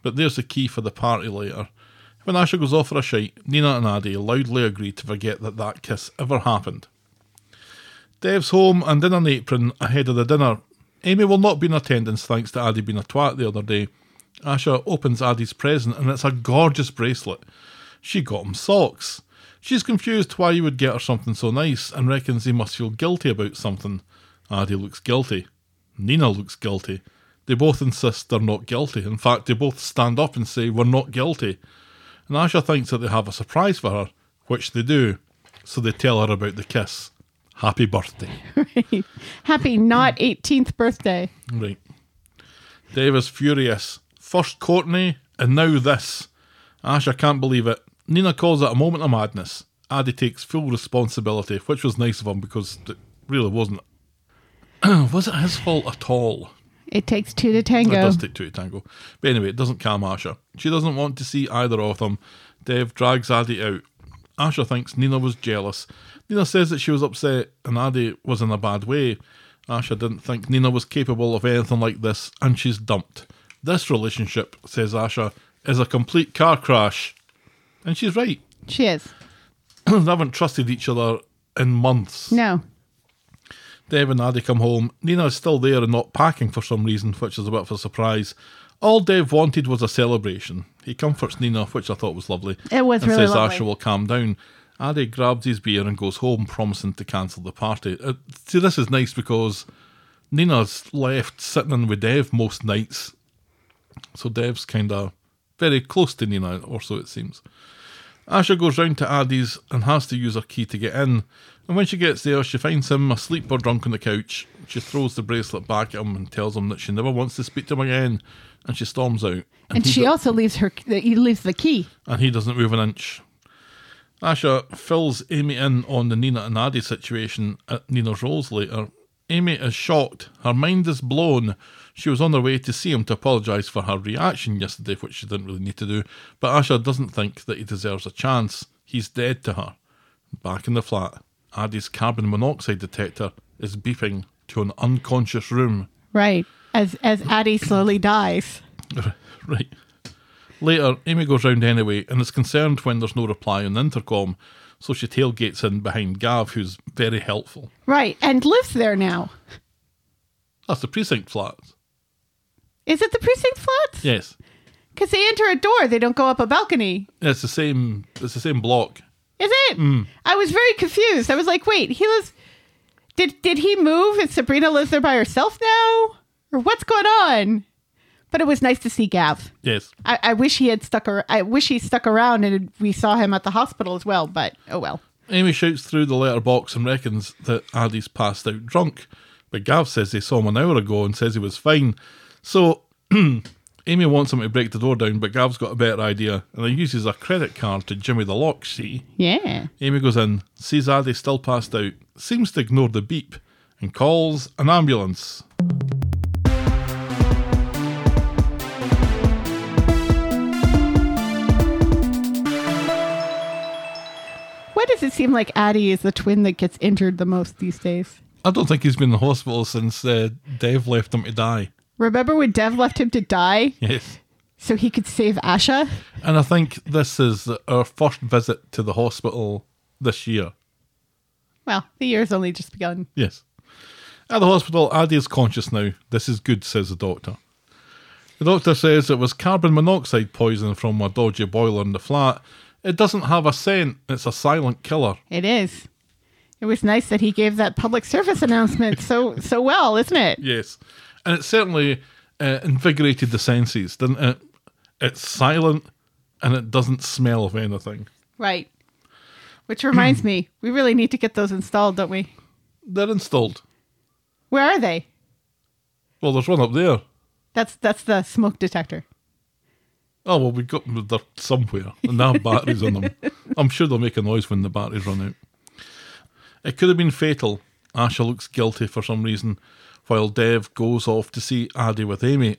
[SPEAKER 6] but there's the key for the party later. When Asha goes off for a shite, Nina and Addy loudly agree to forget that that kiss ever happened. Dev's home and in an apron ahead of the dinner. Amy will not be in attendance thanks to Addy being a twat the other day. Asha opens Addy's present and it's a gorgeous bracelet. She got him socks. She's confused why he would get her something so nice and reckons he must feel guilty about something. Addy looks guilty. Nina looks guilty. They both insist they're not guilty. In fact, they both stand up and say, We're not guilty. And Asha thinks that they have a surprise for her, which they do. So they tell her about the kiss. Happy birthday.
[SPEAKER 7] Happy not 18th birthday.
[SPEAKER 6] Right. Davis furious. First Courtney, and now this. Asha can't believe it. Nina calls it a moment of madness. Addy takes full responsibility, which was nice of him because it really wasn't. was it his fault at all?
[SPEAKER 7] It takes two to
[SPEAKER 6] It
[SPEAKER 7] tango.
[SPEAKER 6] does take two to tango. But anyway, it doesn't calm Asha. She doesn't want to see either of them. Dev drags Addy out. Asha thinks Nina was jealous. Nina says that she was upset and Addy was in a bad way. Asha didn't think Nina was capable of anything like this and she's dumped. This relationship, says Asha, is a complete car crash. And she's right.
[SPEAKER 7] She is.
[SPEAKER 6] they haven't trusted each other in months.
[SPEAKER 7] No.
[SPEAKER 6] Dev and Addy come home. Nina is still there and not packing for some reason, which is a bit of a surprise. All Dev wanted was a celebration. He comforts Nina, which I thought was lovely.
[SPEAKER 7] It was
[SPEAKER 6] and
[SPEAKER 7] really
[SPEAKER 6] says
[SPEAKER 7] lovely.
[SPEAKER 6] Asha will calm down. Addy grabs his beer and goes home, promising to cancel the party. Uh, see, this is nice because Nina's left sitting in with Dev most nights, so Dev's kind of very close to Nina, or so it seems. Asha goes round to Addy's and has to use her key to get in, and when she gets there, she finds him asleep or drunk on the couch. She throws the bracelet back at him and tells him that she never wants to speak to him again, and she storms out.
[SPEAKER 7] And
[SPEAKER 6] he
[SPEAKER 7] she
[SPEAKER 6] do-
[SPEAKER 7] also leaves her. He leaves the key.
[SPEAKER 6] and he doesn't move an inch. Asha fills Amy in on the Nina and Addy situation at Nina's Rolls later. Amy is shocked. Her mind is blown. She was on her way to see him to apologise for her reaction yesterday, which she didn't really need to do, but Asha doesn't think that he deserves a chance. He's dead to her. Back in the flat, Addy's carbon monoxide detector is beeping to an unconscious room
[SPEAKER 7] Right. As as Addie slowly dies.
[SPEAKER 6] right. Later, Amy goes round anyway and is concerned when there's no reply on the intercom, so she tailgates in behind Gav, who's very helpful.
[SPEAKER 7] Right. And lives there now.
[SPEAKER 6] That's the precinct flat.
[SPEAKER 7] Is it the precinct flats?
[SPEAKER 6] Yes.
[SPEAKER 7] Because they enter a door. They don't go up a balcony.
[SPEAKER 6] It's the same it's the same block.
[SPEAKER 7] Is it? I was very confused. I was like, wait, he lives. Did did he move? And Sabrina lives there by herself now, or what's going on? But it was nice to see Gav.
[SPEAKER 6] Yes.
[SPEAKER 7] I, I wish he had stuck. Ar- I wish he stuck around, and we saw him at the hospital as well. But oh well.
[SPEAKER 6] Amy shouts through the letterbox and reckons that Addy's passed out drunk, but Gav says they saw him an hour ago and says he was fine. So Amy wants him to break the door down, but Gav's got a better idea and he uses a credit card to jimmy the lock, see?
[SPEAKER 7] Yeah.
[SPEAKER 6] Amy goes in, sees Addy still passed out, seems to ignore the beep, and calls an ambulance.
[SPEAKER 7] Why does it seem like Addie is the twin that gets injured the most these days?
[SPEAKER 6] I don't think he's been in the hospital since uh, Dev left him to die.
[SPEAKER 7] Remember when Dev left him to die
[SPEAKER 6] Yes.
[SPEAKER 7] so he could save Asha?
[SPEAKER 6] And I think this is our first visit to the hospital this year.
[SPEAKER 7] Well, the year's only just begun.
[SPEAKER 6] Yes. At the hospital, Addy is conscious now. This is good, says the doctor. The doctor says it was carbon monoxide poisoning from a dodgy boiler in the flat. It doesn't have a scent, it's a silent killer.
[SPEAKER 7] It is. It was nice that he gave that public service announcement so so well, isn't it?
[SPEAKER 6] Yes, and it certainly uh, invigorated the senses, didn't it? It's silent and it doesn't smell of anything.
[SPEAKER 7] Right. Which reminds me, we really need to get those installed, don't we?
[SPEAKER 6] They're installed.
[SPEAKER 7] Where are they?
[SPEAKER 6] Well, there's one up there.
[SPEAKER 7] That's that's the smoke detector.
[SPEAKER 6] Oh well, we got they're somewhere, and they have batteries on them. I'm sure they'll make a noise when the batteries run out. It could have been fatal. Asha looks guilty for some reason, while Dev goes off to see Addy with Amy.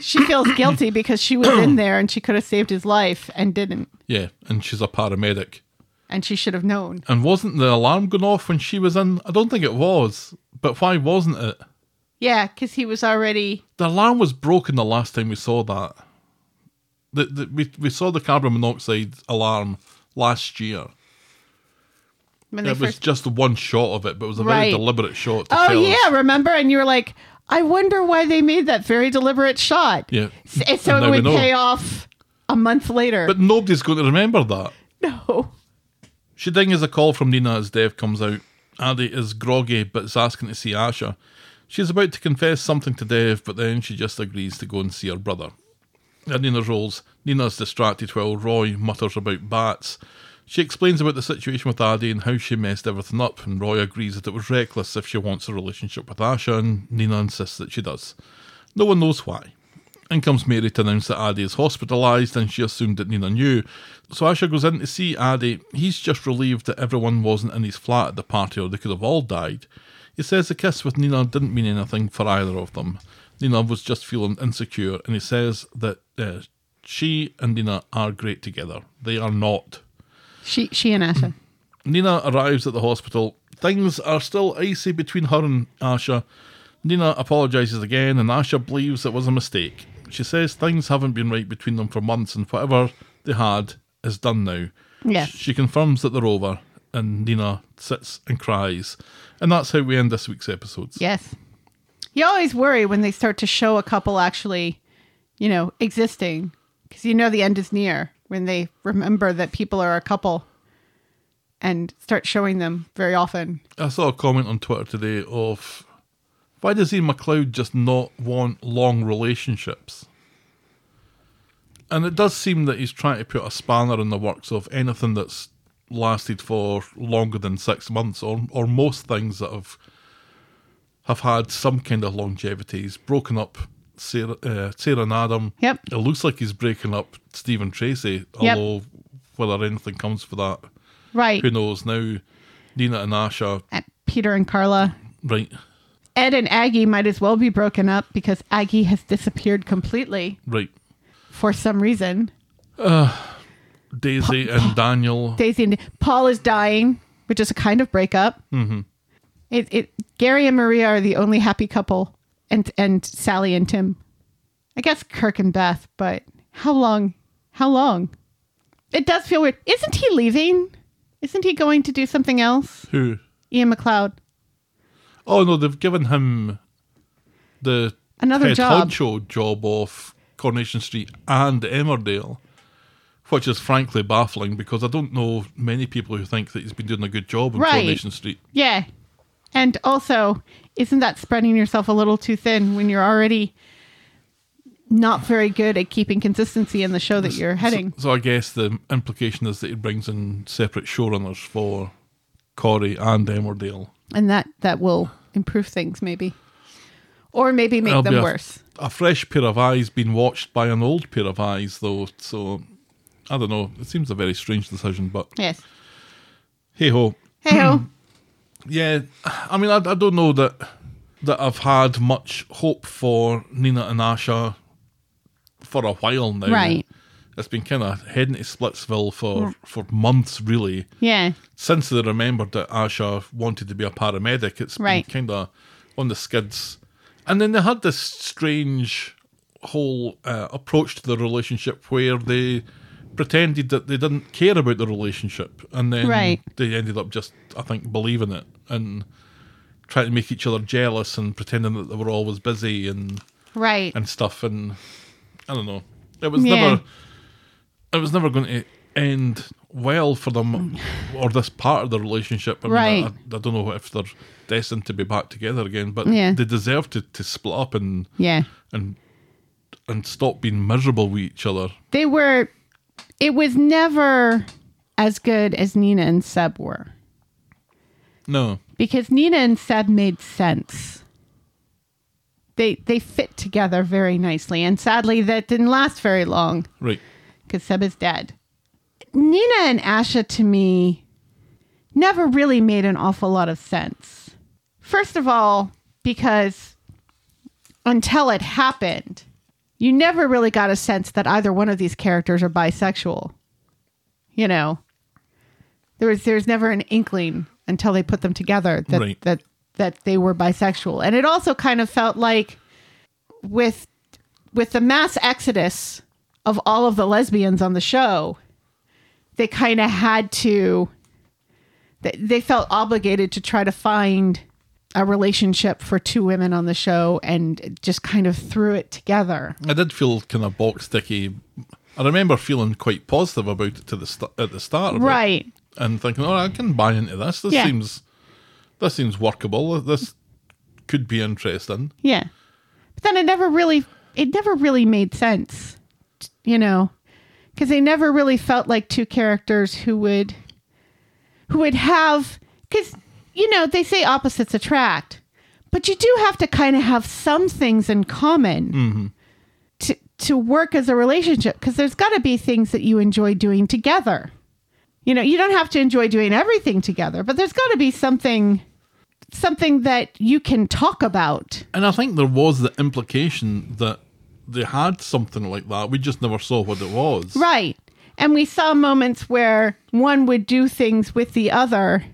[SPEAKER 7] She feels guilty because she was in there and she could have saved his life and didn't,
[SPEAKER 6] Yeah, and she's a paramedic.
[SPEAKER 7] and she should have known.
[SPEAKER 6] And wasn't the alarm going off when she was in? I don't think it was. But why wasn't it?
[SPEAKER 7] Yeah, because he was already
[SPEAKER 6] the alarm was broken the last time we saw that. The, the, we, we saw the carbon monoxide alarm last year.
[SPEAKER 7] when they
[SPEAKER 6] It was
[SPEAKER 7] first.
[SPEAKER 6] just one shot of it, but it was a
[SPEAKER 7] Right.
[SPEAKER 6] very deliberate shot. To
[SPEAKER 7] Oh
[SPEAKER 6] tell us-
[SPEAKER 7] yeah, remember? And you were like, I wonder why they made that very deliberate shot.
[SPEAKER 6] Yeah.
[SPEAKER 7] S- so
[SPEAKER 6] And
[SPEAKER 7] it
[SPEAKER 6] now we
[SPEAKER 7] would
[SPEAKER 6] know.
[SPEAKER 7] pay off a month later.
[SPEAKER 6] But nobody's going to remember that.
[SPEAKER 7] no.
[SPEAKER 6] She dings a call from Nina as Dev comes out. Addy is groggy but is asking to see Asha. She's about to confess something to Dev, but then she just agrees to go and see her brother. At Nina's rolls, Nina's distracted while Roy mutters about bats. She explains about the situation with Addy and how she messed everything up, and Roy agrees that it was reckless if she wants a relationship with Asha, and Nina insists that she does. No one knows why. In comes Mary to announce that Addy is hospitalised, and she assumed that Nina knew. So Asha goes in to see Addy. He's just relieved that everyone wasn't in his flat at the party, or they could have all died. He says the kiss with Nina didn't mean anything for either of them. Nina was just feeling insecure, and he says that uh, she and Nina are great together. They are not.
[SPEAKER 7] She she and Asha.
[SPEAKER 6] Nina arrives at the hospital. Things are still icy between her and Asha. Nina apologises again, and Asha believes it was a mistake. She says things haven't been right between them for months, and whatever they had is done now.
[SPEAKER 7] Yeah.
[SPEAKER 6] She confirms that they're over, and Nina sits and cries. And that's how we end this week's episodes.
[SPEAKER 7] Yes. You always worry when they start to show a couple actually, you know, existing because you know the end is near when they remember that people are a couple and start showing them very often.
[SPEAKER 6] I saw a comment on Twitter today of why does Ian McLeod just not want long relationships? And it does seem that he's trying to put a spanner in the works of anything that's lasted for longer than six months, or or most things that have have had some kind of longevity. He's broken up Sarah, uh, Sarah and Adam.
[SPEAKER 7] Yep.
[SPEAKER 6] It looks like he's breaking up Stephen Tracy,
[SPEAKER 7] Yep.
[SPEAKER 6] although whether anything comes for that,
[SPEAKER 7] Right.
[SPEAKER 6] who knows? Now, Nina and Ash are
[SPEAKER 7] And Peter and Carla.
[SPEAKER 6] right,
[SPEAKER 7] Ed and Aggie might as well be broken up because Aggie has disappeared completely
[SPEAKER 6] right.
[SPEAKER 7] for some reason.
[SPEAKER 6] Daisy and Daniel.
[SPEAKER 7] Daisy and Paul is dying, which is a kind of breakup. Mm-hmm. It, it Gary and Maria are the only happy couple, and and Sally and Tim. I guess Kirk and Beth, but how long? How long? It does feel weird. Isn't he leaving? Isn't he going to do something else?
[SPEAKER 6] Who?
[SPEAKER 7] Ian McLeod.
[SPEAKER 6] Oh no, they've given him the
[SPEAKER 7] Another
[SPEAKER 6] head
[SPEAKER 7] job.
[SPEAKER 6] honcho job off Coronation Street and Emmerdale, which is frankly baffling because I don't know many people who think that he's been doing a good job on
[SPEAKER 7] Right.
[SPEAKER 6] Coronation Street.
[SPEAKER 7] Yeah. And also, isn't that spreading yourself a little too thin when you're already not very good at keeping consistency in the show that you're heading?
[SPEAKER 6] So I guess the implication is that he brings in separate showrunners for Corey and Emmerdale.
[SPEAKER 7] and that that will improve things maybe or maybe make
[SPEAKER 6] That'll be
[SPEAKER 7] them
[SPEAKER 6] a-
[SPEAKER 7] worse
[SPEAKER 6] A fresh pair of eyes being watched by an old pair of eyes, though. So I don't know. It seems a very strange decision, but
[SPEAKER 7] yes
[SPEAKER 6] hey ho.
[SPEAKER 7] hey ho
[SPEAKER 6] Yeah, I mean, I, I don't know that that I've had much hope for Nina and Asha for a while now.
[SPEAKER 7] Right. Mm.
[SPEAKER 6] It's been kind of heading to Splitsville for, for months, really.
[SPEAKER 7] yeah
[SPEAKER 6] Since they remembered that Asha wanted to be a paramedic, it's
[SPEAKER 7] Right.
[SPEAKER 6] been kind of on the skids. And then they had this strange whole uh, approach to the relationship where they pretended that they didn't care about the relationship. And then
[SPEAKER 7] Right.
[SPEAKER 6] they ended up just, I think, believing it and trying to make each other jealous and pretending that they were always busy and
[SPEAKER 7] right
[SPEAKER 6] and stuff and I don't know. It was
[SPEAKER 7] Yeah.
[SPEAKER 6] never it was never going to end well for them or this part of the relationship. I mean,
[SPEAKER 7] Right.
[SPEAKER 6] I, I, don't know if they're destined to be back together again, but
[SPEAKER 7] Yeah.
[SPEAKER 6] they deserve to, to split up and
[SPEAKER 7] yeah
[SPEAKER 6] and and stop being miserable with each other.
[SPEAKER 7] they were it was never as good as nina and seb were
[SPEAKER 6] No.
[SPEAKER 7] because nina and seb made sense they they fit together very nicely and sadly that didn't last very long
[SPEAKER 6] Right.
[SPEAKER 7] because Seb is dead. Nina and Asha to me never really made an awful lot of sense. First of all, because until it happened, you never really got a sense that either one of these characters are bisexual. You know, there was there's never an inkling until they put them together that
[SPEAKER 6] Right.
[SPEAKER 7] that that they were bisexual. And it also kind of felt like with with the mass exodus of all of the lesbians on the show, they kind of had to they, they felt obligated to try to find a relationship for two women on the show and just kind of threw it together.
[SPEAKER 6] I did feel kind of box sticky. I remember feeling quite positive about it to the st- at the start. of it.
[SPEAKER 7] Right.
[SPEAKER 6] and thinking, "Oh, I can buy into this. This
[SPEAKER 7] Yeah.
[SPEAKER 6] seems, this seems workable. This could be interesting."
[SPEAKER 7] Yeah. But then it never really it never really made sense, you know, cuz they never really felt like two characters who would who would have cuz you know, they say opposites attract, but you do have to kind of have some things in common. To to work as a relationship cuz there's got to be things that you enjoy doing together. You know, you don't have to enjoy doing everything together, but there's got to be something something that you can talk about.
[SPEAKER 6] And I think there was the implication that they had something like that. We just never saw what it was.
[SPEAKER 7] Right. And we saw moments where one would do things with the other.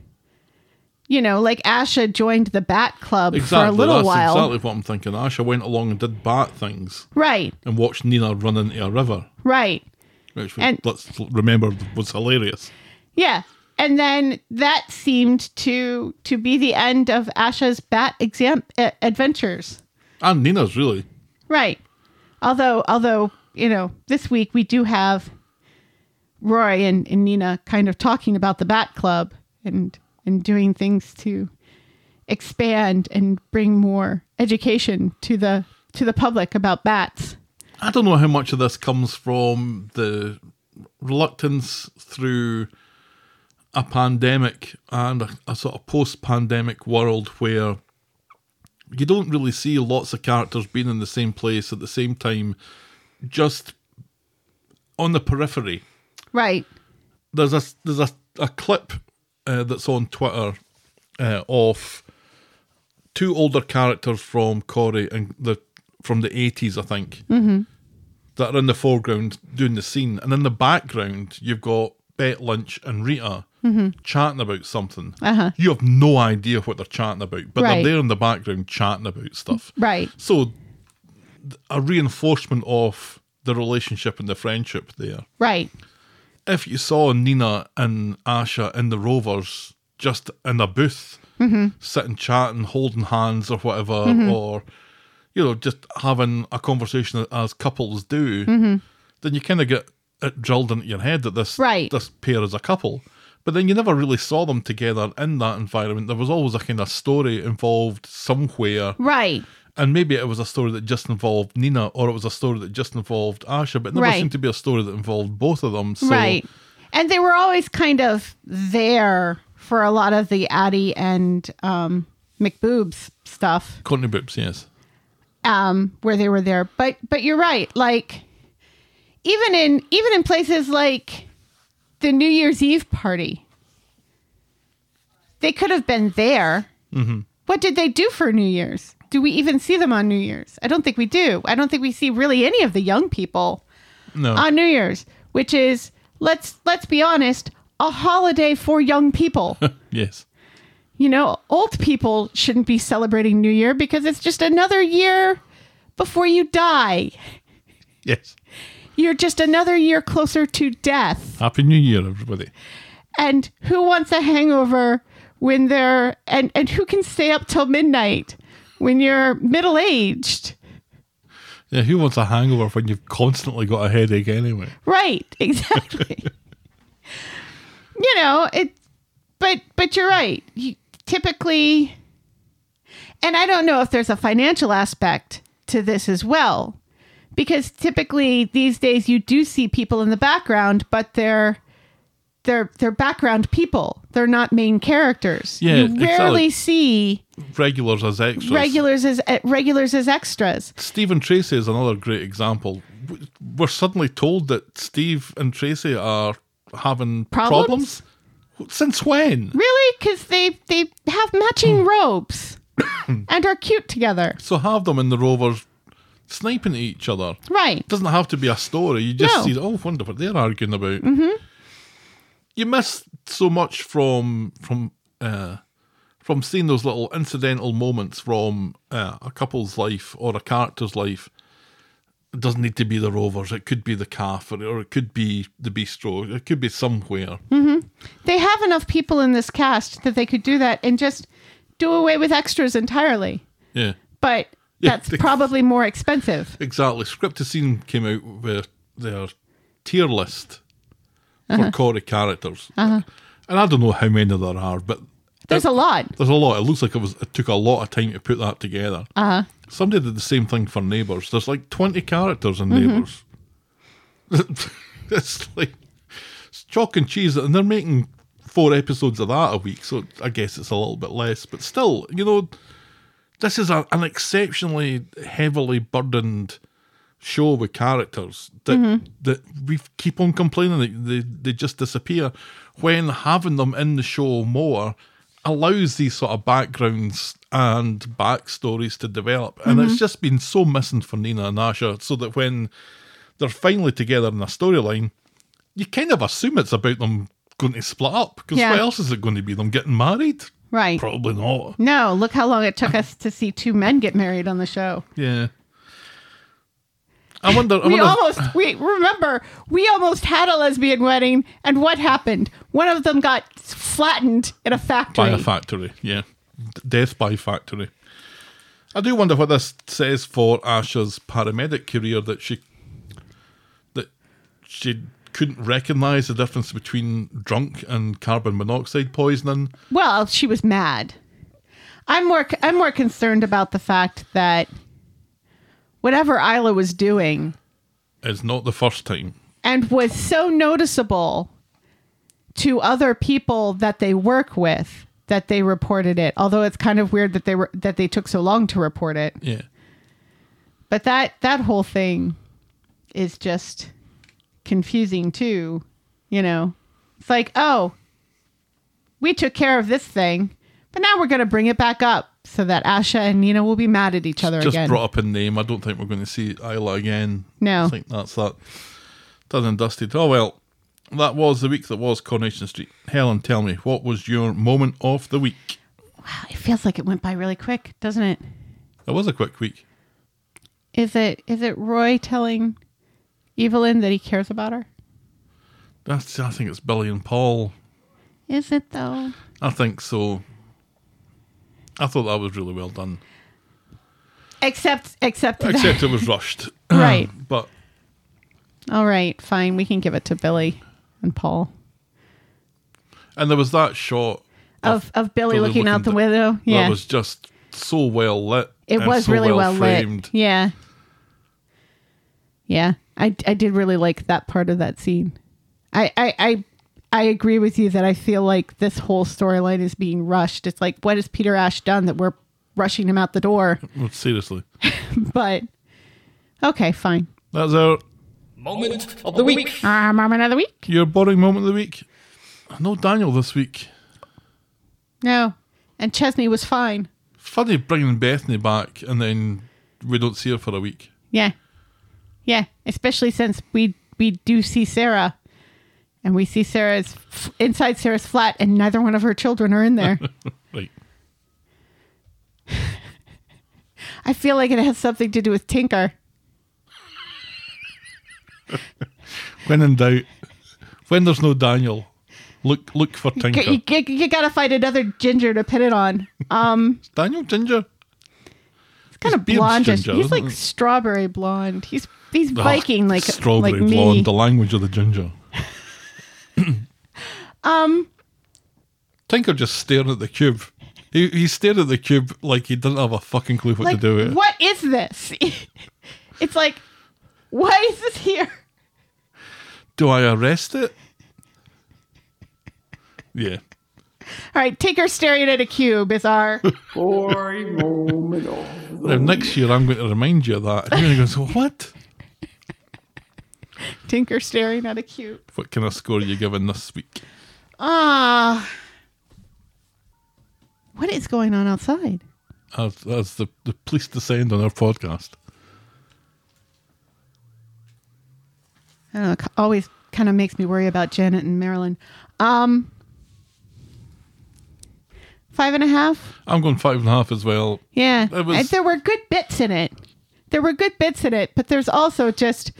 [SPEAKER 7] You know, like Asha joined the Bat Club
[SPEAKER 6] Exactly.
[SPEAKER 7] for a little
[SPEAKER 6] That's
[SPEAKER 7] while.
[SPEAKER 6] exactly what I'm thinking. Asha went along and did bad things
[SPEAKER 7] Right,
[SPEAKER 6] and watched Nina run into a river,
[SPEAKER 7] right.
[SPEAKER 6] which was,
[SPEAKER 7] And-
[SPEAKER 6] let's remember was hilarious.
[SPEAKER 7] Yeah. And then that seemed to to be the end of Asha's bat exam- uh, adventures.
[SPEAKER 6] And Nina's really
[SPEAKER 7] Right. Although although, you know, this week we do have Roy and, and Nina kind of talking about the Bat Club and and doing things to expand and bring more education to the to the public about bats.
[SPEAKER 6] I don't know how much of this comes from the reluctance through a pandemic and a, a sort of post pandemic world where you don't really see lots of characters being in the same place at the same time, just on the periphery
[SPEAKER 7] Right.
[SPEAKER 6] there's a there's a, a clip uh, that's on Twitter uh, of two older characters from Corey and the from the eighties, I think, mm-hmm. that are in the foreground doing the scene, and in the background you've got Bet Lynch and Rita chatting about something.
[SPEAKER 7] Mm-hmm. Uh-huh.
[SPEAKER 6] You have no idea what they're chatting about, but
[SPEAKER 7] Right.
[SPEAKER 6] they're there in the background chatting about stuff.
[SPEAKER 7] Right.
[SPEAKER 6] So th- a reinforcement of the relationship and the friendship there
[SPEAKER 7] Right.
[SPEAKER 6] if you saw Nina and Asha in the Rovers just in a booth,
[SPEAKER 7] Mm-hmm.
[SPEAKER 6] sitting chatting, holding hands or whatever, or you know, just having a conversation as couples do,
[SPEAKER 7] Mm-hmm.
[SPEAKER 6] then you kind of get it drilled into your head that this
[SPEAKER 7] Right.
[SPEAKER 6] this pair is a couple. But then you never really saw them together in that environment. There was always a kind of story involved somewhere
[SPEAKER 7] Right.
[SPEAKER 6] and maybe it was a story that just involved Nina, or it was a story that just involved Asha, but it never
[SPEAKER 7] Right.
[SPEAKER 6] seemed to be a story that involved both of them. So
[SPEAKER 7] Right. And they were always kind of there for a lot of the Addie and um, McBoobs stuff,
[SPEAKER 6] Courtney Boops, yes.
[SPEAKER 7] um, where they were there. But but you're right. Like even in even in places like the New Year's Eve party, they could have been there. What did they do for New Year's? Do we even see them on New Year's? I don't think we do. I don't think we see really any of the young people
[SPEAKER 6] No.
[SPEAKER 7] on New Year's, which is let's let's be honest, a holiday for young people.
[SPEAKER 6] yes.
[SPEAKER 7] you know, old people shouldn't be celebrating New Year because it's just another year before you die.
[SPEAKER 6] Yes.
[SPEAKER 7] You're just another year closer to death.
[SPEAKER 6] Happy New Year, everybody.
[SPEAKER 7] And who wants a hangover when they're and and who can stay up till midnight when you're middle aged?
[SPEAKER 6] Yeah, who wants a hangover when you've constantly got a headache anyway?
[SPEAKER 7] Right, exactly. you know, it but but you're right. You typically and I don't know if there's a financial aspect to this as well. Because typically these days you do see people in the background, but they're they're they're background people. They're not main characters.
[SPEAKER 6] Yeah,
[SPEAKER 7] you
[SPEAKER 6] exactly.
[SPEAKER 7] rarely see
[SPEAKER 6] Regulars as extras.
[SPEAKER 7] regulars as eh, regulars as extras.
[SPEAKER 6] Steve and Tracy is another great example. W- We're suddenly told that Steve and Tracy are having
[SPEAKER 7] Problems?
[SPEAKER 6] problems? Since when?
[SPEAKER 7] Really? Because they they have matching robes and are cute together.
[SPEAKER 6] So have them in the Rovers sniping at each other.
[SPEAKER 7] Right.
[SPEAKER 6] It doesn't have to be a story. You just
[SPEAKER 7] No.
[SPEAKER 6] see, oh, wonder what they're arguing about. You miss so much from from uh, from seeing those little incidental moments from uh, a couple's life or a character's life. It doesn't need to be the Rovers. It could be the calf, or, or it could be the bistro. It could be somewhere.
[SPEAKER 7] They have enough people in this cast that they could do that and just do away with extras entirely.
[SPEAKER 6] Yeah,
[SPEAKER 7] But
[SPEAKER 6] Yeah,
[SPEAKER 7] that's
[SPEAKER 6] they-
[SPEAKER 7] probably more expensive.
[SPEAKER 6] exactly. Script to scene came out with their tier list
[SPEAKER 7] Uh-huh.
[SPEAKER 6] for Corey characters, and I don't know how many there are, but
[SPEAKER 7] There's a lot.
[SPEAKER 6] There's a lot. It looks like it was. It took a lot of time to put that together. Uh-huh. Somebody did the same thing for Neighbours. There's like 20 characters in
[SPEAKER 7] Mm-hmm.
[SPEAKER 6] Neighbours. it's like it's chalk and cheese, and they're making four episodes of that a week. So I guess it's a little bit less, but still, you know, this is a, an exceptionally heavily burdened show with characters that that we keep on complaining that they, they just disappear when having them in the show more allows these sort of backgrounds and backstories to develop and it's just been so missing for Nina and Asha so that when they're finally together in a storyline you kind of assume it's about them going to split up because
[SPEAKER 7] Yeah.
[SPEAKER 6] what else is it going to be them getting married
[SPEAKER 7] Right.
[SPEAKER 6] probably not
[SPEAKER 7] No, look how long it took us to see two men get married on the show.
[SPEAKER 6] yeah I wonder I
[SPEAKER 7] We
[SPEAKER 6] wonder
[SPEAKER 7] almost we remember we almost had a lesbian wedding and what happened? One of them got flattened in a factory.
[SPEAKER 6] By a factory, yeah. D- Death by factory. I do wonder what this says for Asha's paramedic career that she that she couldn't recognise the difference between drunk and carbon monoxide poisoning.
[SPEAKER 7] Well, she was mad. I'm more I'm more concerned about the fact that whatever Isla was doing
[SPEAKER 6] It's not the first time.
[SPEAKER 7] and was so noticeable to other people that they work with that they reported it. Although it's kind of weird that they were that they took so long to report it.
[SPEAKER 6] Yeah.
[SPEAKER 7] But that that whole thing is just confusing too, you know. It's like, "Oh, we took care of this thing, but now we're going to bring it back up so that Asha and Nina will be mad at each other
[SPEAKER 6] Just
[SPEAKER 7] again."
[SPEAKER 6] brought up a name. I don't think we're going to see Isla again.
[SPEAKER 7] No.
[SPEAKER 6] I think that's that. Done and dusted. Oh, well. That was the week that was Coronation Street. Helen, tell me, what was your moment of the week?
[SPEAKER 7] it feels like it went by really quick, doesn't it?
[SPEAKER 6] It was a quick week.
[SPEAKER 7] Is it is it Roy telling Evelyn that he cares about her?
[SPEAKER 6] That's, I think it's Billy and Paul.
[SPEAKER 7] Is it though?
[SPEAKER 6] I think so. I thought that was really well done.
[SPEAKER 7] Except except, that-
[SPEAKER 6] Except it was rushed.
[SPEAKER 7] Right.
[SPEAKER 6] but
[SPEAKER 7] All right, fine. We can give it to Billy and Paul.
[SPEAKER 6] and there was that shot
[SPEAKER 7] Of of Billy,
[SPEAKER 6] Billy
[SPEAKER 7] looking, out the
[SPEAKER 6] looking d-
[SPEAKER 7] window. Yeah.
[SPEAKER 6] that was just so well lit.
[SPEAKER 7] it
[SPEAKER 6] and
[SPEAKER 7] was
[SPEAKER 6] so
[SPEAKER 7] really well,
[SPEAKER 6] framed.
[SPEAKER 7] lit. Yeah. Yeah. I I did really like that part of that scene. I I I I agree with you that I feel like this whole storyline is being rushed. It's like, what has Peter Ash done that we're rushing him out the door?
[SPEAKER 6] Well, Seriously,
[SPEAKER 7] But okay, fine.
[SPEAKER 6] that's our
[SPEAKER 9] Moment of the week.
[SPEAKER 7] Uh, mom, another week?
[SPEAKER 6] your boring moment of the week. No Daniel this week.
[SPEAKER 7] No. And Chesney was fine.
[SPEAKER 6] Funny bringing Bethany back and then we don't see her for a week.
[SPEAKER 7] Yeah. Yeah. Especially since we we do see Sarah. And we see Sarah's f- inside Sarah's flat, and neither one of her children are in there.
[SPEAKER 6] Right.
[SPEAKER 7] I feel like it has something to do with Tinker.
[SPEAKER 6] When in doubt, when there's no Daniel, look look for Tinker.
[SPEAKER 7] You, you, you gotta find another ginger to pin it on. Um,
[SPEAKER 6] Daniel Ginger.
[SPEAKER 7] it's kind of
[SPEAKER 6] beard's
[SPEAKER 7] blondish.
[SPEAKER 6] ginger,
[SPEAKER 7] he's
[SPEAKER 6] isn't
[SPEAKER 7] like
[SPEAKER 6] it?
[SPEAKER 7] strawberry blonde. He's he's Viking
[SPEAKER 6] Ugh,
[SPEAKER 7] like
[SPEAKER 6] strawberry
[SPEAKER 7] like me.
[SPEAKER 6] blonde, the language of the ginger. um,
[SPEAKER 7] Um.
[SPEAKER 6] Tinker just stared at the cube. He, he stared at the cube like he didn't have a fucking clue what
[SPEAKER 7] like,
[SPEAKER 6] to do with it.
[SPEAKER 7] What is this? it's like, why is this here?
[SPEAKER 6] Do I arrest it? Yeah.
[SPEAKER 7] All right, Tinker staring at a cube is our.
[SPEAKER 6] Now next year I'm going to remind you of that. And you're going to go, what?
[SPEAKER 7] Tinker staring at a cube.
[SPEAKER 6] What kind of score are you giving this week?
[SPEAKER 7] Ah. what is going on outside?
[SPEAKER 6] As, as the, the police descend on our podcast.
[SPEAKER 7] I don't know. It always kind of makes me worry about Janet and Marilyn. Um, five and a half.
[SPEAKER 6] I'm going five and a half as well.
[SPEAKER 7] Yeah,
[SPEAKER 6] It was-
[SPEAKER 7] And there were good bits in it. There were good bits in it, but there's also just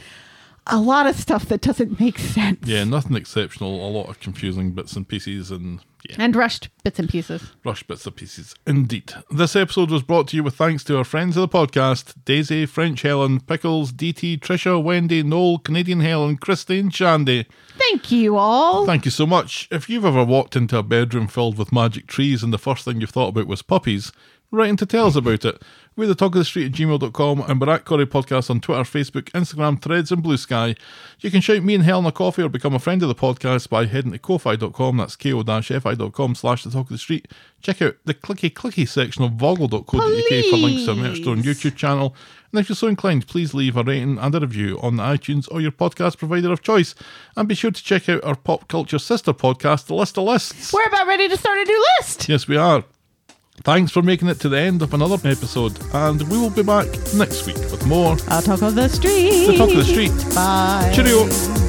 [SPEAKER 7] a lot of stuff that doesn't make sense.
[SPEAKER 6] Yeah, nothing exceptional. A lot of confusing bits and pieces and yeah.
[SPEAKER 7] And rushed bits and pieces.
[SPEAKER 6] Rush bits and pieces. Indeed. This episode was brought to you with thanks to our friends of the podcast Daisy, French Helen, Pickles, DT, Trisha, Wendy, Noel, Canadian Helen, Christine, Shandy.
[SPEAKER 7] Thank you all.
[SPEAKER 6] Thank you so much. If you've ever walked into a bedroom filled with magic trees and the first thing you've thought about was puppies, write in to tell us about it. We're the talk of the street at gmail.com and we're at Corey Podcast on Twitter, Facebook, Instagram, Threads, and Blue Sky. You can shout me and Helen a coffee or become a friend of the podcast by heading to ko-fi.com, that's ko-fi.com slash the talk of the street. Check out the clicky clicky section of vogle.co.uk for links to our merch store and YouTube channel. And if you're so inclined, please leave a rating and a review on iTunes or your podcast provider of choice. And be sure to check out our pop culture sister podcast, The List of Lists.
[SPEAKER 7] We're about ready to start a new list.
[SPEAKER 6] Yes, we are. Thanks for making it to the end of another episode, and we will be back next week with more
[SPEAKER 7] I'll talk on the street.
[SPEAKER 6] The Talk of the Street.
[SPEAKER 7] Bye.
[SPEAKER 6] Cheerio!